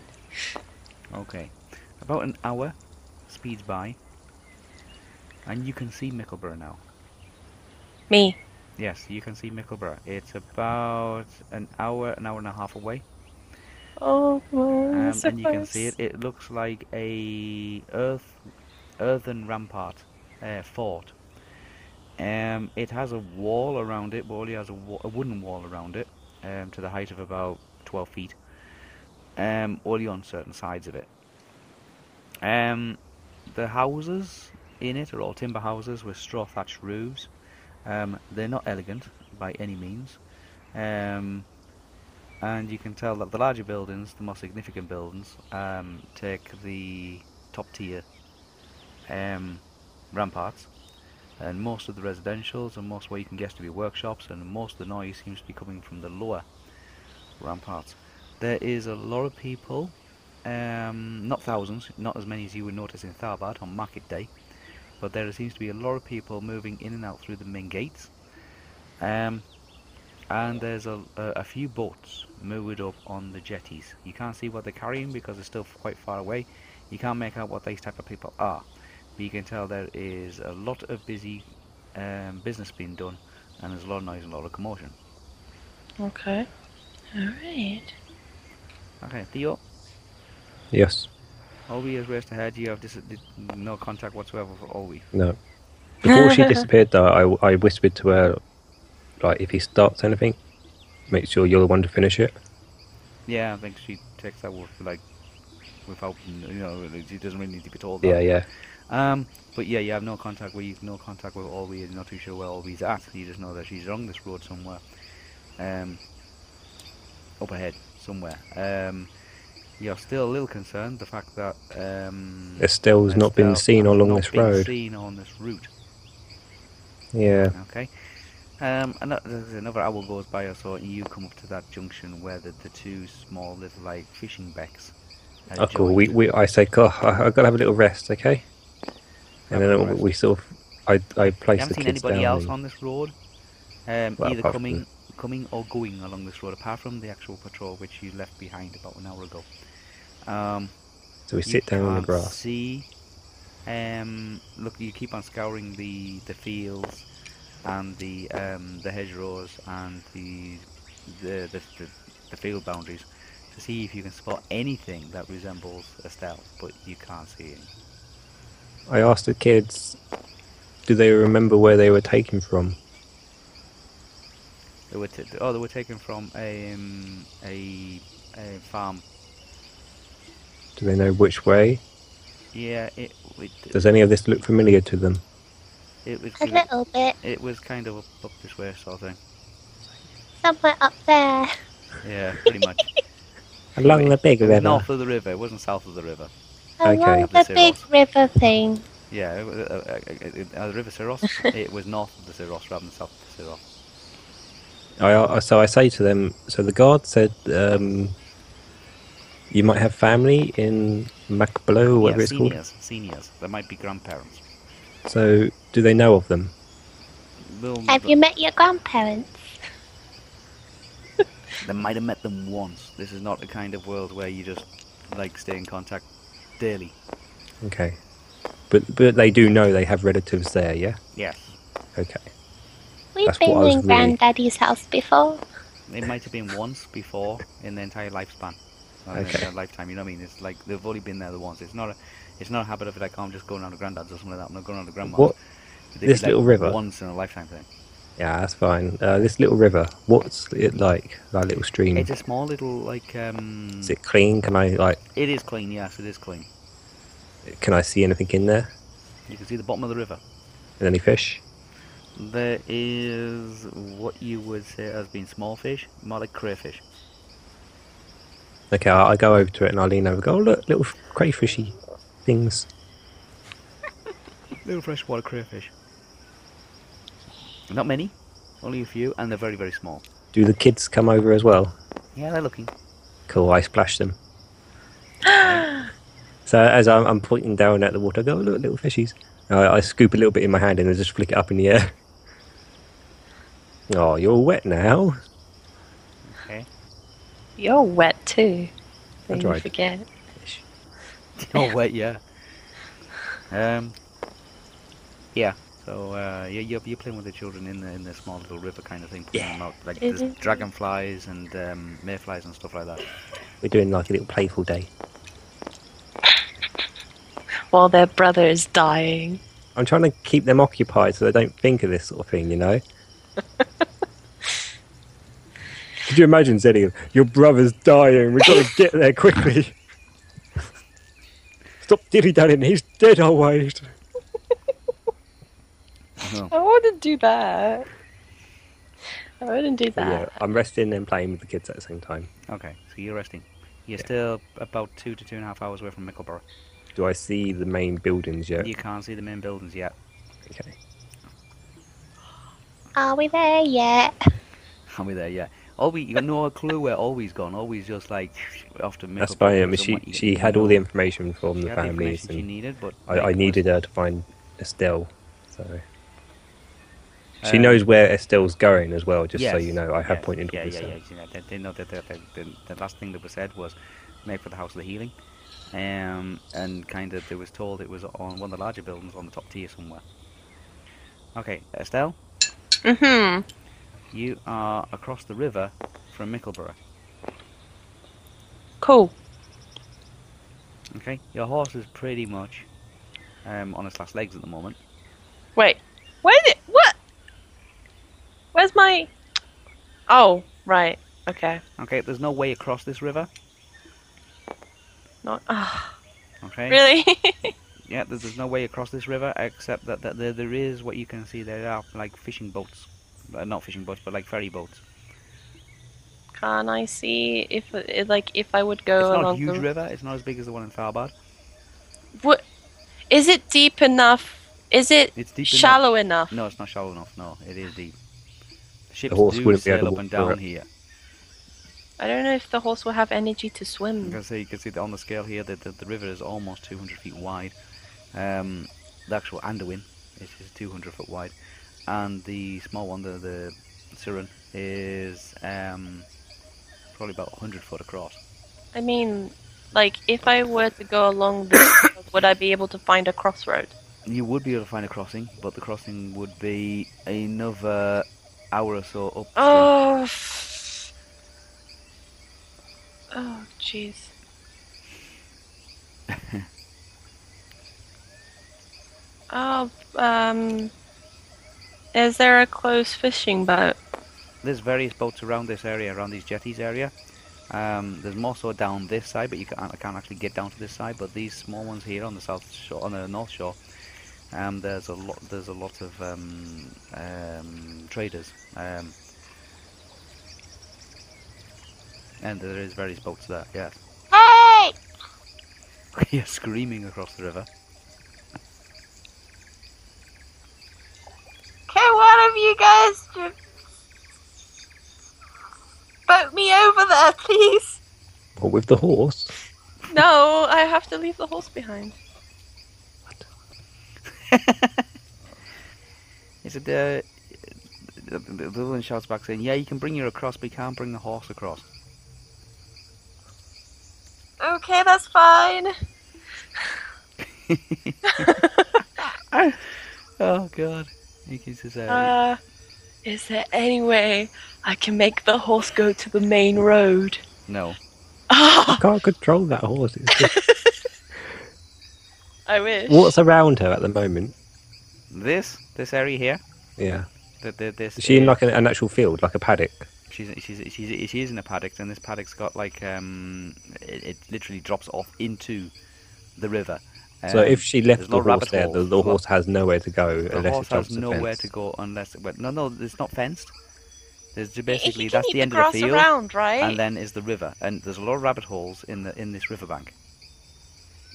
Speaker 1: Okay. About an hour speeds by, and you can see Mickleborough now.
Speaker 2: Me.
Speaker 1: Yes, you can see Mickleborough. It's about an hour, an hour and a half away,
Speaker 2: Oh, well,
Speaker 1: um,
Speaker 2: so
Speaker 1: and you can see it.
Speaker 2: close.
Speaker 1: It looks like a earth, earthen rampart, uh, fort. Um, it has a wall around it. but only has a, wa- a wooden wall around it, um, to the height of about twelve feet. Um, only on certain sides of it. Um, the houses in it are all timber houses with straw thatched roofs. Um, they're not elegant by any means. Um, and you can tell that the larger buildings, the more significant buildings, um, take the top tier um, ramparts. And most of the residentials and most where you can guess to be workshops and most of the noise seems to be coming from the lower ramparts. There is a lot of people, um, not thousands, not as many as you would notice in Tharbad on market day, but there seems to be a lot of people moving in and out through the main gates. Um, and there's a, a, a few boats moored up on the jetties. You can't see what they're carrying because they're still quite far away. You can't make out what these type of people are. But you can tell there is a lot of busy um, business being done, and there's a lot of noise and a lot of commotion.
Speaker 2: Okay. All right.
Speaker 1: Okay, Theo,
Speaker 3: Yes.
Speaker 1: Olwe has raced ahead. You have dis- di- no contact whatsoever for Olwe.
Speaker 3: No. Before she disappeared, though, I, I whispered to her, like, if he starts anything, make sure you're the one to finish it.
Speaker 1: Yeah, I think she takes that with like without you know she doesn't really need to be told. That.
Speaker 3: Yeah, yeah.
Speaker 1: Um, but yeah, you have no contact with no contact with Olwe. You're not too sure where Olwe's at. You just know that she's along this road somewhere, um, up ahead somewhere. Um, You're still a little concerned the fact that um,
Speaker 3: Estelle's not been
Speaker 1: Estelle
Speaker 3: seen
Speaker 1: has
Speaker 3: along
Speaker 1: not
Speaker 3: this
Speaker 1: been
Speaker 3: road.
Speaker 1: Seen on this route.
Speaker 3: Yeah.
Speaker 1: Okay. Um, ano- there's another hour goes by or so, and you come up to that junction where the, the two small little like fishing becks. are
Speaker 3: Oh, cool. We,
Speaker 1: joined.
Speaker 3: we, I say, God, I, I've got to have a little rest, okay? And
Speaker 1: Have a
Speaker 3: then
Speaker 1: little
Speaker 3: we sort of, I, I
Speaker 1: you
Speaker 3: place the
Speaker 1: haven't seen
Speaker 3: kids
Speaker 1: anybody
Speaker 3: down.
Speaker 1: else
Speaker 3: and-
Speaker 1: on this road, um,
Speaker 3: Well,
Speaker 1: either
Speaker 3: apart from
Speaker 1: coming, coming or going along this road, apart from the actual patrol which you left behind about an hour ago. Um,
Speaker 3: So we
Speaker 1: You
Speaker 3: sit down on the
Speaker 1: can't
Speaker 3: grass.
Speaker 1: See, um, look, you keep on scouring the the fields and the um, the hedgerows and the the, the the the field boundaries to see if you can spot anything that resembles Estelle, but you can't see any.
Speaker 3: I asked the kids, do they remember where they were taken from?
Speaker 1: They were t- oh, they were taken from a um, a, a farm.
Speaker 3: Do they know which way?
Speaker 1: Yeah, it it,
Speaker 3: Does any of this look familiar to them?
Speaker 1: it was
Speaker 5: A little bit.
Speaker 1: it was kind of up, up this way sort of thing.
Speaker 5: Somewhere up there.
Speaker 1: Yeah, pretty much.
Speaker 3: Along [LAUGHS] the big
Speaker 1: It was
Speaker 3: river.
Speaker 1: north of the river. It wasn't south of the river.
Speaker 3: Okay.
Speaker 5: Along
Speaker 1: Let's
Speaker 5: the
Speaker 1: see
Speaker 5: big
Speaker 1: what
Speaker 5: river thing.
Speaker 1: Yeah, it wa- uh, uh, uh, uh, the River
Speaker 5: [LAUGHS]
Speaker 1: Syros. it was north of the Syros rather than south of the Syros.
Speaker 3: I, I- so I say to them, so the guard said, um, you might have family in Macblow, whatever
Speaker 1: yeah,
Speaker 3: it's
Speaker 1: seniors,
Speaker 3: called.
Speaker 1: seniors. There might be grandparents.
Speaker 3: So do they know of them?
Speaker 1: They'll-
Speaker 5: Have you met your grandparents?
Speaker 1: They might have met them once. This is not the kind of world where you just like stay in contact daily.
Speaker 3: Okay. But, but they do know they have relatives there, yeah?
Speaker 1: Yes,
Speaker 3: Okay.
Speaker 5: We've
Speaker 3: That's what
Speaker 5: been
Speaker 3: I was
Speaker 5: in
Speaker 3: really-
Speaker 5: Granddaddy's house before.
Speaker 1: it might have been once before in their entire lifespan. Not in
Speaker 3: Okay.
Speaker 1: their lifetime. You know what I mean? It's like they've only been there the once. It's not a, it's not a habit of like oh, I'm just going around to granddad's or something like that. I'm not going around to grandma's.
Speaker 3: What?
Speaker 1: It'd be,
Speaker 3: this
Speaker 1: like,
Speaker 3: little river?
Speaker 1: Once in a lifetime thing.
Speaker 3: Yeah, that's fine. Uh, this little river, what's it like? That little stream?
Speaker 1: It's a small little like um.
Speaker 3: Mm. Is it clean? Can I like?
Speaker 1: It is clean. Yes, it is clean.
Speaker 3: Can I see anything in there?
Speaker 1: You can see the bottom of the river.
Speaker 3: And any fish?
Speaker 1: There is what you would say has been small fish, more like crayfish.
Speaker 3: Okay, I, I go over to it and I lean over. Go, oh, look, little crayfishy things.
Speaker 1: Little freshwater crayfish. Not many, only a few, and they're very, very small.
Speaker 3: Do the kids come over as well?
Speaker 1: Yeah, they're looking.
Speaker 3: Cool. I splash them. so as I'm, I'm pointing down at the water, I go, "Oh, look, little fishies. And I, I scoop a little bit in my hand and I just flick it up in the air. [LAUGHS] oh, you're wet now.
Speaker 1: Okay.
Speaker 2: You're wet too.
Speaker 3: I
Speaker 2: So you
Speaker 3: tried.
Speaker 2: forget.
Speaker 1: Oh wait, yeah. Um. Yeah. So uh, yeah, you're, you're playing with the children in the in the small little river kind of thing. putting them out, like
Speaker 2: Is
Speaker 1: there's
Speaker 2: it-
Speaker 1: dragonflies and um, mayflies and stuff like that.
Speaker 3: We're doing like a little playful day.
Speaker 2: While their brother is dying.
Speaker 3: I'm trying to keep them occupied so they don't think of this sort of thing, you know? [LAUGHS] Could you imagine, Zeddy? Your brother's dying. We've got to get there [LAUGHS] quickly. Stop dilly dallying. He's dead, always.
Speaker 2: I wouldn't do that. I wouldn't do
Speaker 3: Yeah,
Speaker 2: that.
Speaker 3: I'm resting and playing with the kids at the same time.
Speaker 1: Okay. So you're resting. You're still about two to two and a half hours away from Mickleborough.
Speaker 3: Do I see the main buildings yet?
Speaker 1: You can't see the main buildings yet.
Speaker 3: Okay.
Speaker 5: Are we there yet?
Speaker 1: Are we there yet? Always, you got no [LAUGHS] clue where Always gone. Always just like off to
Speaker 3: That's
Speaker 1: Mickleborough
Speaker 3: fine. I
Speaker 1: or
Speaker 3: mean, she,
Speaker 1: somewhere. You-
Speaker 3: she
Speaker 1: you
Speaker 3: had all
Speaker 1: know,
Speaker 3: the information from
Speaker 1: she
Speaker 3: the
Speaker 1: had the
Speaker 3: families,
Speaker 1: information she
Speaker 3: and
Speaker 1: needed, but
Speaker 3: I, I
Speaker 1: Mick was-
Speaker 3: needed her to find Estelle. So she
Speaker 1: Uh,
Speaker 3: knows where Estelle's going as well. Just so
Speaker 1: Yes,
Speaker 3: you know, I have
Speaker 1: yes,
Speaker 3: pointed
Speaker 1: Yeah,
Speaker 3: all this
Speaker 1: yeah,
Speaker 3: out.
Speaker 1: yeah. You know, they, they know that that- that- that the last thing that was said was make for the House of the Healing, um, and kind of they was told it was on one of the larger buildings on the top tier somewhere. Okay, Estelle,
Speaker 2: Mm-hmm.
Speaker 1: you are across the river from Mickleborough.
Speaker 2: Cool.
Speaker 1: Okay, your horse is pretty much um, on its last legs at the moment.
Speaker 2: Wait. Where did what? Where's my Oh, right. Okay.
Speaker 1: Okay, there's no way across this river.
Speaker 2: Not ah,
Speaker 1: Okay.
Speaker 2: really? [LAUGHS]
Speaker 1: Yeah, there's, there's no way across this river except that, that there, there is what you can see. There are like fishing boats, uh, not fishing boats, but like ferry boats.
Speaker 2: can't I see if it- like if I would go
Speaker 1: it's not a
Speaker 2: along
Speaker 1: huge
Speaker 2: the
Speaker 1: river. It's not as big as the one in Farbad.
Speaker 2: What is it deep enough? Is it
Speaker 1: It's deep.
Speaker 2: shallow enough?
Speaker 1: Enough. No, it's not shallow enough. No, it is deep. Ships
Speaker 3: horse
Speaker 1: do
Speaker 3: wouldn't be able
Speaker 1: sail
Speaker 3: to
Speaker 1: up
Speaker 3: walk
Speaker 1: and
Speaker 3: through
Speaker 1: down
Speaker 3: it.
Speaker 1: here.
Speaker 2: I don't know if the horse will have energy to swim.
Speaker 1: You can see, you can see that on the scale here that the, the river is almost 200 feet wide. Um, the actual Anduin is, is 200 foot wide, and the small one, the the Siren, is um, probably about 100 foot across.
Speaker 2: I mean, like if I were to go along this, road, [COUGHS] would I be able to find a crossroad?
Speaker 1: You would be able to find a crossing, but the crossing would be another hour or so up.
Speaker 2: Oh. f- Oh, [LAUGHS] jeez. oh, um. Is there a close fishing boat?
Speaker 1: There's various boats around this area, around these jetties area. Um, there's more so down this side, but you can't, I can't actually get down to this side. But these small ones here on the south shore, on the north shore, um, there's a lot. There's a lot of um, um, traders, um, and there is various boats there. Yeah, [LAUGHS]
Speaker 5: Hey!
Speaker 1: you're screaming across the river.
Speaker 5: Can one of you guys boat me over there, please?
Speaker 3: But with the horse,
Speaker 2: No, I have to leave the horse behind.
Speaker 1: Is it uh, the the the woman shouts back saying, "Yeah, you can bring her across, but you can't bring the horse across."
Speaker 2: Okay, that's fine.
Speaker 1: Oh God! He keeps his eye.
Speaker 2: Uh, is there any way I can make the horse go to the main road? [LAUGHS]
Speaker 1: no.
Speaker 3: I
Speaker 2: Ah,
Speaker 3: can't control that horse. It's
Speaker 1: [LAUGHS]
Speaker 3: just,
Speaker 2: I wish.
Speaker 3: what's around her at the moment?
Speaker 1: This this area here.
Speaker 3: Yeah,
Speaker 1: That that this.
Speaker 3: is she in like an, an actual field, like a paddock?
Speaker 1: She's she's she's she is in a paddock, and this paddock's got like um, it, it literally drops off into the river.
Speaker 3: So
Speaker 1: Um,
Speaker 3: if she left
Speaker 1: there's
Speaker 3: the
Speaker 1: no rabbit
Speaker 3: horse there,
Speaker 1: holes,
Speaker 3: the, the
Speaker 1: there's
Speaker 3: horse has nowhere to go
Speaker 1: The
Speaker 3: unless
Speaker 1: horse
Speaker 3: it jumps
Speaker 1: has
Speaker 3: the
Speaker 1: nowhere
Speaker 3: fence.
Speaker 1: to go unless. Well, no, no, it's not fenced. There's ju-
Speaker 2: You- you
Speaker 1: basically
Speaker 2: can
Speaker 1: that's
Speaker 2: need
Speaker 1: the
Speaker 2: to
Speaker 1: end of
Speaker 2: cross
Speaker 1: the field,
Speaker 2: around, right?
Speaker 1: and then is the river, and there's a lot of rabbit holes in the in this riverbank.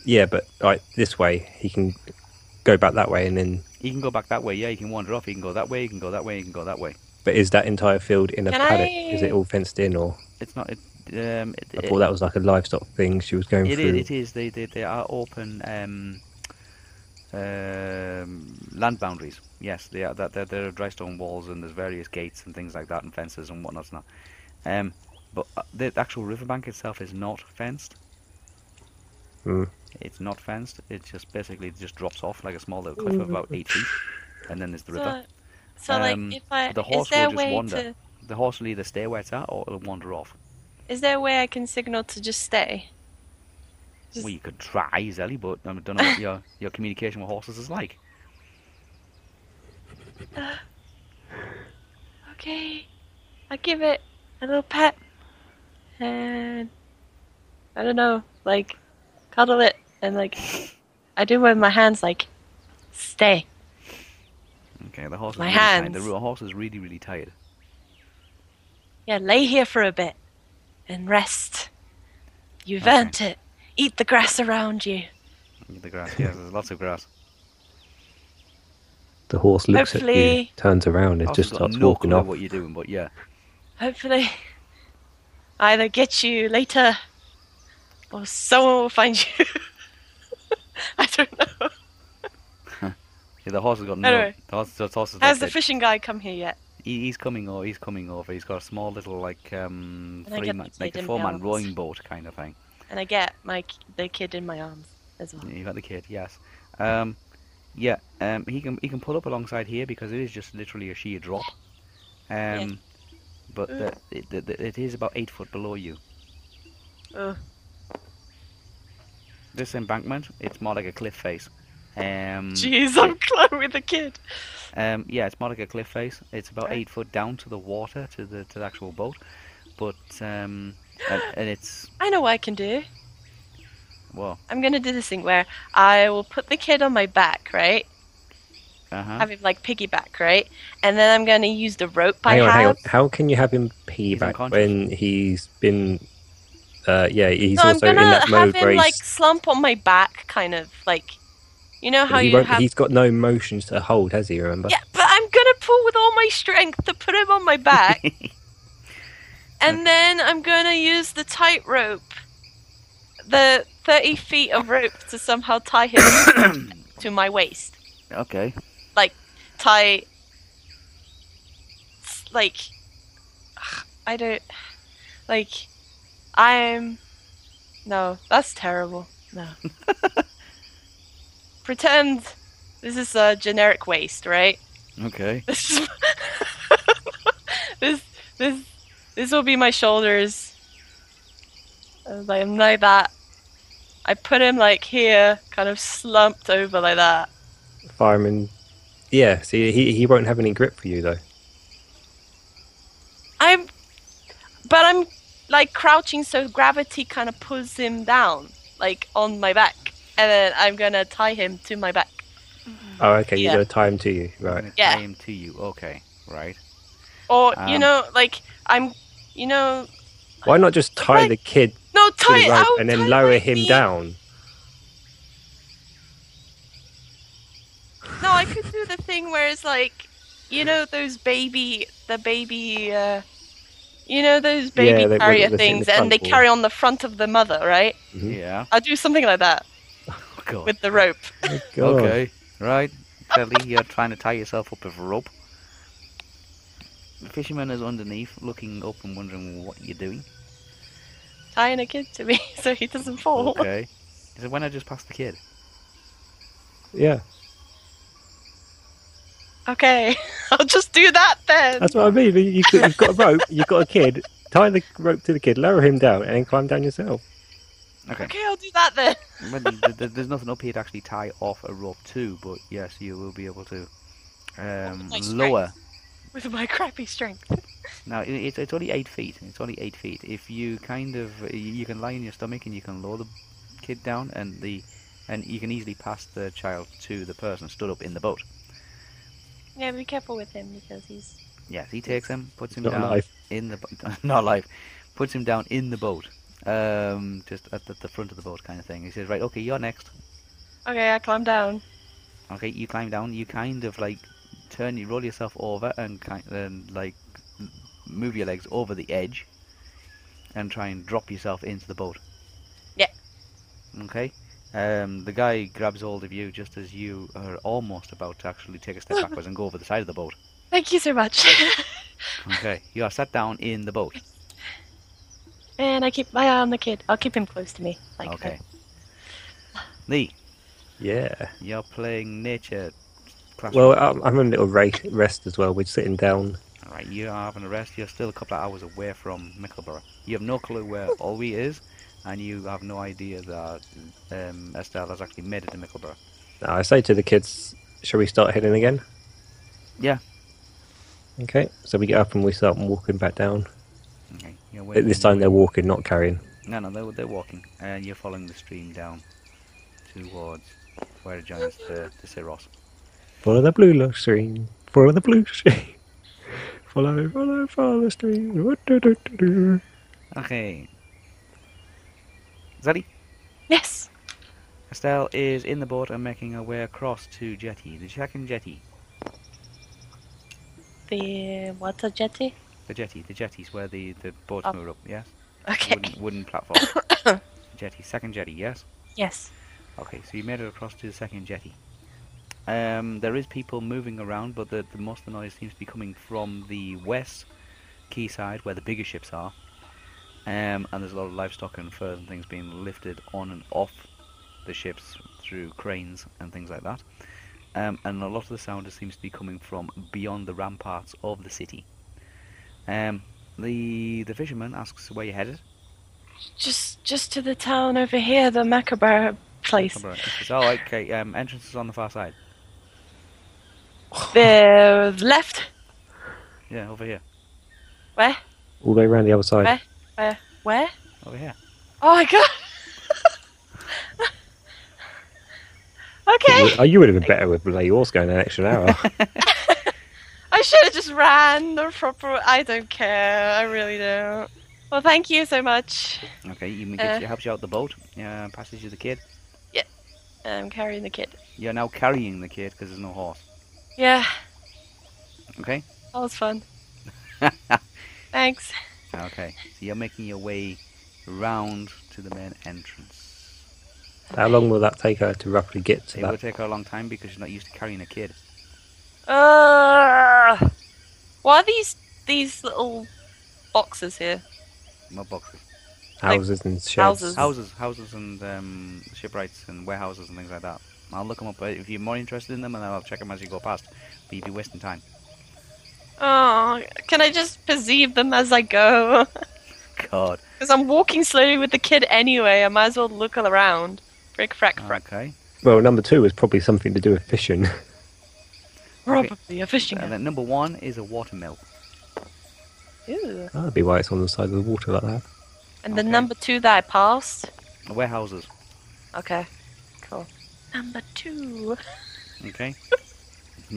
Speaker 3: Yeah, but like this way, he can go back that way, and then.
Speaker 1: You can go back that way, yeah. You can wander off. You can go that way. You can go that way. You can go that way.
Speaker 3: But is that entire field in a
Speaker 2: Can
Speaker 3: paddock?
Speaker 2: I-
Speaker 3: Is it all fenced in, or
Speaker 1: It's not. It, um, it,
Speaker 3: I
Speaker 1: it-
Speaker 3: thought that was like a livestock thing she was going
Speaker 1: It
Speaker 3: through?
Speaker 1: is. It is. They they, they are open um, um, land boundaries. Yes, they are. That there there are dry stone walls and there's various gates and things like that and fences and whatnot. and that. Um, but uh, the actual riverbank itself is not fenced.
Speaker 3: Hmm.
Speaker 1: It's not fenced. It just basically just drops off like a small little cliff of about eight feet, and then there's the river.
Speaker 2: So, so
Speaker 1: Um,
Speaker 2: like, if I
Speaker 1: the
Speaker 2: is
Speaker 1: horse
Speaker 2: there
Speaker 1: will just
Speaker 2: a way
Speaker 1: wander.
Speaker 2: to
Speaker 1: The horse will either stay where it's at or it'll wander off.
Speaker 2: is there a way I can signal to just stay? Just-
Speaker 1: Well, you could try, Zelly, but I don't know what your your communication with horses is like.
Speaker 2: Okay, I give it a little pat, and I don't know, like cuddle it, and like I do with my hands, like stay.
Speaker 1: Okay, the horse is
Speaker 2: My
Speaker 1: really tired. The
Speaker 2: hands.
Speaker 1: ro- horse is really, really tired.
Speaker 2: Yeah, lay here for a bit and rest. You've
Speaker 1: Okay.
Speaker 2: earned it. Eat the grass around you.
Speaker 1: The grass, yes, there's lots of grass.
Speaker 3: The horse looks at you,
Speaker 2: Hopefully-
Speaker 3: turns around, and
Speaker 1: Horse
Speaker 3: just
Speaker 1: has got
Speaker 3: starts
Speaker 1: no
Speaker 3: walking
Speaker 1: clue
Speaker 3: off.
Speaker 1: what you're doing, but yeah.
Speaker 2: Hopefully, [LAUGHS] either get you later or someone will find you. [LAUGHS] I don't know.
Speaker 1: Yeah, the horse has got no.
Speaker 2: Anyway.
Speaker 1: The horse, the horse has
Speaker 2: Has
Speaker 1: got
Speaker 2: the fishing guy come here yet?
Speaker 1: he, he's coming over. He's coming over. He's got a small little like um
Speaker 2: And I
Speaker 1: three
Speaker 2: get
Speaker 1: man,
Speaker 2: to
Speaker 1: like a
Speaker 2: take him
Speaker 1: four man
Speaker 2: out.
Speaker 1: rowing boat kind of thing.
Speaker 2: And I get my k- the kid in my arms as
Speaker 3: Mm.
Speaker 2: well.
Speaker 1: You got the kid, yes. Um, yeah. Um, he can he can pull up alongside here because it is just literally a sheer drop. Um, but the, it, the, the- it is about eight foot below you.
Speaker 2: Ugh.
Speaker 1: This embankment, it's more like a cliff face. Um,
Speaker 3: Mm.
Speaker 2: Jeez, I'm [LAUGHS] close with the kid.
Speaker 1: Um, yeah, it's more like a cliff face. It's about
Speaker 2: Okay.
Speaker 1: eight foot down to the water, to the to the actual boat. But um,
Speaker 2: [GASPS]
Speaker 1: and, and it's
Speaker 2: I know what I can do.
Speaker 1: well,
Speaker 2: I'm gonna do this thing where I will put the kid on my back, right?
Speaker 1: Uh huh. [LAUGHS]
Speaker 2: have him like piggyback, right? And then I'm going to use the rope I
Speaker 3: hang on,
Speaker 2: have.
Speaker 3: hang on. How can you have him pee
Speaker 1: He's
Speaker 3: back
Speaker 1: unconscious.
Speaker 3: when he's been? Uh, yeah, he's
Speaker 2: no, I'm
Speaker 3: also in
Speaker 2: gonna
Speaker 3: that
Speaker 2: have
Speaker 3: mode
Speaker 2: him
Speaker 3: where he's,
Speaker 2: like slump on my back, kind of like, you know how
Speaker 3: he
Speaker 2: you
Speaker 3: won't,
Speaker 2: have.
Speaker 3: he's got no motions to hold, has he? Remember?
Speaker 2: Yeah, but I'm gonna pull with all my strength to put him on
Speaker 1: [LAUGHS]
Speaker 2: my back, and then I'm gonna use the tightrope, the thirty feet of rope, to somehow tie him to my waist.
Speaker 1: okay.
Speaker 2: tie like [SIGHS] I don't like I'm no, that's terrible. No. Pretend this is a generic waste, right?
Speaker 1: Okay.
Speaker 2: This is this [LAUGHS] this this will be my shoulders. I was like, I'm like that. I put him like here, kind of slumped over like that.
Speaker 3: Fireman. Yeah. See, he he won't have any grip for you though.
Speaker 2: I'm, but I'm like crouching, so gravity kind of pulls him down, like on my back, and then I'm gonna tie him to my back.
Speaker 3: Oh, okay.
Speaker 2: Mm. Yeah.
Speaker 3: You're gonna tie him to you, right?
Speaker 2: Yeah.
Speaker 1: Aim to you. Okay. Right.
Speaker 2: Or you
Speaker 3: Ah.
Speaker 1: Um.
Speaker 2: know, like I'm, you know,
Speaker 3: Why not just tie
Speaker 2: Like-
Speaker 3: the kid
Speaker 2: no
Speaker 3: to
Speaker 2: tie
Speaker 3: the rope
Speaker 2: I'll
Speaker 3: and
Speaker 2: tie
Speaker 3: then lower
Speaker 2: my
Speaker 3: him
Speaker 2: knee.
Speaker 3: down?
Speaker 2: No, I could do the thing where it's like, you know, those baby, the baby, uh, you know, those baby
Speaker 3: they- when
Speaker 2: carrier
Speaker 3: they sit in the
Speaker 2: things,
Speaker 3: front
Speaker 2: and they
Speaker 3: or-
Speaker 2: carry on the front of the mother, right?
Speaker 1: Yeah.
Speaker 2: I'll do something like that
Speaker 1: Oh, God.
Speaker 2: with the rope.
Speaker 1: [LAUGHS]
Speaker 3: God.
Speaker 1: Okay. Right. Clearly, you're trying to tie yourself up with rope. The fisherman is underneath, looking up and wondering what you're doing.
Speaker 2: Tying a kid to me [LAUGHS] so he doesn't fall.
Speaker 1: Okay. He said, "When I just passed the kid."
Speaker 3: Yeah.
Speaker 2: Okay, [LAUGHS] I'll just do that then.
Speaker 3: That's what I mean. You, could- you've got a rope. You've got a kid. Tie the rope to the kid. Lower him down and then climb down yourself.
Speaker 1: Okay.
Speaker 2: Okay, I'll do that then. [LAUGHS]
Speaker 1: Well, th- th- th- there's nothing up here to actually tie off a rope to, but yes, you will be able to um,
Speaker 2: my strength.
Speaker 1: lower.
Speaker 2: With my crappy strength.
Speaker 1: Now i- it's it's only eight feet. It's only eight feet. If you kind of y- you can lie on your stomach and you can lower the kid down, and the and you can easily pass the child to the person stood up in the boat.
Speaker 2: Yeah, be careful with him because he's.
Speaker 1: Yes, he takes him, puts him
Speaker 3: Not
Speaker 1: down
Speaker 3: alive.
Speaker 1: in the bo- [LAUGHS] not alive, puts him down in the boat, um, just at the, the front of the boat kind of thing. He says, "Right, okay, you're next."
Speaker 2: Okay, I climb down.
Speaker 1: Okay, you climb down. You kind of like turn, you roll yourself over, and kind and like m- move your legs over the edge, and try and drop yourself into the boat.
Speaker 2: Yeah.
Speaker 1: Okay. Um, the guy grabs hold of you just as you are almost about to actually take a step backwards and go over the side of the boat.
Speaker 2: Thank you so much. [LAUGHS]
Speaker 1: Okay. You are sat down in the boat.
Speaker 2: and I keep my eye on the kid. I'll keep him close to me. Like
Speaker 1: Okay. Lee,
Speaker 3: Yeah.
Speaker 1: you're playing nature. Class
Speaker 3: Well, I'm, I'm having a little ra- rest as well. We're sitting down.
Speaker 1: All right, you are having a rest. You're still a couple of hours away from Mickleborough. You have no clue where Olwe is, and you have no idea that um, Estelle has actually made it to Mickleborough.
Speaker 3: I say to the kids, "Shall we start heading again?"
Speaker 1: Yeah.
Speaker 3: Okay. So we get up and we start walking back down.
Speaker 1: Okay. You're
Speaker 3: At this time, they're walking, not carrying.
Speaker 1: No, no, they're, they're walking, and you're following the stream down towards where it joins the, the Syros.
Speaker 3: Follow the blue lo- stream. Follow the blue stream. [LAUGHS] follow, follow, follow the stream. Wa-do-do-do-do.
Speaker 1: Okay. Zaddy,
Speaker 2: Yes.
Speaker 1: Estelle is in the boat and making her way across to Jetty, the second jetty.
Speaker 2: The water jetty.
Speaker 1: The jetty, the jetty's where the, the boats
Speaker 2: Up.
Speaker 1: move up, yes?
Speaker 2: Okay.
Speaker 1: Wooden, wooden platform. jetty, second jetty, yes?
Speaker 2: Yes.
Speaker 1: Okay, so you made it across to the second jetty. Um, there is people moving around, but the, the most of the noise seems to be coming from the west quayside, where the bigger ships are. Um, and there's a lot of livestock and furs and things being lifted on and off the ships through cranes and things like that. Um, and a lot of the sound seems to be coming from beyond the ramparts of the city. Um, the the fisherman asks where you're headed.
Speaker 2: Just, just to the town over here, the Macabre place.
Speaker 1: Cumberland. He says, Oh, okay. Um, entrance is on the far side.
Speaker 2: [LAUGHS] The left.
Speaker 1: Yeah, over here.
Speaker 2: Where?
Speaker 3: All the way around the other side.
Speaker 2: Where? Where? Where? [LAUGHS]
Speaker 1: Over here.
Speaker 2: Oh my god.
Speaker 5: Okay.
Speaker 3: Oh, you would have been better with Leor's going an extra hour.
Speaker 2: I should have just ran the proper. I don't care. I really don't. Well, thank you so much.
Speaker 1: Okay, you can get,
Speaker 2: Uh.
Speaker 1: helps you out the boat. Uh, passes you the kid.
Speaker 2: I'm carrying the kid.
Speaker 1: You're now carrying the kid because there's no horse.
Speaker 2: Yeah,
Speaker 1: Okay.
Speaker 2: that was fun. Thanks.
Speaker 1: Okay. So you're making your way round to the main entrance.
Speaker 3: How long will that take her to roughly get to
Speaker 1: It will
Speaker 3: that?
Speaker 1: take her a long time because she's not used to carrying a kid.
Speaker 2: Uh, what are these these little boxes here?
Speaker 1: No boxes,
Speaker 2: Mm-hmm.
Speaker 3: Houses and sheds.
Speaker 2: houses.
Speaker 1: houses, houses, and um, shipwrights and warehouses and things like that. I'll look them up uh, if you're more interested in them, and I'll check them as you go past. But you'd be wasting time.
Speaker 2: Oh, can I just perceive them as I go? [LAUGHS]
Speaker 1: God.
Speaker 2: Because I'm walking slowly with the kid anyway. I might as well look all around. Frick, frack, frack.
Speaker 1: Uh, Okay.
Speaker 3: Well, number two is probably something to do with fishing.
Speaker 2: Probably a fishing
Speaker 1: And
Speaker 2: net.
Speaker 1: then number one is a watermill.
Speaker 2: Ooh.
Speaker 3: That'd be why it's on the side of the water like that.
Speaker 2: And the
Speaker 1: Okay.
Speaker 2: number two that I passed.
Speaker 1: Warehouses.
Speaker 2: Okay, cool. Number two.
Speaker 1: Okay. [LAUGHS]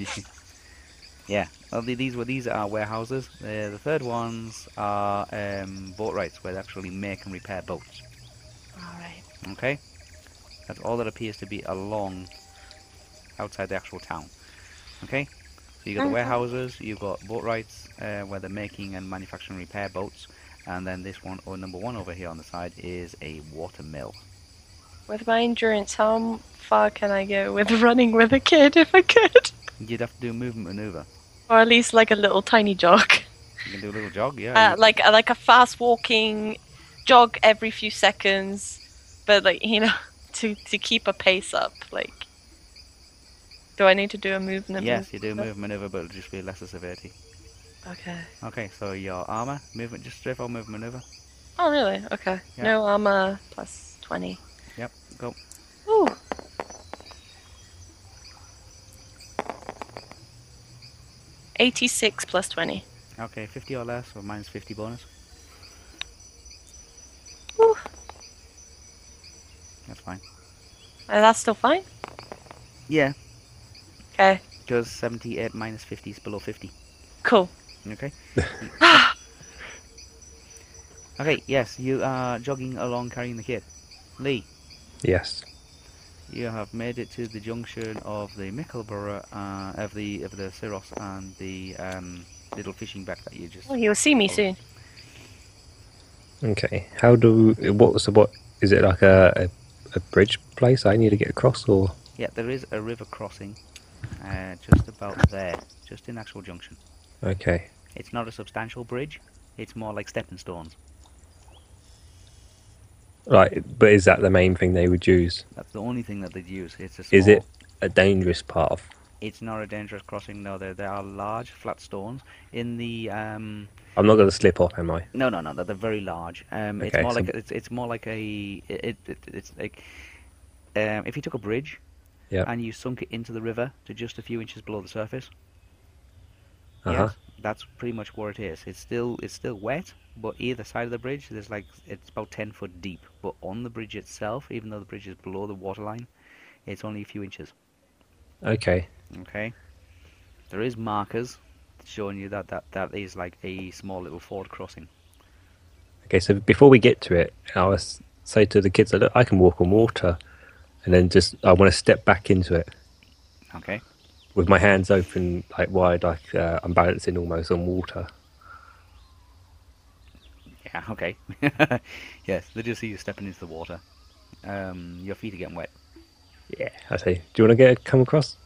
Speaker 1: yeah. Well, the- these were these are warehouses. Uh, the third ones are um, boat rights, where they actually make and repair boats.
Speaker 2: All right.
Speaker 1: Okay. That's all that appears to be along outside the actual town. Okay. So you got the
Speaker 2: Mhm.
Speaker 1: warehouses, you've got boat rights, uh, where they're making and manufacturing repair boats, and then this one or number one over here on the side is a water mill.
Speaker 2: With my endurance, how m- far can I go with [LAUGHS] running with a kid if I could?
Speaker 1: You'd have to do a movement maneuver.
Speaker 2: Or at least like a little tiny jog.
Speaker 1: You can do a little jog, yeah.
Speaker 2: Uh,
Speaker 1: you-
Speaker 2: like like a fast walking jog every few seconds, but like you know [LAUGHS] to to keep a pace up. Like, do I need to do a movement?
Speaker 1: yes, you do a move maneuver, but it'll just be lesser severity.
Speaker 2: Okay.
Speaker 1: Okay, so your armor, movement, just straight forward movement maneuver.
Speaker 2: Oh really? Okay.
Speaker 1: Yeah.
Speaker 2: No armor plus twenty.
Speaker 1: Yep, go.
Speaker 2: Ooh. Eighty-six plus twenty.
Speaker 1: Okay, 50 or less, or minus 50 bonus.
Speaker 2: Ooh.
Speaker 1: That's fine.
Speaker 2: Uh, that's still fine.
Speaker 1: Yeah,
Speaker 2: Okay.
Speaker 1: because 78 minus 50 is below 50.
Speaker 2: Cool.
Speaker 1: Okay? okay, yes, you are jogging along carrying the kid. Lee,
Speaker 3: Yes.
Speaker 1: you have made it to the junction of the Mickleborough, uh, of the of the Syros and the um, little fishing back that you just.
Speaker 2: Well, you'll see me soon.
Speaker 3: Okay. How do? What was the what? Is it like a, a a bridge place I need to get across, or
Speaker 1: Yeah, there is a river crossing uh, just about there, just in actual junction.
Speaker 3: okay?
Speaker 1: It's not a substantial bridge, it's more like stepping stones.
Speaker 3: Right, but is that the main thing they would use?
Speaker 1: That's the only thing that they'd use. It's a
Speaker 3: Is it
Speaker 1: small-
Speaker 3: a dangerous path?
Speaker 1: It's not a dangerous crossing, no. There, there are large flat stones in the um.
Speaker 3: I'm not going to slip off, am I?
Speaker 1: No, no, no. They're they're very large. Um, it's
Speaker 3: Okay,
Speaker 1: more
Speaker 3: so-
Speaker 1: like a- it's it's more like a it, it it's like um if you took a bridge
Speaker 3: Yeah.
Speaker 1: and you sunk it into the river to just a few inches below the surface.
Speaker 3: Uh-huh.
Speaker 1: Yes, that's pretty much what it is. It's still it's still wet, but either side of the bridge there's like it's about ten foot deep. But on the bridge itself, even though the bridge is below the waterline, it's only a few inches.
Speaker 3: Okay.
Speaker 1: Okay. There is markers showing you that that, that is like a small little ford crossing.
Speaker 3: Okay. So before we get to it, I will say to the kids, "Look, I can walk on water," and then just I want to step back into it
Speaker 1: Okay.
Speaker 3: with my hands open, like wide, like uh, I'm balancing almost on water.
Speaker 1: Yeah. [LAUGHS] Okay. yes. They just see you stepping into the water. Um, your feet are getting wet.
Speaker 3: Yeah. I say, "Do you want to get come across?"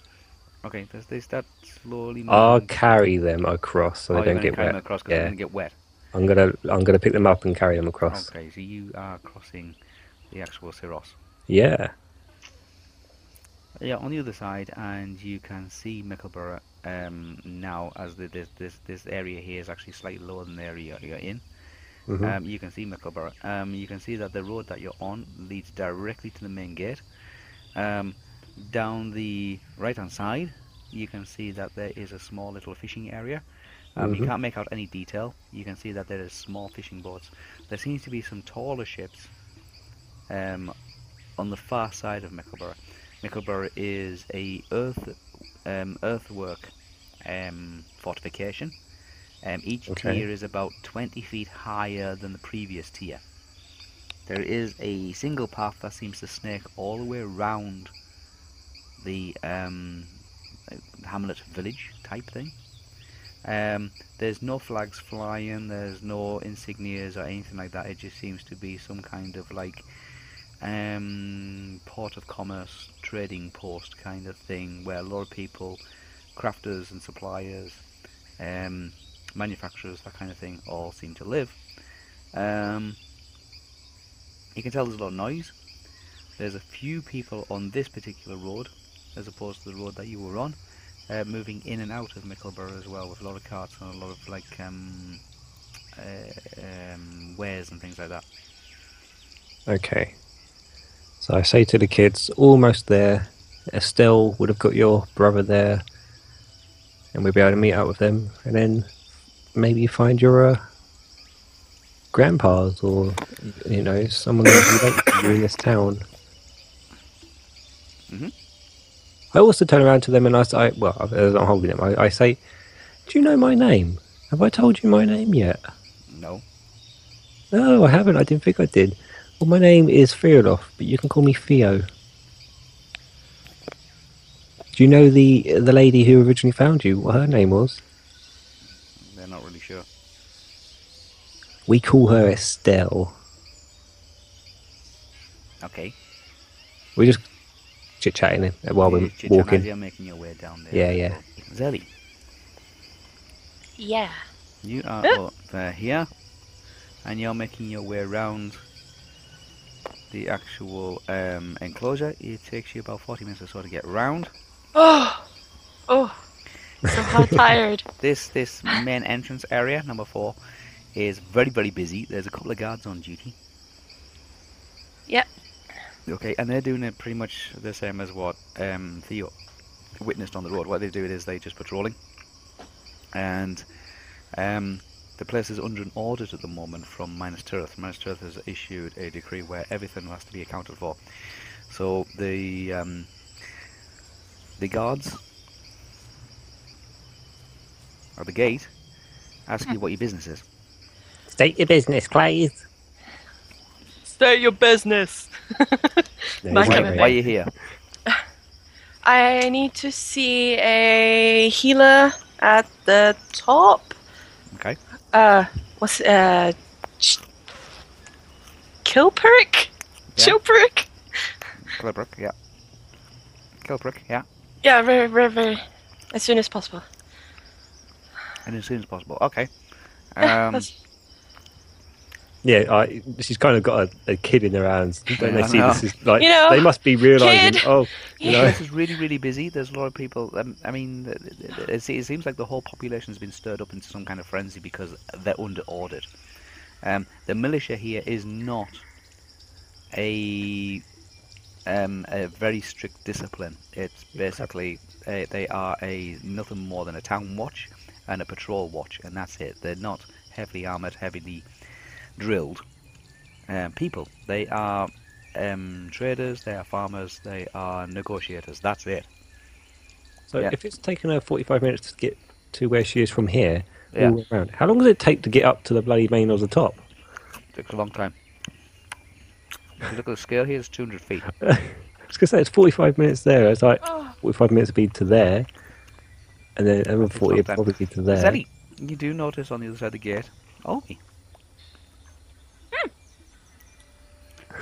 Speaker 1: Okay. They, they start slowly.
Speaker 3: I'll
Speaker 1: moving.
Speaker 3: carry them across so
Speaker 1: Mm. Oh,
Speaker 3: they
Speaker 1: you're
Speaker 3: don't
Speaker 1: gonna
Speaker 3: get
Speaker 1: carry
Speaker 3: wet.
Speaker 1: them across 'cause they're
Speaker 3: yeah.
Speaker 1: gonna get wet.
Speaker 3: I'm gonna I'm gonna pick them up and carry them across.
Speaker 1: Okay, so you are crossing the actual Syros.
Speaker 3: Yeah.
Speaker 1: Yeah, on the other side, and you can see Mickleborough um, now, as the, this this this area here is actually slightly lower than the area you're in.
Speaker 3: hmm
Speaker 1: Um, you can see Mickleborough. Um, you can see that the road that you're on leads directly to the main gate. Um, down the right-hand side, you can see that there is a small little fishing area. Um, You
Speaker 3: Mhm.
Speaker 1: can't make out any detail. You can see that there is small fishing boats. There seems to be some taller ships um, on the far side of Mickleborough. Mickleborough is a earth um, earthwork um, fortification. Um, each
Speaker 3: Okay.
Speaker 1: tier is about 20 feet higher than the previous tier. There is a single path that seems to snake all the way around the um, hamlet village type thing. Um, there's no flags flying, there's no insignias or anything like that. It just seems to be some kind of like um, port of commerce, trading post kind of thing, where a lot of people, crafters and suppliers, um, manufacturers, that kind of thing, all seem to live. Um, you can tell there's a lot of noise. There's a few people on this particular road, as opposed to the road that you were on, uh, moving in and out of Mickleborough as well, with a lot of carts and a lot of like um, uh, um, wares and things like that.
Speaker 3: Okay. So I say to the kids, almost there. Estelle would have got your brother there, and we'd be able to meet up with them, and then maybe find your uh, grandpas or you know someone that relates to you in this town.
Speaker 1: Mhm.
Speaker 3: I also turn around to them and I say, well, as I'm holding them, I, I say, "Do you know my name? Have I told you my name yet?"
Speaker 1: No.
Speaker 3: No, I haven't. I didn't think I did. Well, my name is Fearloff, but you can call me Theo. Do you know the the lady who originally found you? What her name was?
Speaker 1: They're not really sure.
Speaker 3: We call her Estelle.
Speaker 1: Okay.
Speaker 3: We're just chit chatting while
Speaker 1: You
Speaker 3: we're
Speaker 1: just- you're
Speaker 3: walking.
Speaker 1: You're making your way down there.
Speaker 3: Yeah, yeah.
Speaker 1: Zelly,
Speaker 2: Yeah.
Speaker 1: you are
Speaker 2: Huh?
Speaker 1: up there here, and you're making your way around the actual um, enclosure. It takes you about 40 minutes or so to get round.
Speaker 2: Oh, oh, so
Speaker 1: [LAUGHS]
Speaker 2: hard tired.
Speaker 1: This this main entrance area, number four, is very very busy. There's a couple of guards on duty.
Speaker 2: Yep.
Speaker 1: Okay, and they're doing it pretty much the same as what um, Theo witnessed on the road. What they do is they just patrolling, and um, the place is under an audit at the moment from Minas Tirith. Minas Tirith has issued a decree where everything has to be accounted for. So the um, the guards at the gate ask you what your business is.
Speaker 3: State your business, please.
Speaker 2: Stay your business. Back
Speaker 1: Why,
Speaker 2: in a
Speaker 1: why are you here?
Speaker 2: I need to see a healer at the top.
Speaker 1: Okay.
Speaker 2: Uh, what's uh, Ch- Kilperic?
Speaker 1: Yeah.
Speaker 2: Chilperic?
Speaker 1: Kilbrick, yeah. Kilbrick, yeah.
Speaker 2: Yeah, very, very, very, as soon as possible.
Speaker 1: And as soon as possible. Okay.
Speaker 2: Yeah,
Speaker 1: Um,
Speaker 2: that's-
Speaker 3: Yeah, I, she's kind of got a, a kid in her hands. Don't they
Speaker 1: Yeah, I
Speaker 3: see
Speaker 1: know.
Speaker 3: this is like
Speaker 2: You know,
Speaker 3: they must be realizing?
Speaker 2: kid.
Speaker 3: Oh,
Speaker 1: the
Speaker 3: you know,
Speaker 1: place is really, really busy. There's a lot of people. Um, I mean, th- th- th- it se- it seems like the whole population's been stirred up into some kind of frenzy because they're under audit. Um, the militia here is not a um, a very strict discipline. It's basically uh, they are a nothing more than a town watch and a patrol watch, and that's it. They're not heavily armored, heavily drilled um, people. They are um, traders, they are farmers, they are negotiators. That's it.
Speaker 3: So
Speaker 1: Yeah.
Speaker 3: if it's taken her 45 minutes to get to where she is from here,
Speaker 1: Yeah.
Speaker 3: all the way around, how long does it take to get up to the bloody main or the top? [LAUGHS]
Speaker 1: Took a long time. If you look at the scale here, it's 200 feet.
Speaker 3: I was going to say, it's 45 minutes there. It's like
Speaker 2: oh,
Speaker 3: 45 minutes would be to there, and then another
Speaker 1: It's
Speaker 3: 40
Speaker 1: not
Speaker 3: would
Speaker 1: that-
Speaker 3: probably be to there. [LAUGHS]
Speaker 1: Zelly, you do notice on the other side of the gate, Olwe.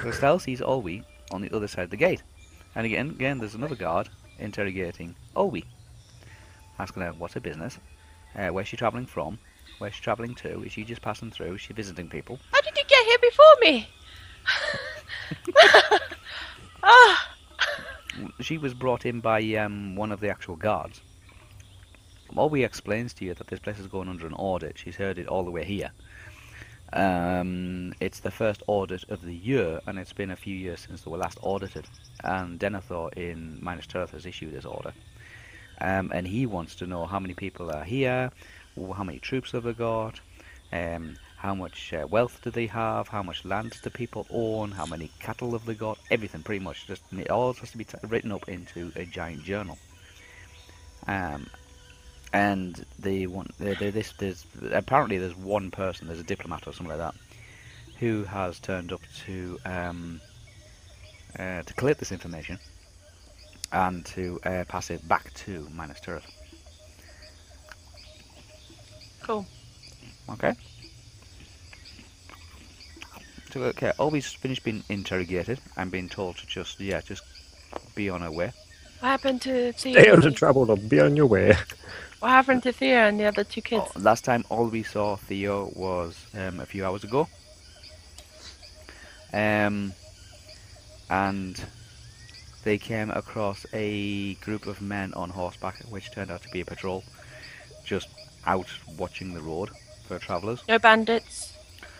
Speaker 1: So Estelle sees Olwe on the other side of the gate. And again, again, there's another guard interrogating Olwe, asking her what's her business, uh, where's she travelling from, where's she travelling to, is she just passing through, is she visiting people?
Speaker 2: how did you get here before me? [LAUGHS] Ah,
Speaker 1: she was brought in by um, one of the actual guards. Moby explains to you that this place is going under an audit. She's heard it all the way here. Um, it's the first audit of the year, and it's been a few years since they were last audited. And Denethor in Minas Tirith has issued this order. Um, and he wants to know how many people are here, wh- how many troops have they got, um, how much uh, wealth do they have, how much land do people own, how many cattle have they got, everything pretty much. Just and it all has to be t- written up into a giant journal. Um, and they want they they this there's apparently there's one person there's a diplomat or something like that who has turned up to um, uh, to collect this information and to uh, pass it back to Minas Tirith.
Speaker 2: Cool.
Speaker 1: Okay. So okay, Obi's finished being interrogated and being told to just yeah just be on her way.
Speaker 2: What happened to
Speaker 3: Stay
Speaker 2: Thea?
Speaker 3: out
Speaker 1: [LAUGHS]
Speaker 3: of trouble or be on your way.
Speaker 2: What happened to Thea and the other two kids?
Speaker 1: Oh, last time all we saw Theo was um, a few hours ago. Um, and they came across a group of men on horseback, which turned out to be a patrol, just out watching the road for
Speaker 3: Oh.
Speaker 1: travellers.
Speaker 2: No bandits.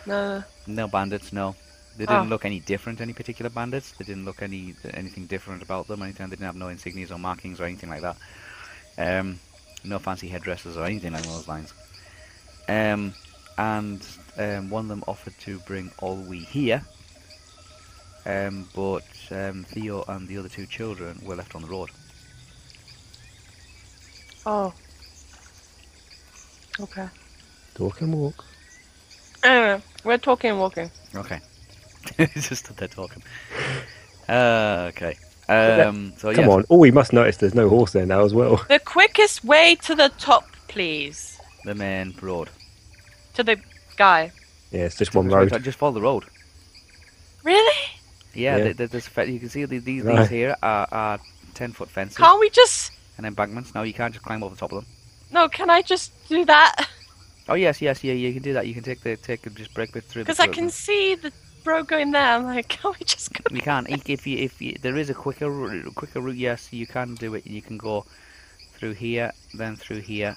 Speaker 2: No.
Speaker 1: No bandits, no. They didn't
Speaker 2: Oh.
Speaker 1: look any different, any particular bandits. They didn't look any anything different about them. Anything. They didn't have no insignias or markings or anything like that. Um, no fancy headdresses or anything along those lines. Um, and um, one of them offered to bring all we here. Um, but um, Theo and the other two children were left on the road.
Speaker 2: Oh. Okay.
Speaker 3: Talk and walk.
Speaker 2: Anyway, we're talking and walking.
Speaker 1: [LAUGHS] Okay. Just stood there talking. Uh, okay. Um, so
Speaker 3: Come
Speaker 1: yes.
Speaker 3: on. Oh, we must notice there's no horse there now as well. [LAUGHS]
Speaker 2: The quickest way to the top, please.
Speaker 1: the main road.
Speaker 2: To the guy.
Speaker 3: Yeah, it's just one road.
Speaker 1: Just follow the road.
Speaker 2: Really?
Speaker 1: Yeah,
Speaker 3: Yeah.
Speaker 1: th th there's fe- you can see the, these
Speaker 3: Right.
Speaker 1: these here are, are ten foot fences
Speaker 2: Can't we just?
Speaker 1: and embankments. No, you can't just climb over the top of them.
Speaker 2: No, can I just do that?
Speaker 1: Oh yes, yes, yeah, you can do that. You can take the take and just break it through. the
Speaker 2: Because I
Speaker 1: through
Speaker 2: can
Speaker 1: them.
Speaker 2: see the road going there. I'm like, [LAUGHS] can we just go?
Speaker 1: You can't if- if you if you, there is a quicker ru- quicker route. Yes, you can do it. You can go through here, then through here,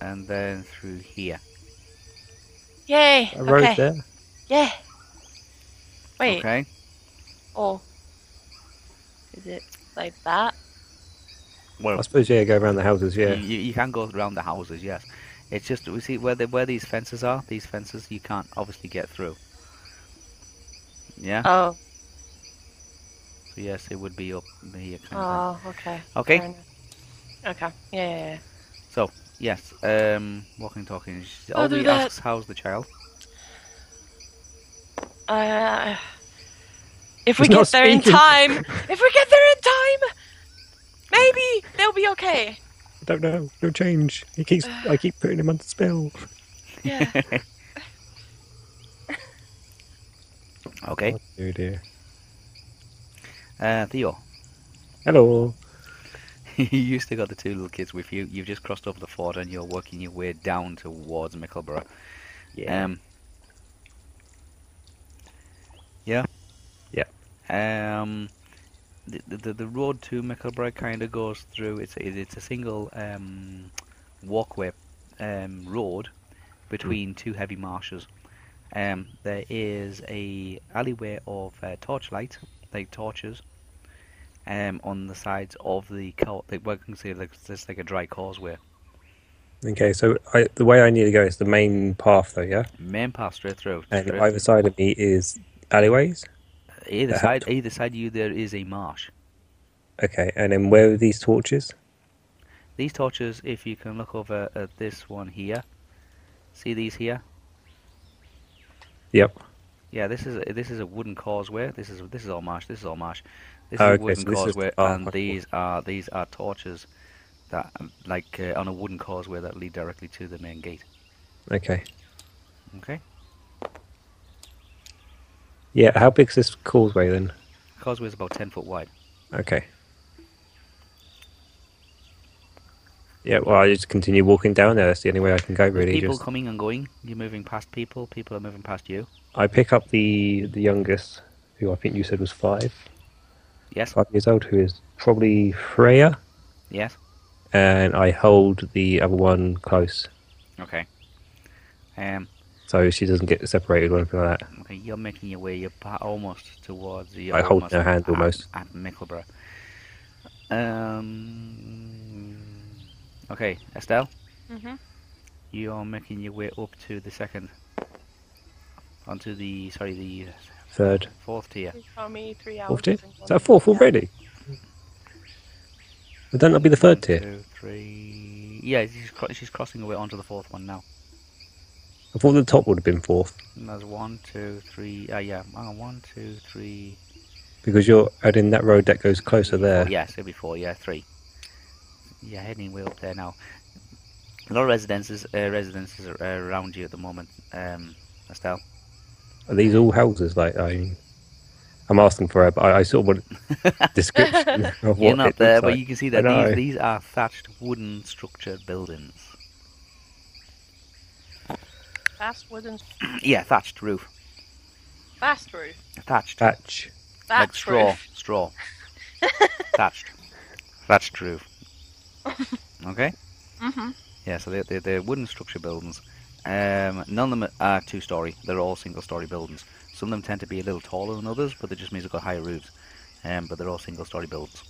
Speaker 1: and then through here.
Speaker 2: Yay!
Speaker 3: A road
Speaker 2: okay.
Speaker 3: there.
Speaker 2: Yeah. Wait.
Speaker 1: Okay.
Speaker 2: Or is it like that?
Speaker 1: Well,
Speaker 3: I suppose, yeah, go around the houses, yeah.
Speaker 1: You, you can go around the houses, yes. It's just we see where the, where these fences are. These fences you can't obviously get through. Yeah. [LAUGHS]
Speaker 2: Oh.
Speaker 1: so yes, it would be up here. Kind of thing.
Speaker 2: Oh. Okay.
Speaker 1: okay.
Speaker 2: fair enough. Okay. Yeah. yeah, yeah.
Speaker 1: Yes. Um. Walking, talking. She-
Speaker 2: I'll
Speaker 1: Ollie
Speaker 2: do that.
Speaker 1: asks, "How's the child?" [LAUGHS]
Speaker 2: Uh, if we
Speaker 3: He's not
Speaker 2: get there in
Speaker 3: speaking. [LAUGHS]
Speaker 2: time, if we get there in time, maybe they'll be okay.
Speaker 3: I don't know. No change. He keeps. I keep putting him under spell.
Speaker 2: Yeah.
Speaker 1: Okay.
Speaker 3: Oh dear.
Speaker 1: Uh, Theo, [LAUGHS]
Speaker 3: Hello.
Speaker 1: you still got the two little kids with you. You've just crossed over the ford and you're working your way down towards Mickleborough. Um. Yeah.
Speaker 3: Yeah.
Speaker 1: Um. The, the, the road to Mickleborough kind of goes through. It's it- it's a single um, walkway um, road between two heavy marshes. Um, there is a alleyway of uh, torchlight, like torches, um, on the sides of the court. Like, well, you can see like there's like a dry causeway.
Speaker 3: Okay, so I, the way I need to go is the main path, though, yeah.
Speaker 1: Main path straight through.
Speaker 3: And
Speaker 1: straight
Speaker 3: either side of me is alleyways.
Speaker 1: Either
Speaker 3: Uh,
Speaker 1: side, either side of you, there is a marsh.
Speaker 3: Okay, and then where are these torches?
Speaker 1: These torches, if you can look over at this one here, see these here?
Speaker 3: Yep.
Speaker 1: Yeah, this is a, this is a wooden causeway. This is this is all marsh. This is all marsh. This is
Speaker 3: Oh, okay,
Speaker 1: a wooden
Speaker 3: so this is the
Speaker 1: causeway,
Speaker 3: path,
Speaker 1: and
Speaker 3: okay.
Speaker 1: these are these are torches that um, like uh, on a wooden causeway that lead directly to the main gate.
Speaker 3: Okay.
Speaker 1: Okay,
Speaker 3: Yeah. How big's this causeway then?
Speaker 1: causeway is about ten foot wide.
Speaker 3: Okay. Yeah. Well, I just continue walking down there. That's the only way I can go. Really,
Speaker 1: people
Speaker 3: just
Speaker 1: coming and going. You're moving past people. People are moving past you.
Speaker 3: I pick up the the youngest, who I think you said was five,
Speaker 1: Yes,
Speaker 3: five years old, who is probably Freya,
Speaker 1: yes.
Speaker 3: and I hold the other one close
Speaker 1: Okay. Um,
Speaker 3: so she doesn't get separated or anything like that.
Speaker 1: Okay, you're making your way. You're pa- almost towards the.
Speaker 3: I hold their hand
Speaker 1: at-
Speaker 3: almost.
Speaker 1: at Mickleborough. Um. Okay, Estelle,
Speaker 2: hmm
Speaker 1: you're making your way up to the second. onto the sorry the uh,
Speaker 3: Third.
Speaker 1: fourth tier.
Speaker 2: Please tell me three hours.
Speaker 3: Fourth tier?
Speaker 2: and
Speaker 3: Is that fourth
Speaker 2: Yeah.
Speaker 3: already? Would that not be the third
Speaker 1: One,
Speaker 3: tier?
Speaker 1: two, three. Yeah, she's, cro- she's crossing away onto the fourth one now.
Speaker 3: I thought the top would have been fourth
Speaker 1: And there's one, two, three. Uh, yeah, hang on, one, two, three.
Speaker 3: because you're adding that road that goes closer
Speaker 1: four.
Speaker 3: there.
Speaker 1: Yeah, so before, yeah, three. Yeah, heading way up there now. A lot of residences, uh, residences are, uh, around you at the moment, um, Estelle.
Speaker 3: Are these all houses? Like I, I'm asking for it, but I, I sort of want
Speaker 1: [LAUGHS]
Speaker 3: a description of what
Speaker 1: You're not
Speaker 3: it
Speaker 1: there,
Speaker 3: looks
Speaker 1: but
Speaker 3: like.
Speaker 1: you can see
Speaker 3: I
Speaker 1: that
Speaker 3: know.
Speaker 1: these, these are thatched wooden structured buildings.
Speaker 2: Fast wooden,
Speaker 1: yeah, thatched roof.
Speaker 2: fast roof,
Speaker 1: Thatched.
Speaker 3: Thatch.
Speaker 1: like
Speaker 2: fast
Speaker 1: straw.
Speaker 2: roof.
Speaker 1: Straw. thatched. Thatched roof. Okay?
Speaker 5: Mm-hmm.
Speaker 1: Yeah, so they're, they're, they're wooden structure buildings. Um, none of them are two story, they're all single story buildings. Some of them tend to be a little taller than others, but that just means they've got higher roofs. Um, but they're all single story buildings.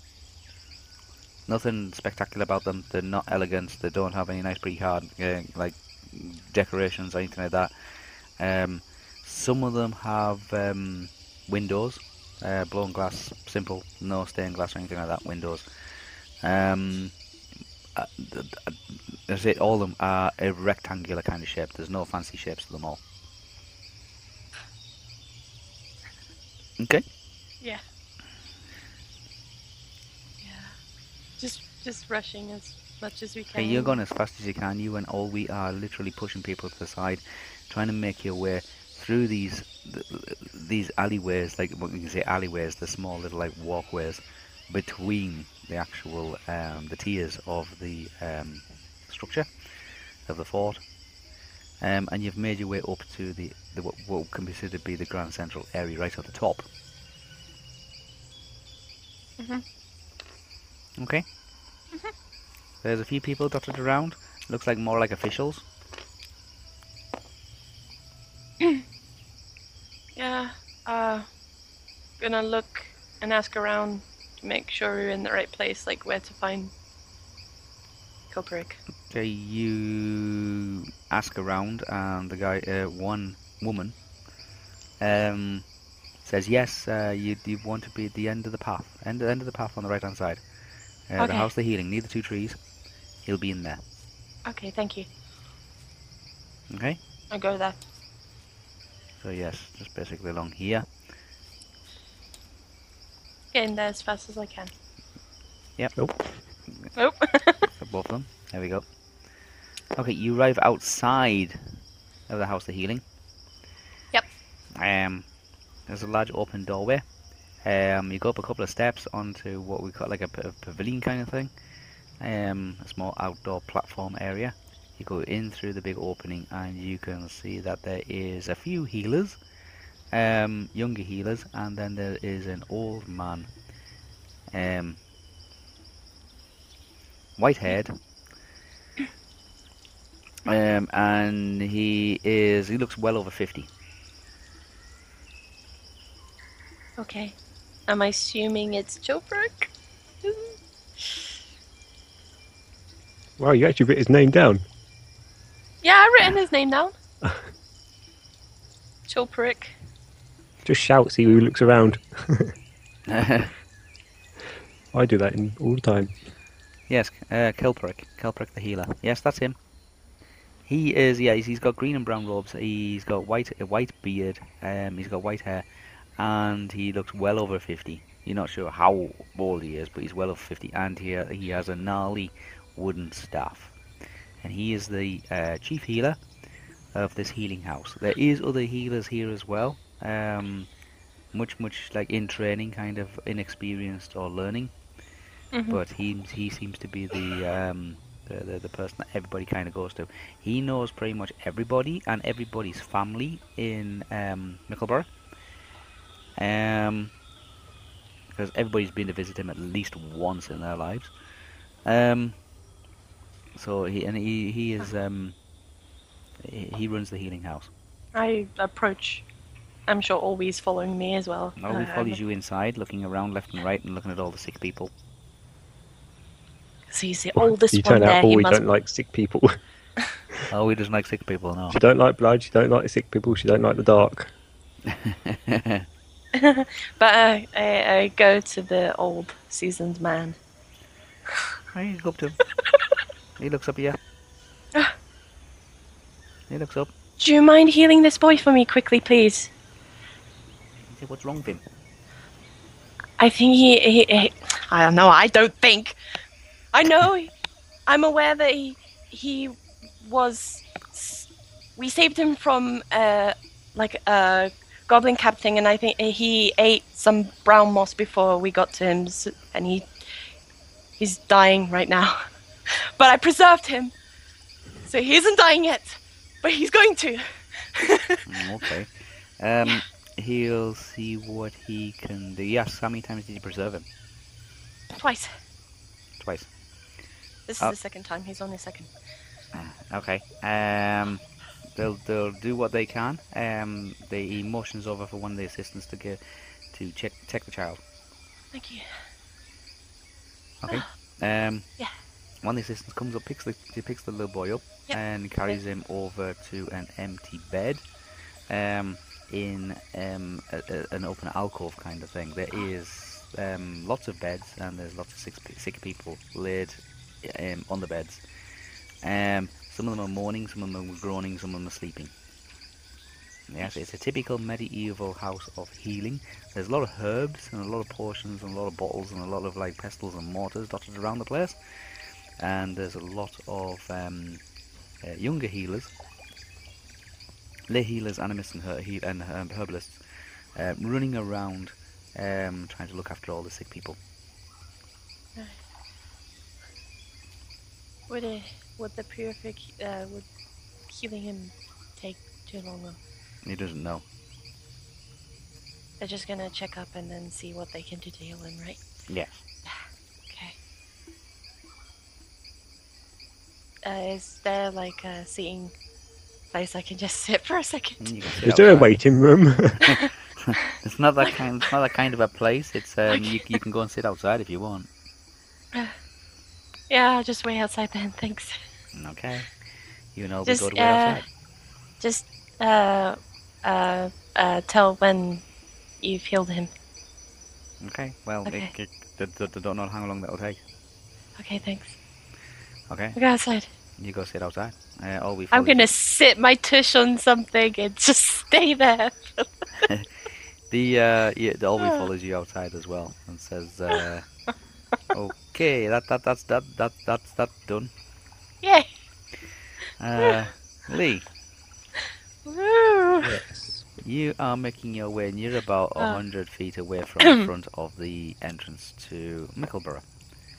Speaker 1: Nothing spectacular about them. They're not elegant. They don't have any nice pre-hard uh, like decorations or anything like that. Um, some of them have um, windows, uh, blown glass, simple, no stained glass or anything like that. Windows. Um, uh, th- th- that's it. All of them are a rectangular kind of shape. There's no fancy shapes to them all. Okay.
Speaker 2: Yeah. Yeah. Just, just rushing as much as we can.
Speaker 1: Hey, you're going as fast as you can. You and all we are literally pushing people to the side, trying to make your way through these th- th- these alleyways, like what you can say alleyways, the small little like walkways between the actual um, the tiers of the um, structure of the fort, um, and you've made your way up to the, the what, what can be considered to be the grand central area, right at the top.
Speaker 5: Mhm.
Speaker 1: Okay. There's a few people dotted around. Looks like more like officials.
Speaker 2: Yeah. Uh, gonna look and ask around to make sure we're in the right place, like where to find Copric.
Speaker 1: Okay, you ask around, and the guy, uh, one woman, um, says yes. Uh, you you want to be at the end of the path, end end of the path on the right hand side. Uh, The
Speaker 2: Okay.
Speaker 1: house, the healing, near the two trees. He'll be in there.
Speaker 2: Okay, thank you.
Speaker 1: Okay.
Speaker 2: I'll go there.
Speaker 1: So yes, just basically along here.
Speaker 2: Get in there as fast as I can.
Speaker 1: Yep.
Speaker 3: Nope.
Speaker 2: Nope.
Speaker 1: for [LAUGHS] both of them. There we go. Okay, you arrive outside of the house of healing.
Speaker 2: Yep.
Speaker 1: Um, there's a large open doorway. Um, you go up a couple of steps onto what we call like a, p- a pavilion kind of thing. Um, a small outdoor platform area. You go in through the big opening and you can see that there is a few healers, um, younger healers, and then there is an old man. Um, white haired. Um, and he is he looks well over fifty. [LAUGHS]
Speaker 2: okay. I'm assuming it's Choprak.
Speaker 3: Wow, you actually wrote his name down.
Speaker 2: yeah, I've written his
Speaker 1: [LAUGHS]
Speaker 2: name down. Choprak.
Speaker 3: Just shout, see who looks around. I do that in, all the time.
Speaker 1: yes, uh Kelprick. Kelprick the healer. Yes, that's him. He is yeah, he's, he's got green and brown robes, he's got white a white beard, um he's got white hair, and he looks well over fifty. You're not sure how old he is, but he's well over fifty and he he has a gnarly wooden staff. And he is the uh, chief healer of this healing house. There is other healers here as well. Um, much, much like in training, kind of inexperienced or learning.
Speaker 2: Mhm.
Speaker 1: But he he seems to be the, um, the, the the person that everybody kind of goes to. He knows pretty much everybody and everybody's family in um, Mickleborough. Um, because everybody's been to visit him at least once in their lives. Um, so he and he he is um, he he runs the healing house.
Speaker 2: I approach. I'm sure Always following me as well.
Speaker 1: Now he
Speaker 2: Um,
Speaker 1: follows you inside, looking around left and right and looking at all the sick people.
Speaker 2: So you see, oh, this
Speaker 3: you
Speaker 2: one
Speaker 3: turn out
Speaker 2: Oh, there,
Speaker 3: all
Speaker 2: he
Speaker 3: we
Speaker 2: must
Speaker 3: don't like sick people. [LAUGHS]
Speaker 1: Oh, he doesn't like sick people, no. [LAUGHS]
Speaker 3: She don't like blood. She don't like sick people. She don't like the dark.
Speaker 2: But uh, I, I go to the old seasoned man.
Speaker 1: I go up to him. He looks up at you. He looks up.
Speaker 2: Do you mind healing this boy for me quickly, please?
Speaker 1: He said, What's wrong with him?
Speaker 2: I think he, he, he- I don't know. I don't think. I know. he- I'm aware that he he was. s- We saved him from uh like a goblin cap thing, and I think he ate some brown moss before we got to him, s- and he he's dying right now. [LAUGHS] But I preserved him, so he isn't dying yet. But he's going to. [LAUGHS]
Speaker 1: Mm, okay. Um, he'll see what he can do. Yes, how many times did you preserve him?
Speaker 2: Twice.
Speaker 1: Twice.
Speaker 2: This is
Speaker 1: Uh,
Speaker 2: the second time. He's on his second.
Speaker 1: Okay. Um, they'll they'll do what they can. Um, the he motions over for one of the assistants to get to check check the child.
Speaker 2: Thank you. [SIGHS]
Speaker 1: Okay. Um,
Speaker 2: Yeah.
Speaker 1: One of the assistants comes up, picks the she picks the little boy up,
Speaker 2: Yep.
Speaker 1: and carries him over to an empty bed, um, in um a, a, an open alcove kind of thing.
Speaker 2: Ah.
Speaker 1: There is um lots of beds, and there's lots of sick, pe- sick people laid um, on the beds. Um, some of them are moaning, some of them are groaning, some of them are sleeping. Yes, it's a typical medieval house of healing. There's a lot of herbs and a lot of potions and a lot of bottles and a lot of like pestles and mortars dotted around the place. And there's a lot of um, uh, younger healers, lay healers, animists, and, her- heal- and um, herbalists um, running around um, trying to look after all the sick people.
Speaker 2: Would it, would the purific uh, would healing him take too long? Though?
Speaker 1: He doesn't know.
Speaker 2: They're just gonna check up and then see what they can do to heal him, right?
Speaker 1: Yes.
Speaker 2: Okay. Uh, is there like a seating place I can just [LAUGHS] sit for a second?
Speaker 1: You can sit
Speaker 3: Is there a
Speaker 1: outside.
Speaker 3: waiting
Speaker 1: [LAUGHS]
Speaker 3: room? [LAUGHS]
Speaker 1: It's not that kind. It's not that kind of a place. It's um, you, you can go and sit outside if you want.
Speaker 2: Yeah, I'll just wait outside then. Thanks.
Speaker 1: Okay. You know, we
Speaker 2: Just,
Speaker 1: go to wait
Speaker 2: uh,
Speaker 1: outside.
Speaker 2: Just uh, uh, uh, tell when you've healed him.
Speaker 1: Okay, well,
Speaker 2: Okay.
Speaker 1: It, it, they, they- they don't know how long that'll take.
Speaker 2: Okay, thanks.
Speaker 1: Okay,
Speaker 2: We go outside.
Speaker 1: you go sit outside. Uh, or we
Speaker 2: I'm
Speaker 1: follow you.
Speaker 2: gonna sit my tush on something and just
Speaker 5: [LAUGHS]
Speaker 2: stay there.
Speaker 1: The, uh, yeah, the Olby
Speaker 2: Ah.
Speaker 1: follows you outside as well and says,
Speaker 2: [LAUGHS]
Speaker 1: uh, okay, that, that, that's, that, that, that's, that done.
Speaker 2: Yay!
Speaker 1: Uh,
Speaker 2: [LAUGHS]
Speaker 1: Lee,
Speaker 2: Woo!
Speaker 3: yes.
Speaker 1: you are making your way and you're about a
Speaker 2: Uh.
Speaker 1: 100 feet away from the
Speaker 2: [CLEARS THROAT]
Speaker 1: front of the entrance to Mickleborough.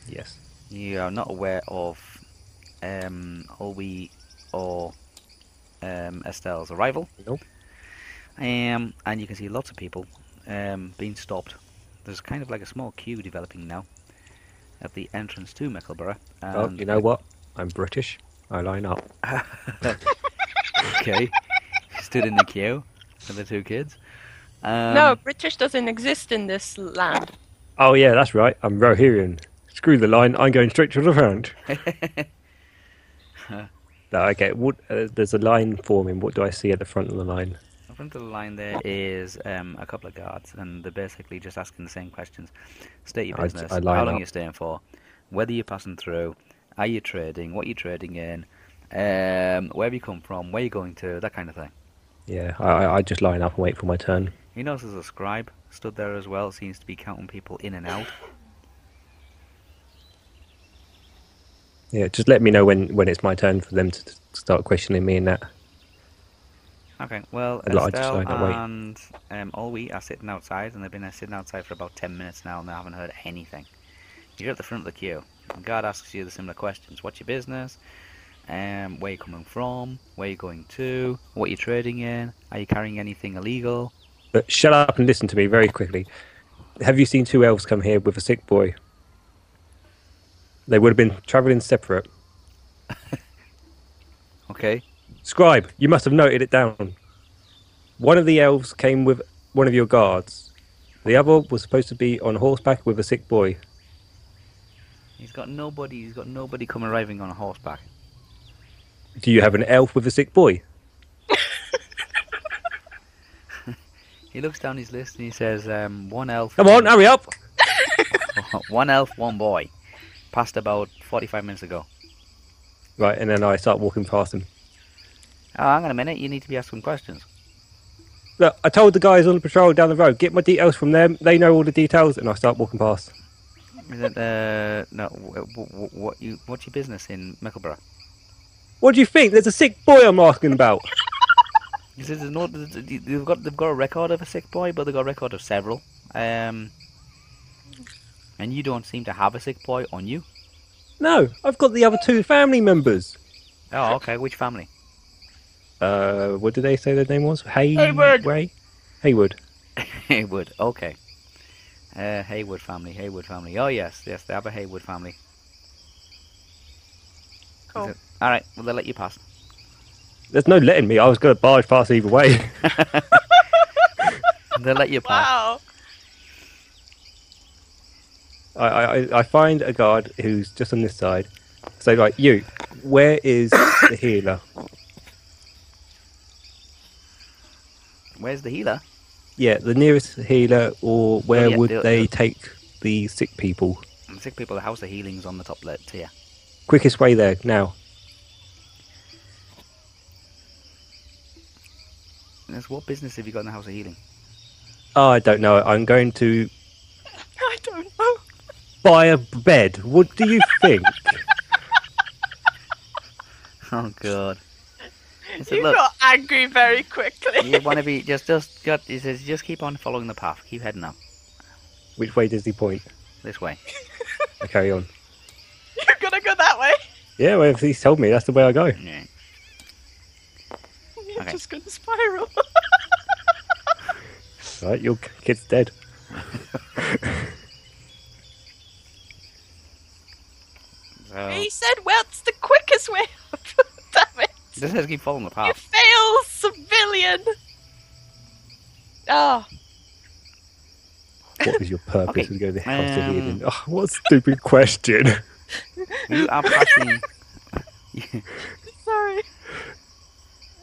Speaker 3: Yes.
Speaker 1: You are not aware of, um, Olby or, um, Estelle's arrival.
Speaker 3: Nope.
Speaker 1: Um, and you can see lots of people um, being stopped. There's kind of like a small queue developing now at the entrance to Mickleborough. And
Speaker 3: oh, you know what? I'm British. I line up.
Speaker 1: [LAUGHS] okay, stood in the queue with the two kids. Um,
Speaker 2: no, British doesn't exist in this land.
Speaker 3: Oh yeah, that's right. I'm Rohirrim. Screw the line. I'm going straight to the [LAUGHS] front. No, okay. What? Uh, there's a line forming. What do I see at the front of the line?
Speaker 1: In front of the line there is um, a couple of guards, and they're basically just asking the same questions. State your
Speaker 3: I-
Speaker 1: business.
Speaker 3: I line
Speaker 1: how long
Speaker 3: up.
Speaker 1: you're staying for? Whether you're passing through? Are you trading? What you are trading in? Um, where have you come from? Where you going to? That kind of thing.
Speaker 3: Yeah, I, I I just line up and wait for my turn.
Speaker 1: He knows there's a scribe stood there as well. Seems to be counting people in and out.
Speaker 3: Yeah, just let me know when, when it's my turn for them to t- start questioning me and that.
Speaker 1: Okay, well,
Speaker 3: I'd like to
Speaker 1: Estelle
Speaker 3: sign away.
Speaker 1: and um, Olwe are sitting outside, and they've been uh, sitting outside for about 10 minutes now, and they haven't heard anything. You're at the front of the queue. and guard asks you the similar questions. What's your business? Um, where you coming from? Where you going to? What you trading in? Are you carrying anything illegal?
Speaker 3: But shut up and listen to me very quickly. Have you seen two elves come here with a sick boy? They would have been travelling separate.
Speaker 1: Okay.
Speaker 3: Scribe, you must have noted it down. One of the elves came with one of your guards. The other was supposed to be on horseback with a sick boy.
Speaker 1: He's got nobody. He's got nobody come arriving on horseback.
Speaker 3: Do you have an elf with a sick boy?
Speaker 1: He looks down his list and he says, um, one elf.
Speaker 3: Come on, hurry up!
Speaker 1: [LAUGHS] one elf, one boy. Passed about 45 minutes ago.
Speaker 3: Right, and then I start walking past him.
Speaker 1: Oh, hang on a minute. You need to be asking questions.
Speaker 3: Look, I told the guys on the patrol down the road, get my details from them. They know all the details, and I start walking past.
Speaker 1: Is it, uh, no, wh- wh- wh- what you, what's your business in Mickleborough?
Speaker 3: What do you think? There's a sick boy I'm asking about.
Speaker 1: He says, there's no, they've got, they've got a record of a sick boy, but they've got a record of several. Um, and you don't seem to have a sick boy on you.
Speaker 3: No, I've got the other two family members.
Speaker 1: Oh, okay. Which family? [LAUGHS]
Speaker 3: Uh, what did they say their name was? Hay-
Speaker 5: Hayward.
Speaker 3: Way? Hayward.
Speaker 1: Haywood. Okay. Uh, Haywood family. Haywood family. Oh yes, yes, they have a Haywood family.
Speaker 5: Cool.
Speaker 1: it- All right. Well, they'll let you pass.
Speaker 3: There's no letting me. I was going to barge past either way. [LAUGHS]
Speaker 1: They'll let you pass.
Speaker 5: Wow. [LAUGHS]
Speaker 3: I, I, I- I find a guard who's just on this side. So, like, you, where
Speaker 1: [COUGHS]
Speaker 3: is the healer?
Speaker 1: Where's the healer?
Speaker 3: Yeah, the nearest healer, or where
Speaker 1: Oh, yeah,
Speaker 3: would
Speaker 1: they'll-
Speaker 3: they
Speaker 1: they'll-
Speaker 3: take the sick people?
Speaker 1: And sick people. The house of healing's on the top le- tier.
Speaker 3: Quickest way there now.
Speaker 1: And it's, what business have you got in the house of healing? [LAUGHS]
Speaker 3: Oh, I don't know. I'm going to
Speaker 5: I don't know.
Speaker 3: buy a bed. What do
Speaker 1: [LAUGHS]
Speaker 3: you think?
Speaker 1: Oh God. He said,
Speaker 5: You
Speaker 1: "Look,
Speaker 5: got angry very quickly.
Speaker 1: you want to be just just got." He says, "Just keep on following the path. Keep heading up
Speaker 3: Which way does he point?
Speaker 1: this way."
Speaker 3: I carry on.
Speaker 5: [LAUGHS] You're gonna go that way. [LAUGHS]
Speaker 3: Yeah, well, if he's told me, that's the way I go.
Speaker 1: Yeah.
Speaker 5: You're
Speaker 1: Okay.
Speaker 5: just gonna spiral.
Speaker 3: Right, your kid's dead.
Speaker 1: So
Speaker 5: He said, "Well, it's the quickest way." [LAUGHS] up." Damn it!
Speaker 1: this says keep following the
Speaker 2: [LAUGHS]
Speaker 5: You
Speaker 1: path.
Speaker 5: fail, civilian. Oh,
Speaker 1: [LAUGHS]
Speaker 3: What is your purpose of going to the house of
Speaker 1: Um,
Speaker 3: healing? Oh, what a stupid question.
Speaker 1: You are passing.
Speaker 5: sorry.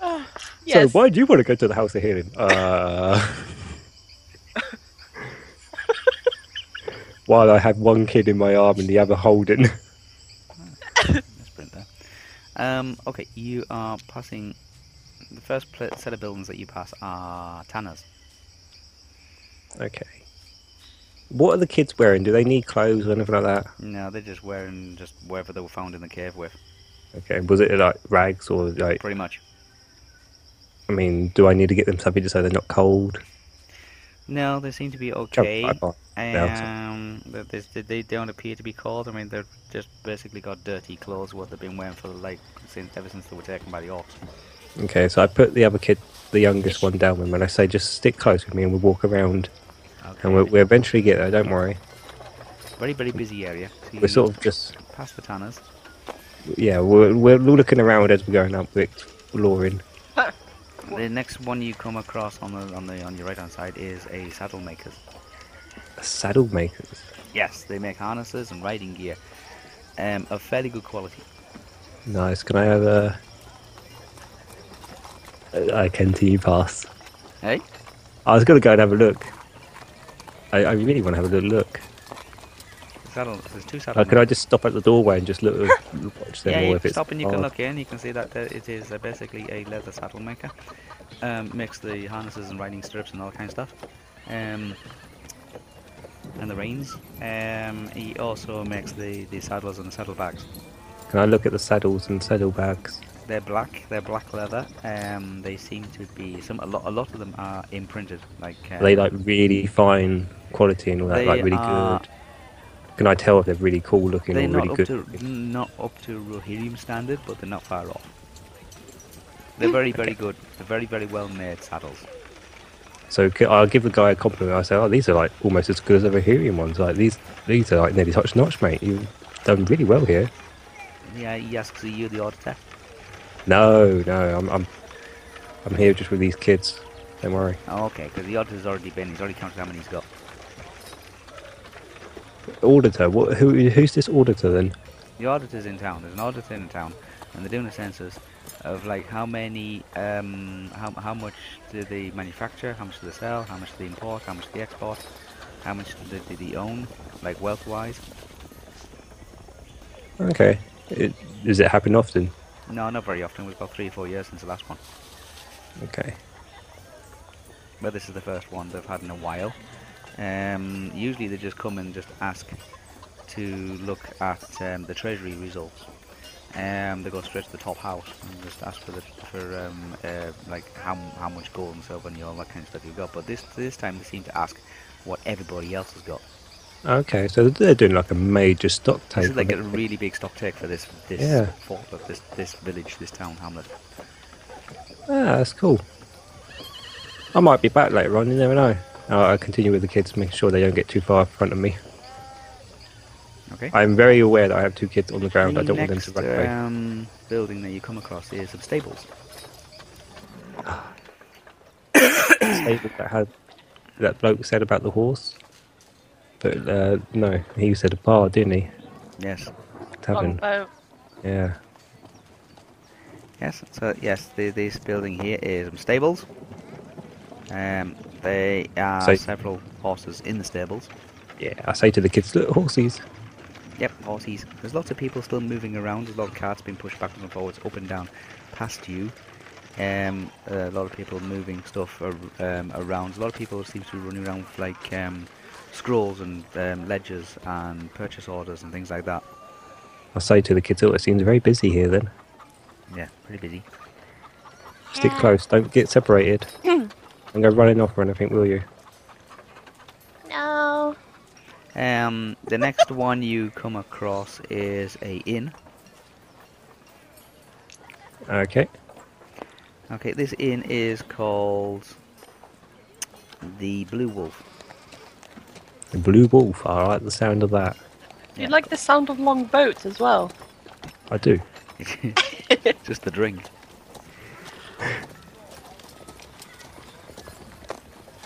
Speaker 5: Oh, yes.
Speaker 3: So, why do you want to go to the house of healing? Uh... [LAUGHS] While I have one kid in my arm and the other holding.
Speaker 1: Let's print that. Um, okay, you are passing. The first pl- set of buildings that you pass are Tanner's.
Speaker 3: Okay. What are the kids wearing? Do they need clothes or anything like that?
Speaker 1: No, they're just wearing just wherever they were found in the cave with,
Speaker 3: Okay. Was it like rags or like?
Speaker 1: pretty much.
Speaker 3: I mean, do I need to get them something just so they're not cold?
Speaker 1: No, they seem to be
Speaker 3: Oh,
Speaker 1: okay.
Speaker 3: I- I- no, so-
Speaker 1: Um, th- this- they, they don't appear to be cold. I mean, they've just basically got dirty clothes, what they've been wearing for like since ever since they were taken by the orcs.
Speaker 3: Okay, so I put the other kid, the youngest one, down with him, and I say, just stick close with me, and we'll walk around,
Speaker 1: Okay.
Speaker 3: and we'll, we'll eventually get there. Don't worry.
Speaker 1: very very busy area. So
Speaker 3: We're sort of just,
Speaker 1: past the Tanner's.
Speaker 3: yeah, we're, we're looking around as we're going up, we're exploring.
Speaker 1: The next one you come across on the on the on your right hand side is a saddle maker's.
Speaker 3: Saddle makers.
Speaker 1: Yes, they make harnesses and riding gear, um, of fairly good quality.
Speaker 3: Nice. Can I have a? I can you pass.
Speaker 1: Hey,
Speaker 3: I was gonna go and have a look. I, I really want to have a little look.
Speaker 1: saddle. There's two saddle.
Speaker 3: Uh, can I
Speaker 1: makers.
Speaker 3: just stop at the doorway and just look
Speaker 1: [LAUGHS]
Speaker 3: watch them?
Speaker 1: Yeah,
Speaker 3: or
Speaker 1: you
Speaker 3: if
Speaker 1: can
Speaker 3: it's
Speaker 1: stop and you can
Speaker 3: hard?
Speaker 1: look in. You can see that there, it is uh, basically a leather saddle maker. Um, makes the harnesses and riding stirrups and all that kind of stuff. Um, and the reins. Um, he also makes the, the saddles and the saddlebags.
Speaker 3: Can I look at the saddles and saddlebags?
Speaker 1: They're black. They're black leather. Um, they seem to be some. A lot. A lot of them are imprinted. Like uh,
Speaker 3: Are they like really fine quality and all that?
Speaker 1: They
Speaker 3: Like really
Speaker 1: are-
Speaker 3: good. Can I tell if they're really cool looking
Speaker 1: They're
Speaker 3: or
Speaker 1: not
Speaker 3: really
Speaker 1: up
Speaker 3: good?
Speaker 1: to
Speaker 3: looking?
Speaker 1: not up to Rohirrim standard, but they're not far off.
Speaker 3: Hmm.
Speaker 1: They're very very good. They're very very well made saddles.
Speaker 3: So c- I'll give the guy a compliment. I say, "Oh, these are like almost as good as the Herian ones. Like these, these are like nearly touch notch, mate. You've done really well here."
Speaker 1: Yeah, he asks are you the auditor.
Speaker 3: No, no, I'm, I'm, I'm here just with these kids. Don't worry.
Speaker 1: Oh, okay, because the auditor's already been. He's already counted how many he's got.
Speaker 3: Auditor, what? Who? Who's this auditor then?
Speaker 1: The auditor's in town. There's an auditor in town, and they're doing a census. of like how many, um, how, how much do they manufacture, how much do they sell, how much do they import, how much do they export, how much do they, do they own, like wealth wise.
Speaker 3: Okay. It, does it happen often?
Speaker 1: No, not very often. It was about three or four years since the last one.
Speaker 3: Okay.
Speaker 1: But this is the first one they've had in a while. Um, usually they just come and just ask to look at um, the treasury results. Um, they go straight to the top house and just ask for the for um, uh, like how how much gold and silver and all that kind of stuff you've got. But this this time they seem to ask what everybody else has got.
Speaker 3: Okay, so they're doing like a major stock take.
Speaker 1: This is like
Speaker 3: on
Speaker 1: a
Speaker 3: it.
Speaker 1: really big stock take for this this
Speaker 3: Yeah.
Speaker 1: fort, but this this village, this town, hamlet.
Speaker 3: Ah, that's cool. I might be back later on, you never know. I'll, I'll continue with the kids, make sure they don't get too far in front of me.
Speaker 1: Okay.
Speaker 3: I'm very aware that I have two kids on the ground.
Speaker 1: The
Speaker 3: I don't want them
Speaker 1: next
Speaker 3: to run away.
Speaker 1: um, building that you come across is some stables.
Speaker 3: David that had that bloke said about the horse. But uh, no, he said a bar, didn't he?
Speaker 1: Yes.
Speaker 3: Tavern.
Speaker 2: Longboat.
Speaker 3: Yeah.
Speaker 1: Yes, so yes, the, this building here is um, stables. Um, there are
Speaker 3: So-
Speaker 1: several horses in the stables.
Speaker 3: Yeah. I say to the kids, look, horses.
Speaker 1: Yep, horses. There's lots of people still moving around. There's a lot of carts being pushed backwards and forwards, up and down, past you. Um, a lot of people moving stuff ar- um, around. A lot of people seem to be running around with like um, scrolls and um, ledgers and purchase orders and things like that.
Speaker 3: I say to the kids, oh, it seems very busy here then.
Speaker 1: Yeah, pretty busy.
Speaker 3: Stick close, don't get separated. Don't go running off or anything, will you?
Speaker 5: No.
Speaker 1: Um, the next one you come across is a inn.
Speaker 3: Okay.
Speaker 1: Okay, this inn is called the Blue Wolf.
Speaker 3: The blue wolf, I like the sound of that.
Speaker 2: You like the sound of long boats as well.
Speaker 3: I do.
Speaker 1: Just the drink.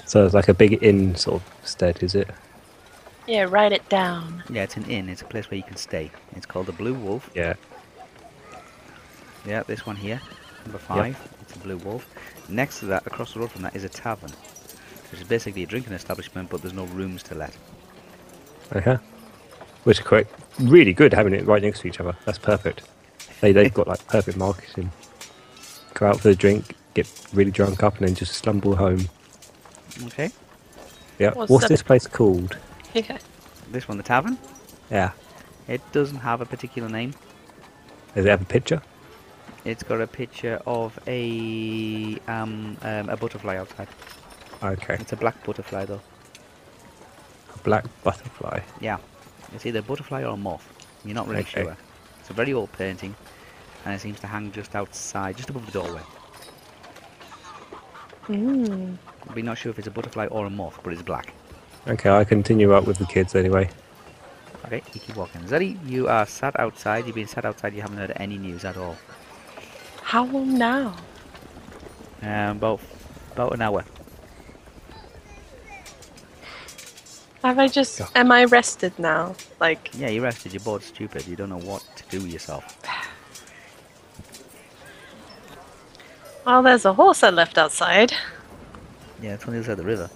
Speaker 3: So it's like a big inn sort of stead, is it?
Speaker 2: Yeah, write it down.
Speaker 1: Yeah, it's an inn. It's a place where you can stay. It's called the Blue Wolf.
Speaker 3: Yeah.
Speaker 1: Yeah, this one here, number five. It's a Blue Wolf. Next to that, across the road from that, is a tavern, which is basically a drinking establishment, but there's no rooms to let.
Speaker 3: Uh huh. Which is correct. Really good having it right next to each other. That's perfect. They they've got like perfect marketing. Go out for a drink, get really drunk up, and then just slumber home.
Speaker 1: Okay.
Speaker 3: Yeah.
Speaker 2: What's
Speaker 3: What's
Speaker 2: that?
Speaker 3: this place called?
Speaker 2: Yeah.
Speaker 1: This one, the tavern.
Speaker 3: Yeah.
Speaker 1: It doesn't have a particular name.
Speaker 3: Does it have a picture?
Speaker 1: It's got a picture of a um, um a butterfly outside.
Speaker 3: Okay.
Speaker 1: It's a black butterfly though.
Speaker 3: A black butterfly.
Speaker 1: Yeah, it's either a butterfly or a moth. You're not really
Speaker 3: Okay.
Speaker 1: sure. It's a very old painting, and it seems to hang just outside, just above the doorway.
Speaker 2: Mm.
Speaker 1: We're not sure if it's a butterfly or a moth, but it's black.
Speaker 3: Okay, I continue up with the kids anyway.
Speaker 1: Okay, you keep walking. Zeddy, you are sat outside. You've been sat outside. You haven't heard any news at all.
Speaker 2: How long now?
Speaker 1: Um, about about an hour.
Speaker 2: Have I just.
Speaker 3: Yeah.
Speaker 2: Am I rested now? Like,
Speaker 1: Yeah, you're rested. You're bored, stupid. You don't know what to do with yourself.
Speaker 2: well, there's a horse I left outside.
Speaker 1: Yeah, it's on the other side of the river.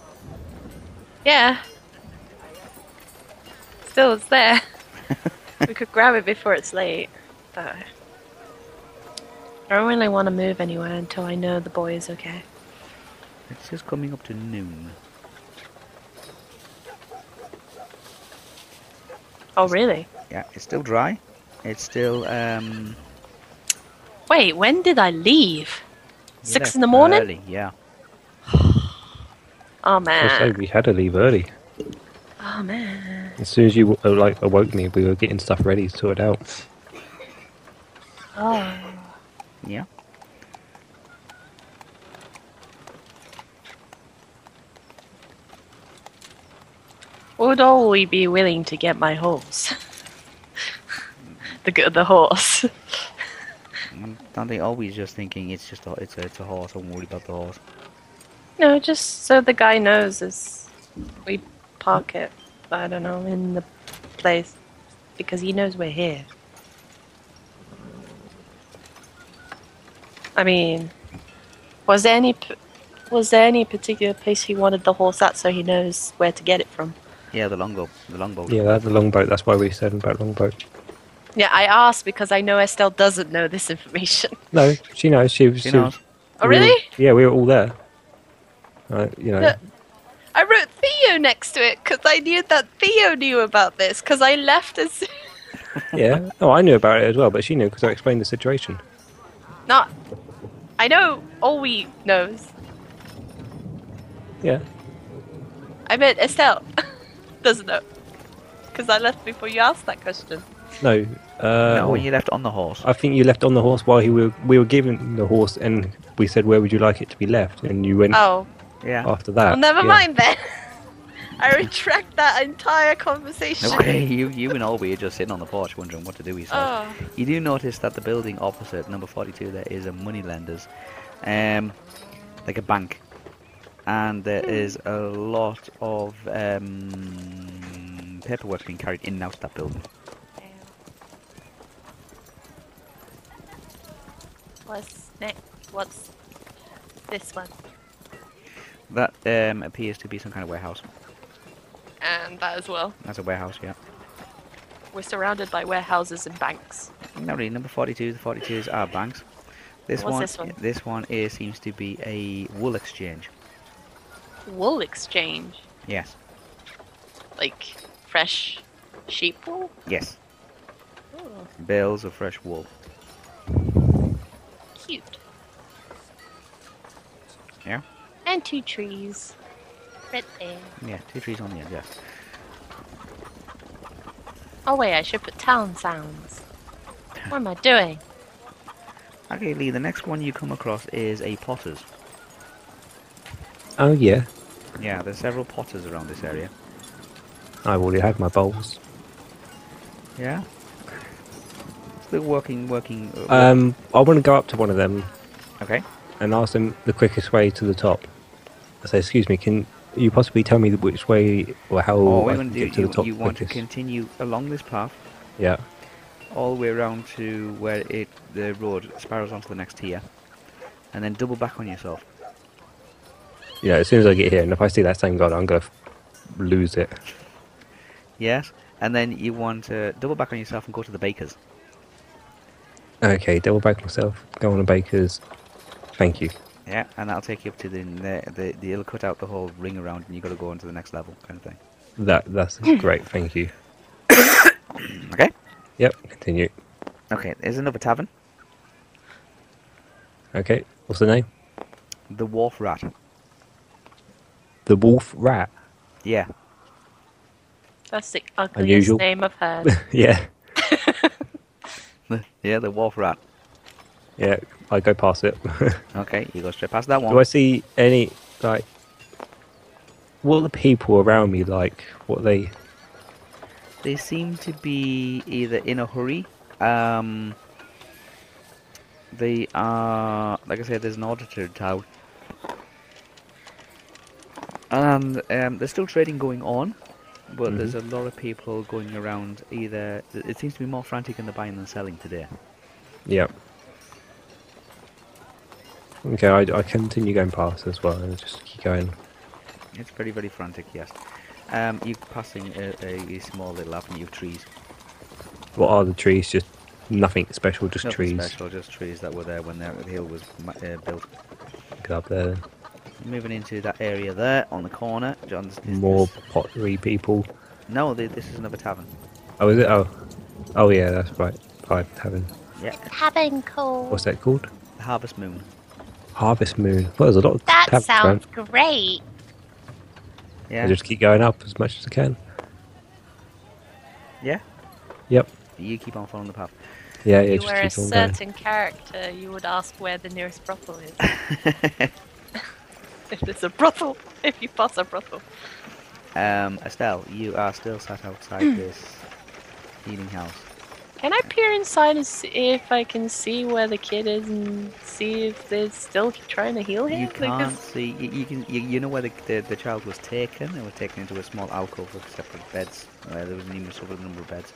Speaker 2: Yeah. Still, it's
Speaker 1: [LAUGHS]
Speaker 2: there. we could grab it before it's late. But I don't really want to move anywhere until I know the boy is okay.
Speaker 1: It's just coming up to noon.
Speaker 2: Oh, really?
Speaker 1: Yeah, it's still dry. It's still um.
Speaker 2: Wait, when did I leave?
Speaker 1: you
Speaker 2: Six
Speaker 1: left
Speaker 2: in the morning?
Speaker 1: Early. Yeah.
Speaker 2: Oh,
Speaker 3: I say
Speaker 2: man.
Speaker 3: we had to leave early.
Speaker 2: Oh, man.
Speaker 3: As soon as you uh, like awoke me, we were getting stuff ready to sort out.
Speaker 2: Oh.
Speaker 1: Yeah.
Speaker 2: Would all we be willing to get my horse? [LAUGHS] the g- the horse. [LAUGHS]
Speaker 1: Mm, Aren't they always just thinking it's just a, it's a, it's a horse? I'm worried about the horse.
Speaker 2: No, just so the guy knows is we park it. I don't know in the place because he knows we're here. I mean, was there any p- was there any particular place he wanted the horse at so he knows where to get it from?
Speaker 1: Yeah, the longbow. The longbow.
Speaker 3: Yeah, that's the longboat. That's why we said about longboat.
Speaker 2: Yeah, I asked because I know Estelle doesn't know this information. [LAUGHS]
Speaker 3: No, she knows. She was.
Speaker 1: She
Speaker 3: was-
Speaker 1: knows.
Speaker 2: Oh,
Speaker 3: we were-
Speaker 2: really?
Speaker 3: yeah, we were all there. Uh, you know,
Speaker 5: Yeah. I wrote Theo next to it because I knew that Theo knew about this because I left as
Speaker 3: yeah. Oh, I knew about it as well, but she knew because I explained the situation.
Speaker 5: [LAUGHS] not. I know all we knows.
Speaker 3: Yeah.
Speaker 5: I meant Estelle [LAUGHS] doesn't know because I left before you asked that question.
Speaker 3: No. Uh,
Speaker 1: no, you left on the horse.
Speaker 3: I think you left on the horse while he were, we were giving the horse, and we said, "Where would you like it to be left?" And you went
Speaker 5: Oh,
Speaker 1: Yeah.
Speaker 3: after that.
Speaker 5: well, never
Speaker 3: Mm. Uh, yeah.
Speaker 5: mind then. [LAUGHS] I retract that entire conversation.
Speaker 1: Okay, [LAUGHS] you, you and Olby are just sitting on the porch wondering what to do with yourself.
Speaker 5: Oh,
Speaker 1: You do notice that the building opposite number 42 there is a moneylender's, um, like a bank, and there is a lot of um, paperwork being carried in and out of that building.
Speaker 5: what's next? What's this one?
Speaker 1: That um, appears to be some kind of warehouse.
Speaker 2: And that as well.
Speaker 1: That's a warehouse, yeah.
Speaker 2: We're surrounded by warehouses and banks.
Speaker 1: No, really, number 42, the 42s are banks. This
Speaker 2: What's
Speaker 1: one,
Speaker 2: this one?
Speaker 1: this one here seems to be a wool exchange.
Speaker 2: Wool exchange,
Speaker 1: Yes,
Speaker 2: like fresh sheep wool.
Speaker 1: yes.
Speaker 5: Oh.
Speaker 1: Bales of fresh wool.
Speaker 5: Cute.
Speaker 1: Yeah?
Speaker 5: And two trees. Right there.
Speaker 1: Yeah, two trees on the end, yes.
Speaker 2: Oh wait, I should put town sounds. What am I doing?
Speaker 1: Okay, Lee, the next one you come across is a potter's.
Speaker 3: Oh yeah,
Speaker 1: Yeah, there's several potters around this area.
Speaker 3: I've already had my bowls.
Speaker 1: Yeah? Still working, working. uh,
Speaker 3: Um, I want to go up to one of them
Speaker 1: work- okay.
Speaker 3: and ask them the quickest way to the top. I say, "Excuse me, can you possibly tell me which way or how
Speaker 1: All
Speaker 3: oh, I
Speaker 1: Oh, we're
Speaker 3: can
Speaker 1: going to
Speaker 3: get
Speaker 1: do,
Speaker 3: to the
Speaker 1: you,
Speaker 3: top
Speaker 1: you want to
Speaker 3: quickest?"
Speaker 1: continue along this path
Speaker 3: yeah,
Speaker 1: all the way around to where it the road spirals onto the next tier, and then double back on yourself.
Speaker 3: yeah. As soon as I get here, and if I see that same guy, I'm gonna f- lose it.
Speaker 1: Yes? And then you want to double back on yourself and go to the baker's.
Speaker 3: Okay, double back myself. Go on a baker's. Thank you.
Speaker 1: Yeah, and that'll take you up to the, the, the, the it'll cut out the whole ring around and you got to go on to the next level kind of thing. [CLEARS THROAT]
Speaker 3: That that's great. Thank you.
Speaker 1: Okay?
Speaker 3: Yep. Continue.
Speaker 1: Okay, there's another tavern.
Speaker 3: Okay. What's the name?
Speaker 1: The Wharf Rat.
Speaker 3: The Wolf Rat.
Speaker 1: Yeah. [LAUGHS]
Speaker 2: That's the ugliest
Speaker 3: Unusual.
Speaker 2: name I've heard.
Speaker 3: [LAUGHS] [LAUGHS] yeah.
Speaker 1: yeah, the Wharf Rat.
Speaker 3: Yeah. I go past it. [LAUGHS]
Speaker 1: Okay, you go straight past that one.
Speaker 3: Do I see any like? What are the people around me like? What they?
Speaker 1: They seem to be either in a hurry. Um, they are, like I said, there's an auditor in town. And um, there's still trading going on, but there's a
Speaker 3: Mm-hmm.
Speaker 1: lot of people going around either. It seems to be more frantic in the buying than selling today.
Speaker 3: Yeah. Okay. I, I continue going past as well and just keep going.
Speaker 1: It's very, very frantic, yes. Um, you're passing a, a, a small little avenue of trees.
Speaker 3: What are the trees? Just nothing special. Just
Speaker 1: Nothing
Speaker 3: trees.
Speaker 1: special, just trees that were there when the the hill was ma- uh, built.
Speaker 3: Get up there.
Speaker 1: Moving into that area there on the corner, John's. this-
Speaker 3: More
Speaker 1: this-
Speaker 3: pottery people.
Speaker 1: No, th- this is another tavern.
Speaker 3: Oh, is it? Oh, oh yeah, that's right. Five Tavern.
Speaker 1: Yeah,
Speaker 5: Cabin call.
Speaker 3: What's that called?
Speaker 1: the Harvest Moon.
Speaker 3: Harvest Moon. Well, there's a lot of
Speaker 5: That
Speaker 3: taverns around.
Speaker 5: sounds great.
Speaker 1: Yeah,
Speaker 3: I just keep going up as much as I can.
Speaker 1: yeah.
Speaker 3: Yep.
Speaker 1: You keep on following the path.
Speaker 3: Yeah,
Speaker 2: If
Speaker 3: yeah.
Speaker 2: you
Speaker 3: Just
Speaker 2: were a
Speaker 3: keep on going.
Speaker 2: certain character, you would ask where the nearest brothel
Speaker 3: [LAUGHS]
Speaker 2: is. if there's a brothel, if you pass a brothel.
Speaker 1: um, Estelle, you are still sat outside this eating house.
Speaker 2: Can I peer inside and see if I can see where the kid is and see if they're still trying to heal him?
Speaker 1: You
Speaker 2: Like,
Speaker 1: can't
Speaker 2: this-
Speaker 1: see. You, you can. You, you know where the, the the child was taken. They were taken into a small alcove with uh, separate beds. Where there was numerous other number of beds,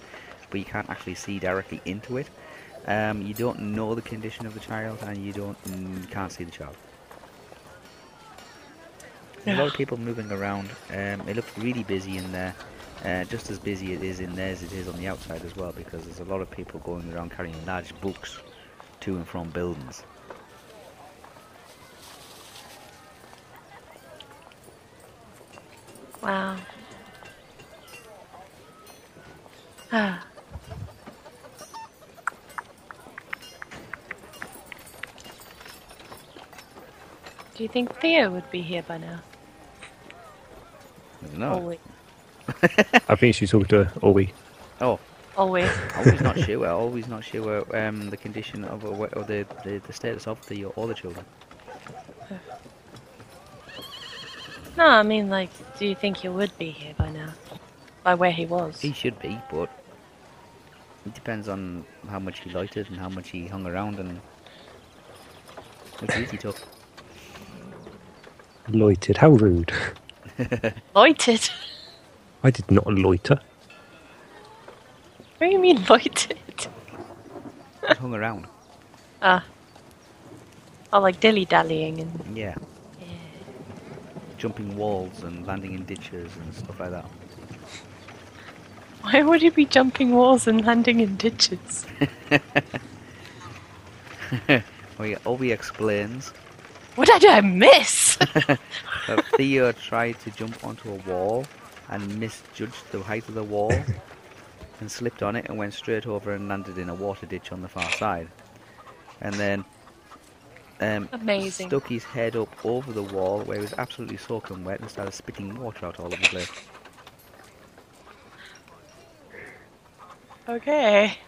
Speaker 1: but you can't actually see directly into it. Um, you don't know the condition of the child, and you don't mm, can't see the child. There's a lot of people moving around. Um, it looks really busy in there, uh, just as busy it is in there as it is on the outside as well, because there's a lot of people going around carrying large books to and from buildings.
Speaker 2: Wow. [SIGHS] Ah, do you think Theo would be here by now?
Speaker 1: I don't know.
Speaker 2: Always.
Speaker 3: I think she's talking to Obi.
Speaker 1: Oh,
Speaker 2: Always.
Speaker 1: always not sure. Always not sure um, the condition of a, or the, the, the status of the all the children.
Speaker 2: No, I mean, like, do you think he would be here by now? By where he was?
Speaker 1: He should be, but it depends on how much he liked it and how much he hung around and it's easy took.
Speaker 3: Loitered. How rude. [LAUGHS]
Speaker 2: Loitered. [LAUGHS]
Speaker 3: I did not loiter.
Speaker 2: what do you mean loitered?
Speaker 1: Just hung around.
Speaker 2: Ah. Oh, like dilly dallying and. [LAUGHS]
Speaker 1: Yeah. Jumping walls and landing in ditches and stuff like that.
Speaker 2: Why would he be jumping walls and landing in ditches?
Speaker 1: Well, yeah, Obi explains
Speaker 2: What did I miss?
Speaker 1: that Theo tried to jump onto a wall and misjudged the height of the wall and slipped on it and went straight over and landed in a water ditch on the far side. And then um,
Speaker 2: Amazing.
Speaker 1: stuck his head up over the wall where he was absolutely soaking wet and started spitting water out all over the place.
Speaker 2: okay.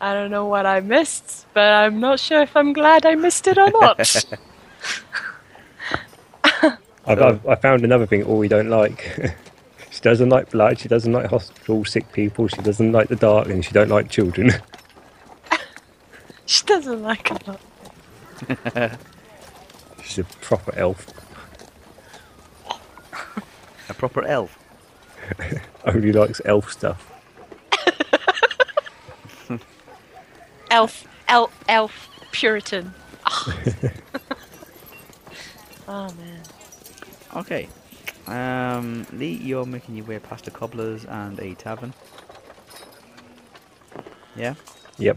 Speaker 2: I don't know what I missed, but I'm not sure if I'm glad I missed it or not.
Speaker 3: I've,
Speaker 1: Oh.
Speaker 3: I've, I found another thing all we don't like. [LAUGHS] she doesn't like blood. She doesn't like hospital sick people. She doesn't like the dark, and she don't like children. [LAUGHS]
Speaker 2: she doesn't like it.
Speaker 3: She's a proper elf.
Speaker 1: A proper elf.
Speaker 3: Only likes elf stuff.
Speaker 5: Elf, elf, elf, Puritan.
Speaker 2: Ah. [LAUGHS] Oh man.
Speaker 1: Okay. Um, Lee, you're making your way past a cobbler's and a tavern. Yeah?
Speaker 3: Yep.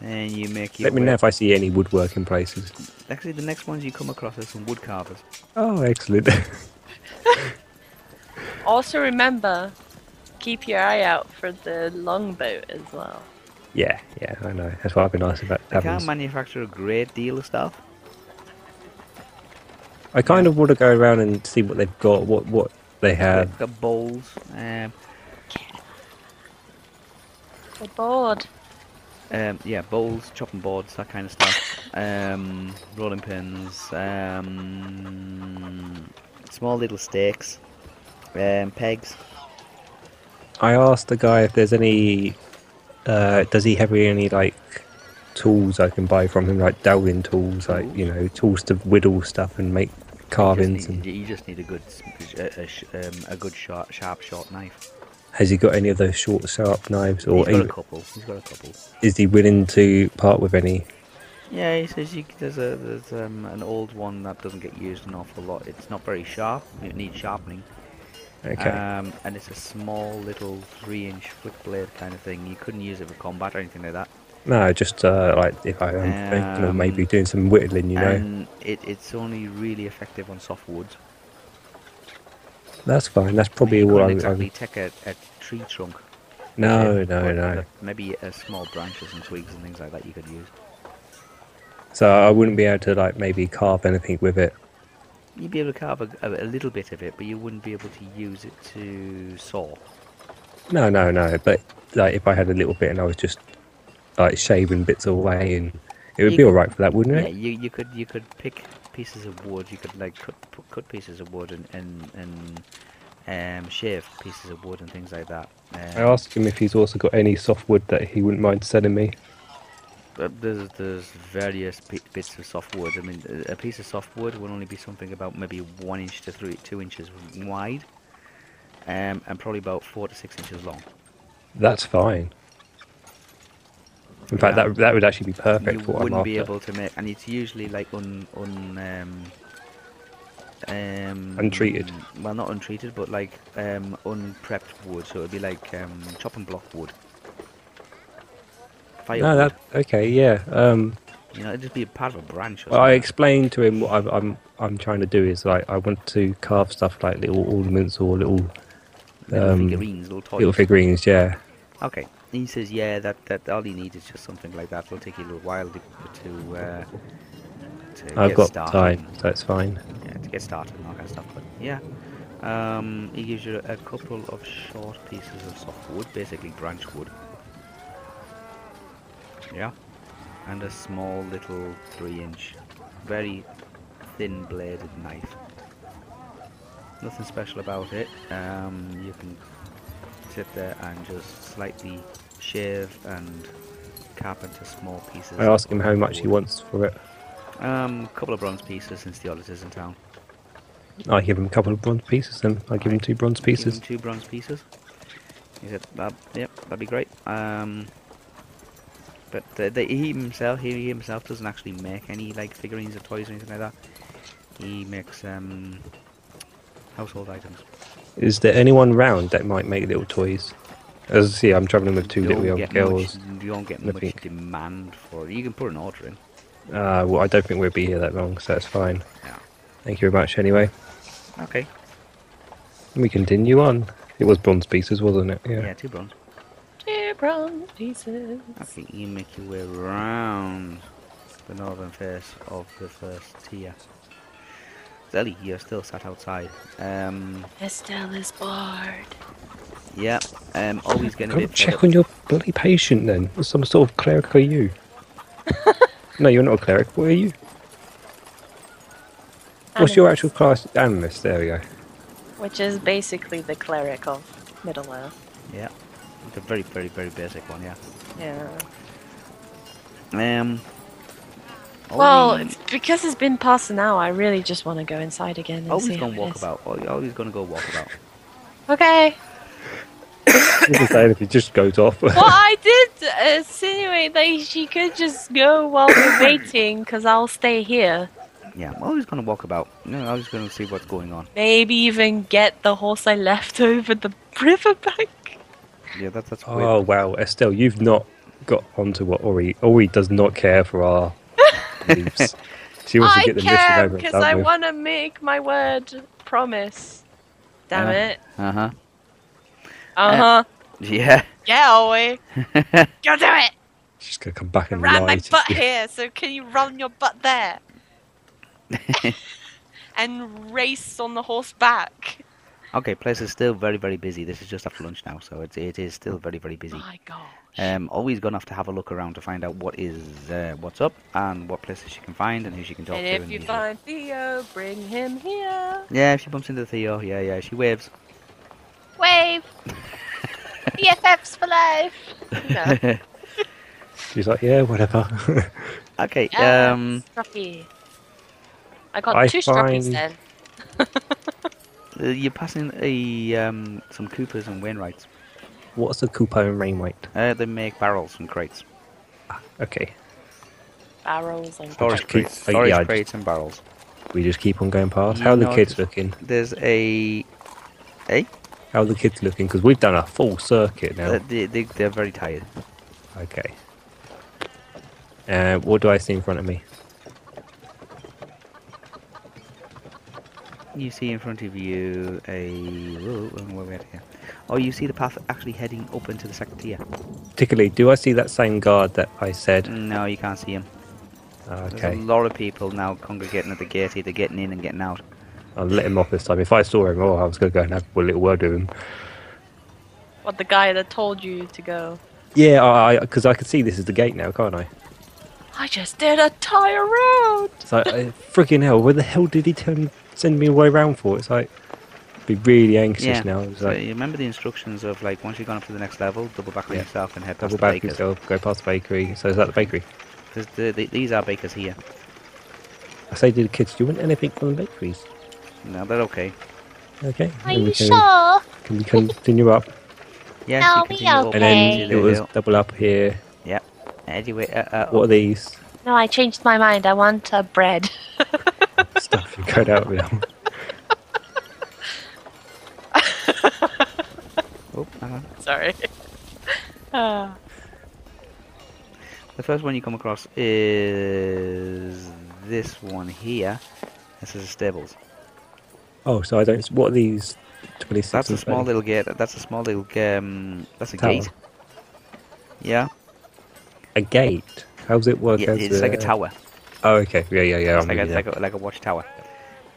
Speaker 1: And you make your
Speaker 3: Let me
Speaker 1: way-
Speaker 3: know if I see any woodworking places.
Speaker 1: Actually, the next ones you come across are some wood carvers.
Speaker 3: Oh, excellent. [LAUGHS]
Speaker 2: Also remember, keep your eye out for the longboat as well.
Speaker 3: yeah, yeah, I know. That's what I've been nice about
Speaker 1: They can't
Speaker 3: taverns.
Speaker 1: manufacture a great deal of stuff.
Speaker 3: I kind of want to go around and see what they've got, what what they have.
Speaker 1: They've got bowls. Um,
Speaker 2: We're bored.
Speaker 1: um, yeah, bowls, chopping boards, that kind of stuff. Um, rolling pins. Um, small little stakes. Um, pegs.
Speaker 3: I asked the guy if there's any. Uh, does he have any like tools I can buy from him, like dowling tools, like you know, tools to whittle stuff and make carvings?
Speaker 1: Just need,
Speaker 3: And
Speaker 1: you just need a good, s- a, a, sh- um, a good sharp, sharp, short knife.
Speaker 3: has he got any of those short, sharp knives, or
Speaker 1: He's got a
Speaker 3: even-
Speaker 1: couple. He's got a couple.
Speaker 3: is he willing to part with any?
Speaker 1: Yeah, he says you, c- there's a there's um, an old one that doesn't get used an awful lot. It's not very sharp. It needs sharpening.
Speaker 3: Okay,
Speaker 1: Um, and it's a small little three-inch flick blade kind of thing. You couldn't use it for combat or anything like that.
Speaker 3: no, just uh, like if I am thinking of maybe
Speaker 1: um,
Speaker 3: doing some whittling, you know,
Speaker 1: And it, it's only really effective on soft woods.
Speaker 3: that's fine. That's probably
Speaker 1: you
Speaker 3: all
Speaker 1: couldn't
Speaker 3: I'm.
Speaker 1: exactly
Speaker 3: I'm
Speaker 1: take a, a tree trunk.
Speaker 3: no,
Speaker 1: with it,
Speaker 3: no,
Speaker 1: but
Speaker 3: no.
Speaker 1: Maybe a small branch or some twigs and things like that you could use.
Speaker 3: So I wouldn't be able to like maybe carve anything with it.
Speaker 1: You'd be able to carve a, a, a little bit of it, but you wouldn't be able to use it to saw.
Speaker 3: No, no, no. But like, if I had a little bit and I was just like shaving bits away, and it would
Speaker 1: You
Speaker 3: be
Speaker 1: could-
Speaker 3: all right for that, wouldn't
Speaker 1: Yeah,
Speaker 3: it?
Speaker 1: you, you could you could pick pieces of wood. You could like cut p- cut pieces of wood and and, and um, shave pieces of wood and things like that.
Speaker 3: I
Speaker 1: Um,
Speaker 3: asked him if he's also got any softwood that he wouldn't mind selling me.
Speaker 1: but Uh, there's there's various pi bits of soft wood. I mean, uh, a- a piece of soft wood will only be something about maybe one inch to three two inches wide, um, and probably about four to six inches long.
Speaker 3: That's fine. In fact,
Speaker 1: Yeah.
Speaker 3: that that would actually be perfect
Speaker 1: you
Speaker 3: for what I'm
Speaker 1: wouldn't be
Speaker 3: after.
Speaker 1: able to make, and it's usually like un un um, um
Speaker 3: Untreated.
Speaker 1: Well, not untreated, but like um unprepped wood. So it'd be like um chopping block wood. Firewood.
Speaker 3: No, that okay, yeah. Um,
Speaker 1: You know, it'd just be a part of a branch. Or
Speaker 3: well, I
Speaker 1: something.
Speaker 3: explained to him what I'm, I'm I'm trying to do is like I want to carve stuff like little ornaments or little
Speaker 1: little
Speaker 3: um,
Speaker 1: figurines, little toys.
Speaker 3: little figurines. Yeah,
Speaker 1: Okay. And he says, yeah, that, that all he needs is just something like that. It'll take you a little while to to, uh, to
Speaker 3: I've
Speaker 1: get
Speaker 3: got
Speaker 1: started.
Speaker 3: time, so it's fine.
Speaker 1: yeah, to get started and all that stuff. But yeah, um, he gives you a couple of short pieces of soft wood, basically branch wood. Yeah, and a small little three-inch, very thin-bladed knife. Nothing special about it. Um, you can sit there and just slightly shave and cap into small pieces.
Speaker 3: I asked him how
Speaker 1: of
Speaker 3: much he
Speaker 1: wood.
Speaker 3: wants for it.
Speaker 1: Um, a couple of bronze pieces since the oddities in town.
Speaker 3: I give him a couple of bronze pieces, then I give him two bronze
Speaker 1: Give
Speaker 3: pieces.
Speaker 1: him two bronze pieces. He said, that, "Yep, that'd be great." Um, but the, the, he himself, he himself doesn't actually make any like figurines or toys or anything like that. He makes um, household items.
Speaker 3: Is there anyone round that might make little toys? As I see, I'm travelling with two little young
Speaker 1: get
Speaker 3: girls.
Speaker 1: Much, you don't get
Speaker 3: I
Speaker 1: much
Speaker 3: think.
Speaker 1: demand for. it. You can put an order in.
Speaker 3: Uh, well, I don't think we'll be here that long, so that's fine.
Speaker 1: Yeah.
Speaker 3: Thank you very much anyway.
Speaker 1: Okay.
Speaker 3: And we continue on. It was bronze pieces, wasn't it?
Speaker 1: Yeah,
Speaker 3: Yeah.
Speaker 1: two bronze.
Speaker 2: Two bronze pieces.
Speaker 1: Okay, you make your way round the northern face of the first tier. Zelly, you're still sat outside. Um,
Speaker 2: Estelle is bored.
Speaker 1: Yeah, um, always getting a
Speaker 3: Go
Speaker 1: bit. fed
Speaker 3: check
Speaker 1: up.
Speaker 3: on your bloody patient then. What some sort of cleric are
Speaker 5: [LAUGHS]
Speaker 3: you? no, you're not a cleric. What are you? What's your
Speaker 2: Animus,
Speaker 3: actual class? Analyst, there we go.
Speaker 2: Which is basically the cleric of Middle Earth.
Speaker 1: Yeah, it's a very, very, very basic one. Yeah.
Speaker 2: Yeah.
Speaker 1: Um.
Speaker 2: Well,
Speaker 1: Ollie-
Speaker 2: it's because it's been past an hour, I really just want to go inside again and see
Speaker 1: Ollie's
Speaker 2: how
Speaker 1: gonna
Speaker 2: it
Speaker 1: walk
Speaker 2: is.
Speaker 1: about. Ollie- Ollie's gonna go walk about.
Speaker 2: Okay.
Speaker 3: It's saying if he just goes
Speaker 5: [LAUGHS]
Speaker 3: off.
Speaker 5: Well, I did insinuate that she could just go while we're waiting, because I'll stay here.
Speaker 1: Yeah, Ollie's gonna walk about. No, Ollie's gonna see what's going on.
Speaker 5: Maybe even get the horse I left [LAUGHS] over the riverbank.
Speaker 1: Yeah, that's that's weird.
Speaker 3: [LAUGHS] oh wow, Estelle, you've not got onto what Ori. Ori does not care for
Speaker 5: [LAUGHS]
Speaker 3: our beliefs. She wants to
Speaker 5: I
Speaker 3: get the mission
Speaker 5: care
Speaker 3: over and
Speaker 5: because
Speaker 3: done
Speaker 5: I
Speaker 3: with.
Speaker 5: want to make my word promise. Damn
Speaker 1: Uh,
Speaker 5: it.
Speaker 1: Uh huh.
Speaker 5: Uh huh.
Speaker 1: [LAUGHS] Yeah.
Speaker 5: yeah, Oi. Go do it.
Speaker 3: She's gonna come back
Speaker 5: I
Speaker 3: and
Speaker 5: ran
Speaker 3: lie.
Speaker 5: my
Speaker 3: to
Speaker 5: butt
Speaker 3: you.
Speaker 5: here, so can you run your butt there? and race on the horse back.
Speaker 1: okay, place is still very, very busy. This is just after lunch now, so it's it is still very, very busy.
Speaker 5: My god.
Speaker 1: Um, always gonna have to have a look around to find out what is uh, what's up and what places she can find and who she can talk
Speaker 5: and
Speaker 1: to.
Speaker 5: if you
Speaker 1: usual-
Speaker 5: find Theo, bring him here.
Speaker 1: yeah, if she bumps into Theo, yeah, yeah, she waves.
Speaker 5: Wave. [LAUGHS] BFFs for life.
Speaker 3: [LAUGHS]
Speaker 5: No.
Speaker 3: [LAUGHS] She's like, yeah, whatever. [LAUGHS]
Speaker 1: Okay.
Speaker 5: Yeah,
Speaker 1: Um,
Speaker 5: Struffy. I got
Speaker 3: I
Speaker 5: two struppies
Speaker 3: find-
Speaker 5: then.
Speaker 1: uh, you're passing a um, some Coopers and Wainwrights.
Speaker 3: What's a coupon Rainwhite?
Speaker 1: Uh, they make barrels from crates,
Speaker 3: Okay,
Speaker 2: Barrels and
Speaker 3: Sorry.
Speaker 1: storage
Speaker 3: keep-
Speaker 1: crates,
Speaker 3: uh,
Speaker 1: storage
Speaker 3: yeah, I just-
Speaker 1: crates and barrels.
Speaker 3: we just keep on going past.
Speaker 1: You
Speaker 3: How are the
Speaker 1: know,
Speaker 3: kids
Speaker 1: just-
Speaker 3: looking?
Speaker 1: There's a, eh?
Speaker 3: How are the kids looking? Because we've done a full circuit now.
Speaker 1: Uh, they, they, they're very tired.
Speaker 3: Okay. Uh, what do I see in front of me?
Speaker 1: You see in front of you a. Whoa, wrong way we had here. Oh, you see the path actually heading up into the second tier.
Speaker 3: Particularly, do I see that same guard that I said? Ah,
Speaker 1: No, you can't see him. Mm. There's a
Speaker 3: Okay,
Speaker 1: lot of people now congregating at the gate. Either getting in and getting out.
Speaker 3: I'll let him off this time. If I saw him, oh, I was going to go and have a little word with him.
Speaker 5: What the guy that told you to go.
Speaker 3: Yeah, I because I, can see this is the gate now, can't I?
Speaker 5: I just did a tire road.
Speaker 3: It's like, uh, freaking hell, where the hell did he tell me, send me all the way around for? It's like, be really anxious
Speaker 1: yeah.
Speaker 3: now. It's
Speaker 1: so
Speaker 3: like,
Speaker 1: you remember the instructions of like once you've gone up to the next level, double back on
Speaker 3: Yeah.
Speaker 1: yourself and head past
Speaker 3: double
Speaker 1: the
Speaker 3: back
Speaker 1: bakers.
Speaker 3: yourself, go past the bakery. So is that the bakery?
Speaker 1: 'Cause the, the, these are bakers here.
Speaker 3: I say to the kids, do you want anything from the bakeries?
Speaker 1: No, they're okay.
Speaker 3: Okay.
Speaker 6: Are
Speaker 3: then we
Speaker 6: you
Speaker 3: can,
Speaker 6: sure?
Speaker 3: Can we continue up?
Speaker 1: Yes,
Speaker 6: No,
Speaker 1: you
Speaker 6: we
Speaker 1: continue
Speaker 6: are
Speaker 1: up.
Speaker 3: And then
Speaker 6: Okay.
Speaker 3: it was double up here.
Speaker 1: Yeah. Anyway, uh, uh,
Speaker 3: What are these
Speaker 5: No, I changed my mind. I want a bread.
Speaker 3: stuff you cut out with? them?
Speaker 1: oh, hang on.
Speaker 5: [LAUGHS]
Speaker 2: Sorry.
Speaker 5: Uh,
Speaker 1: The first one you come across is this one here. This is a stables.
Speaker 3: Oh, so I don't. What are these? Twenty-six.
Speaker 1: That's a
Speaker 3: and
Speaker 1: small
Speaker 3: 30?
Speaker 1: little gate. That's a small little um. That's a
Speaker 3: Tower.
Speaker 1: gate. Yeah,
Speaker 3: A gate. How's it work?
Speaker 1: yeah
Speaker 3: as
Speaker 1: it's like a
Speaker 3: a-
Speaker 1: tower.
Speaker 3: Oh, okay. Yeah, yeah, yeah.
Speaker 1: It's
Speaker 3: I'm
Speaker 1: like a,
Speaker 3: with you
Speaker 1: like
Speaker 3: now.
Speaker 1: a like a watchtower.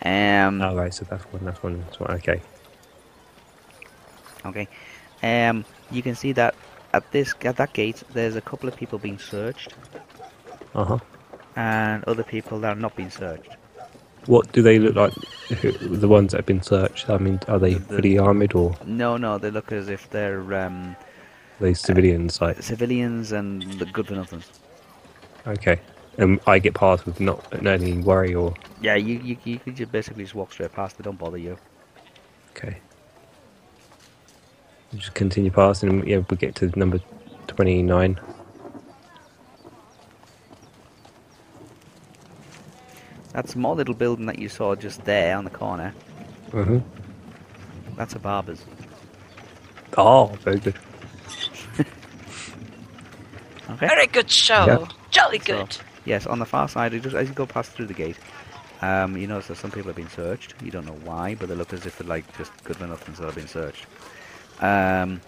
Speaker 1: Um.
Speaker 3: Oh, right. So that's one. That's one. That's one. Okay.
Speaker 1: Okay. Um. You can see that at this at that gate, there's a couple of people being searched
Speaker 3: Uh huh.
Speaker 1: and other people that are not being searched.
Speaker 3: What do they look like? Who- The ones that have been searched. I mean, are they
Speaker 1: The- the-
Speaker 3: fully armored or are
Speaker 1: No, no, they look as if they're um,
Speaker 3: they civilians? Like,
Speaker 1: civilians and the good for nothing.
Speaker 3: okay. And I get past with not not any worry or
Speaker 1: Yeah, you you you could just basically just walk straight past. They don't bother you.
Speaker 3: okay. Just continue past, and yeah, we get to number twenty-nine.
Speaker 1: That small little building that you saw just there on the corner,
Speaker 3: Mm-hmm.
Speaker 1: that's a barber's.
Speaker 3: Oh, very good.
Speaker 1: Okay.
Speaker 5: very good show.
Speaker 3: Yeah.
Speaker 5: Jolly
Speaker 1: So-
Speaker 5: good.
Speaker 1: Yes, on the far side, you just as you go past through the gate, um, you notice that some people have been searched. You don't know why, but they look as if they're like just good for nothing, so they've been searched. Um,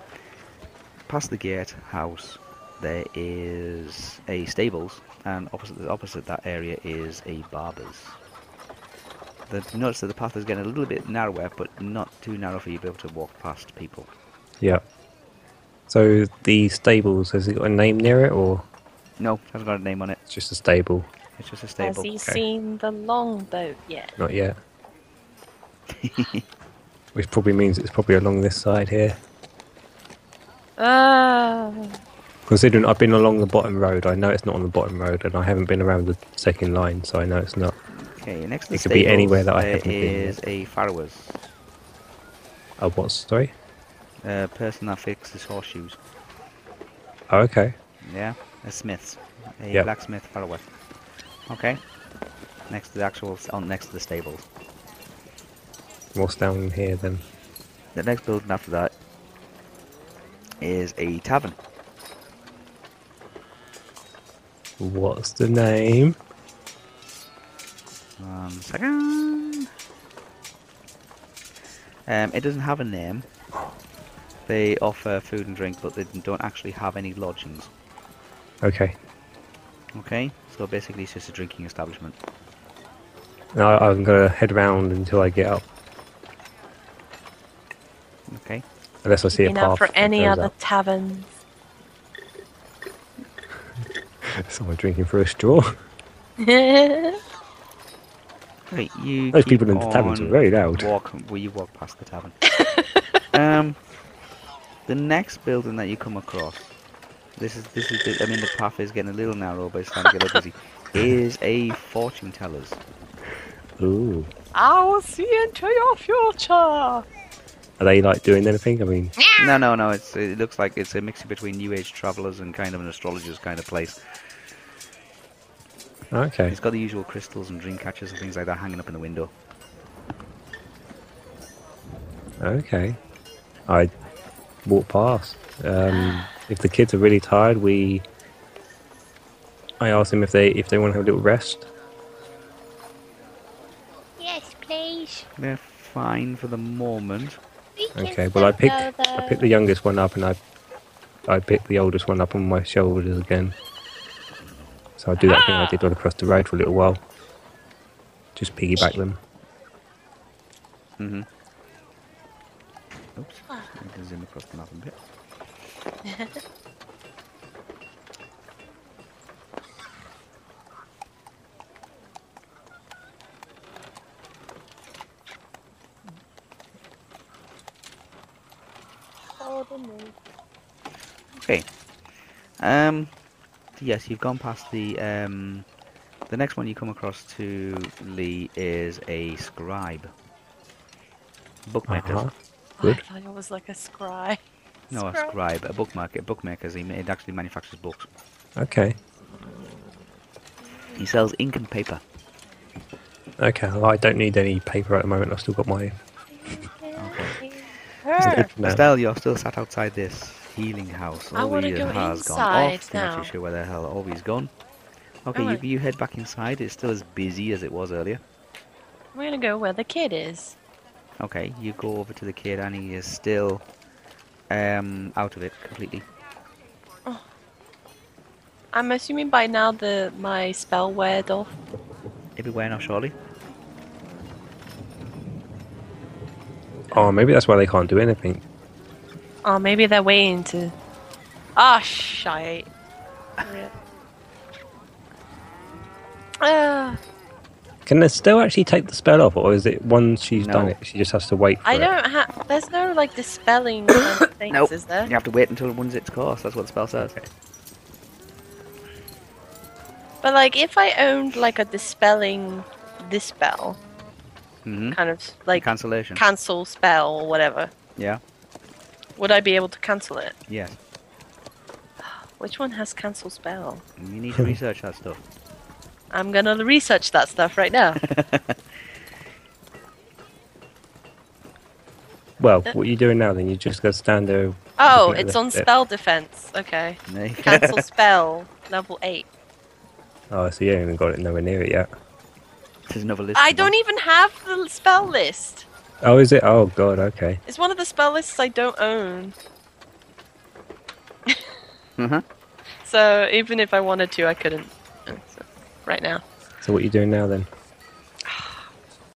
Speaker 1: past the gate house, there is a stables, and opposite opposite that area is a barber's. The, you notice that the path is getting a little bit narrower, but not too narrow for you to be able to walk past people.
Speaker 3: Yeah. So the stables has it got a name near it or
Speaker 1: No, it hasn't got a name on it.
Speaker 3: it's just a stable?
Speaker 1: It's just a
Speaker 5: Has
Speaker 1: stable.
Speaker 5: he
Speaker 3: Okay.
Speaker 5: seen the longboat yet?
Speaker 3: Not yet. Which probably means it's probably along this side here.
Speaker 5: Oh,
Speaker 3: Considering I've been along the bottom road, I know it's not on the bottom road, and I haven't been around the second line, so I know it's not.
Speaker 1: Okay, next to
Speaker 3: It could be
Speaker 1: stables,
Speaker 3: anywhere that I
Speaker 1: there
Speaker 3: haven't been
Speaker 1: is a farrower's,
Speaker 3: Oh, what story?
Speaker 1: a Uh, person that fixes horseshoes.
Speaker 3: Oh, okay.
Speaker 1: Yeah, a smith's, a
Speaker 3: Yeah.
Speaker 1: blacksmith farrower. Okay, next to the actual, s- oh, next to the stables.
Speaker 3: What's down here then?
Speaker 1: The next building after that is a tavern.
Speaker 3: What's the name?
Speaker 1: One Um, second. Um, it doesn't have a name. They offer food and drink, but they don't actually have any lodgings.
Speaker 3: Okay.
Speaker 1: Okay, so basically it's just a drinking establishment.
Speaker 3: Now I'm gonna head round until I get up,
Speaker 1: Okay.
Speaker 3: unless I see a
Speaker 5: looking out
Speaker 3: path.
Speaker 5: for
Speaker 3: that
Speaker 5: any
Speaker 3: goes
Speaker 5: other
Speaker 3: up.
Speaker 5: taverns.
Speaker 3: [LAUGHS] Someone drinking through a straw.
Speaker 5: That's
Speaker 1: Right, you.
Speaker 3: Those
Speaker 1: keep
Speaker 3: people in the taverns are
Speaker 1: on
Speaker 3: very loud.
Speaker 1: Walk, well, you walk past the tavern. [LAUGHS] um, the next building that you come across, this is this is. The, I mean, the path is getting a little narrow, but it's starting to get a
Speaker 3: [LAUGHS]
Speaker 1: little busy. Is a fortune teller's.
Speaker 3: Ooh.
Speaker 2: I will see into your future.
Speaker 3: Are they like doing anything? I mean,
Speaker 1: No, no, no. It's it looks like it's a mixture between New Age travelers and kind of an astrologer's kind of place.
Speaker 3: okay.
Speaker 1: It's got the usual crystals and dream catchers and things like that hanging up in the window.
Speaker 3: Okay. I walk past. Um, if the kids are really tired, we. I ask them if they if they want to have a little rest.
Speaker 6: Yes, please.
Speaker 1: They're fine for the moment.
Speaker 6: We can
Speaker 3: Okay. Well, I
Speaker 6: still
Speaker 3: pick
Speaker 6: go,
Speaker 3: I
Speaker 6: though.
Speaker 3: pick the youngest one up and I I pick the oldest one up on my shoulders again. So I do that thing I did all across the road for a little while. Just piggyback them.
Speaker 1: Mm-hmm. Oops. I can zoom across the map a bit. Okay. Um. Yes, you've gone past the um. The next one you come across to Lee is a scribe. Bookmaker.
Speaker 3: Uh-huh. Good.
Speaker 2: I thought it was like a scry.
Speaker 1: No, a scribe, a bookmaker. Bookmakers. He ma- it actually manufactures books.
Speaker 3: Okay.
Speaker 1: He sells ink and paper.
Speaker 3: Okay. Well, I don't need any paper at the moment. I've still got my. No.
Speaker 1: Estelle, you're still sat outside this healing house.
Speaker 7: I wanna
Speaker 1: Ollie
Speaker 7: go
Speaker 1: has gone
Speaker 7: inside
Speaker 1: off. You're not
Speaker 7: now.
Speaker 1: too sure where the hell Obi's gone. Okay,
Speaker 7: wanna-
Speaker 1: you, you head back inside. It's still as busy as it was earlier.
Speaker 7: We're gonna go where the kid is.
Speaker 1: Okay, you go over to the kid and he is still um, out of it completely.
Speaker 7: I'm assuming by now the my spell weared off.
Speaker 1: Everywhere now, surely.
Speaker 3: Oh, maybe that's why they can't do anything.
Speaker 7: Oh, maybe they're waiting to. Ah, shite.
Speaker 2: Uh,
Speaker 3: Can Estelle actually take the spell off, or is it once she's
Speaker 1: No.
Speaker 3: done it, she just has to wait for
Speaker 2: I
Speaker 3: it?
Speaker 2: don't have. There's no like dispelling kind
Speaker 3: [COUGHS]
Speaker 2: of things,
Speaker 1: Nope.
Speaker 2: is there?
Speaker 1: You have to wait until it runs its course. That's what the spell says.
Speaker 2: But like, if I owned like a dispelling dispel
Speaker 1: hmm
Speaker 2: kind of like
Speaker 1: cancellation.
Speaker 2: cancel spell or whatever,
Speaker 1: yeah.
Speaker 2: would I be able to cancel it?
Speaker 1: Yes.
Speaker 2: Which one has cancel spell?
Speaker 1: You need to research that stuff.
Speaker 2: I'm gonna research that stuff right [LAUGHS] now.
Speaker 3: Well, what are you doing now then? You're just going to stand there.
Speaker 2: Oh,
Speaker 3: looking at
Speaker 2: it's
Speaker 3: the-
Speaker 2: on spell defense. Okay,
Speaker 1: There you go.
Speaker 2: [LAUGHS] cancel spell level eight.
Speaker 3: Oh, so you haven't even got it nowhere near it yet.
Speaker 1: [LAUGHS] There's another list.
Speaker 2: I
Speaker 1: of
Speaker 7: e-
Speaker 1: them.
Speaker 2: don't even have the spell list.
Speaker 3: Oh, is it? Oh, God, okay.
Speaker 2: It's one of the spell lists I don't own.
Speaker 1: Mhm.
Speaker 2: So even if I wanted to, I couldn't. So, right now.
Speaker 3: So what are you doing now then?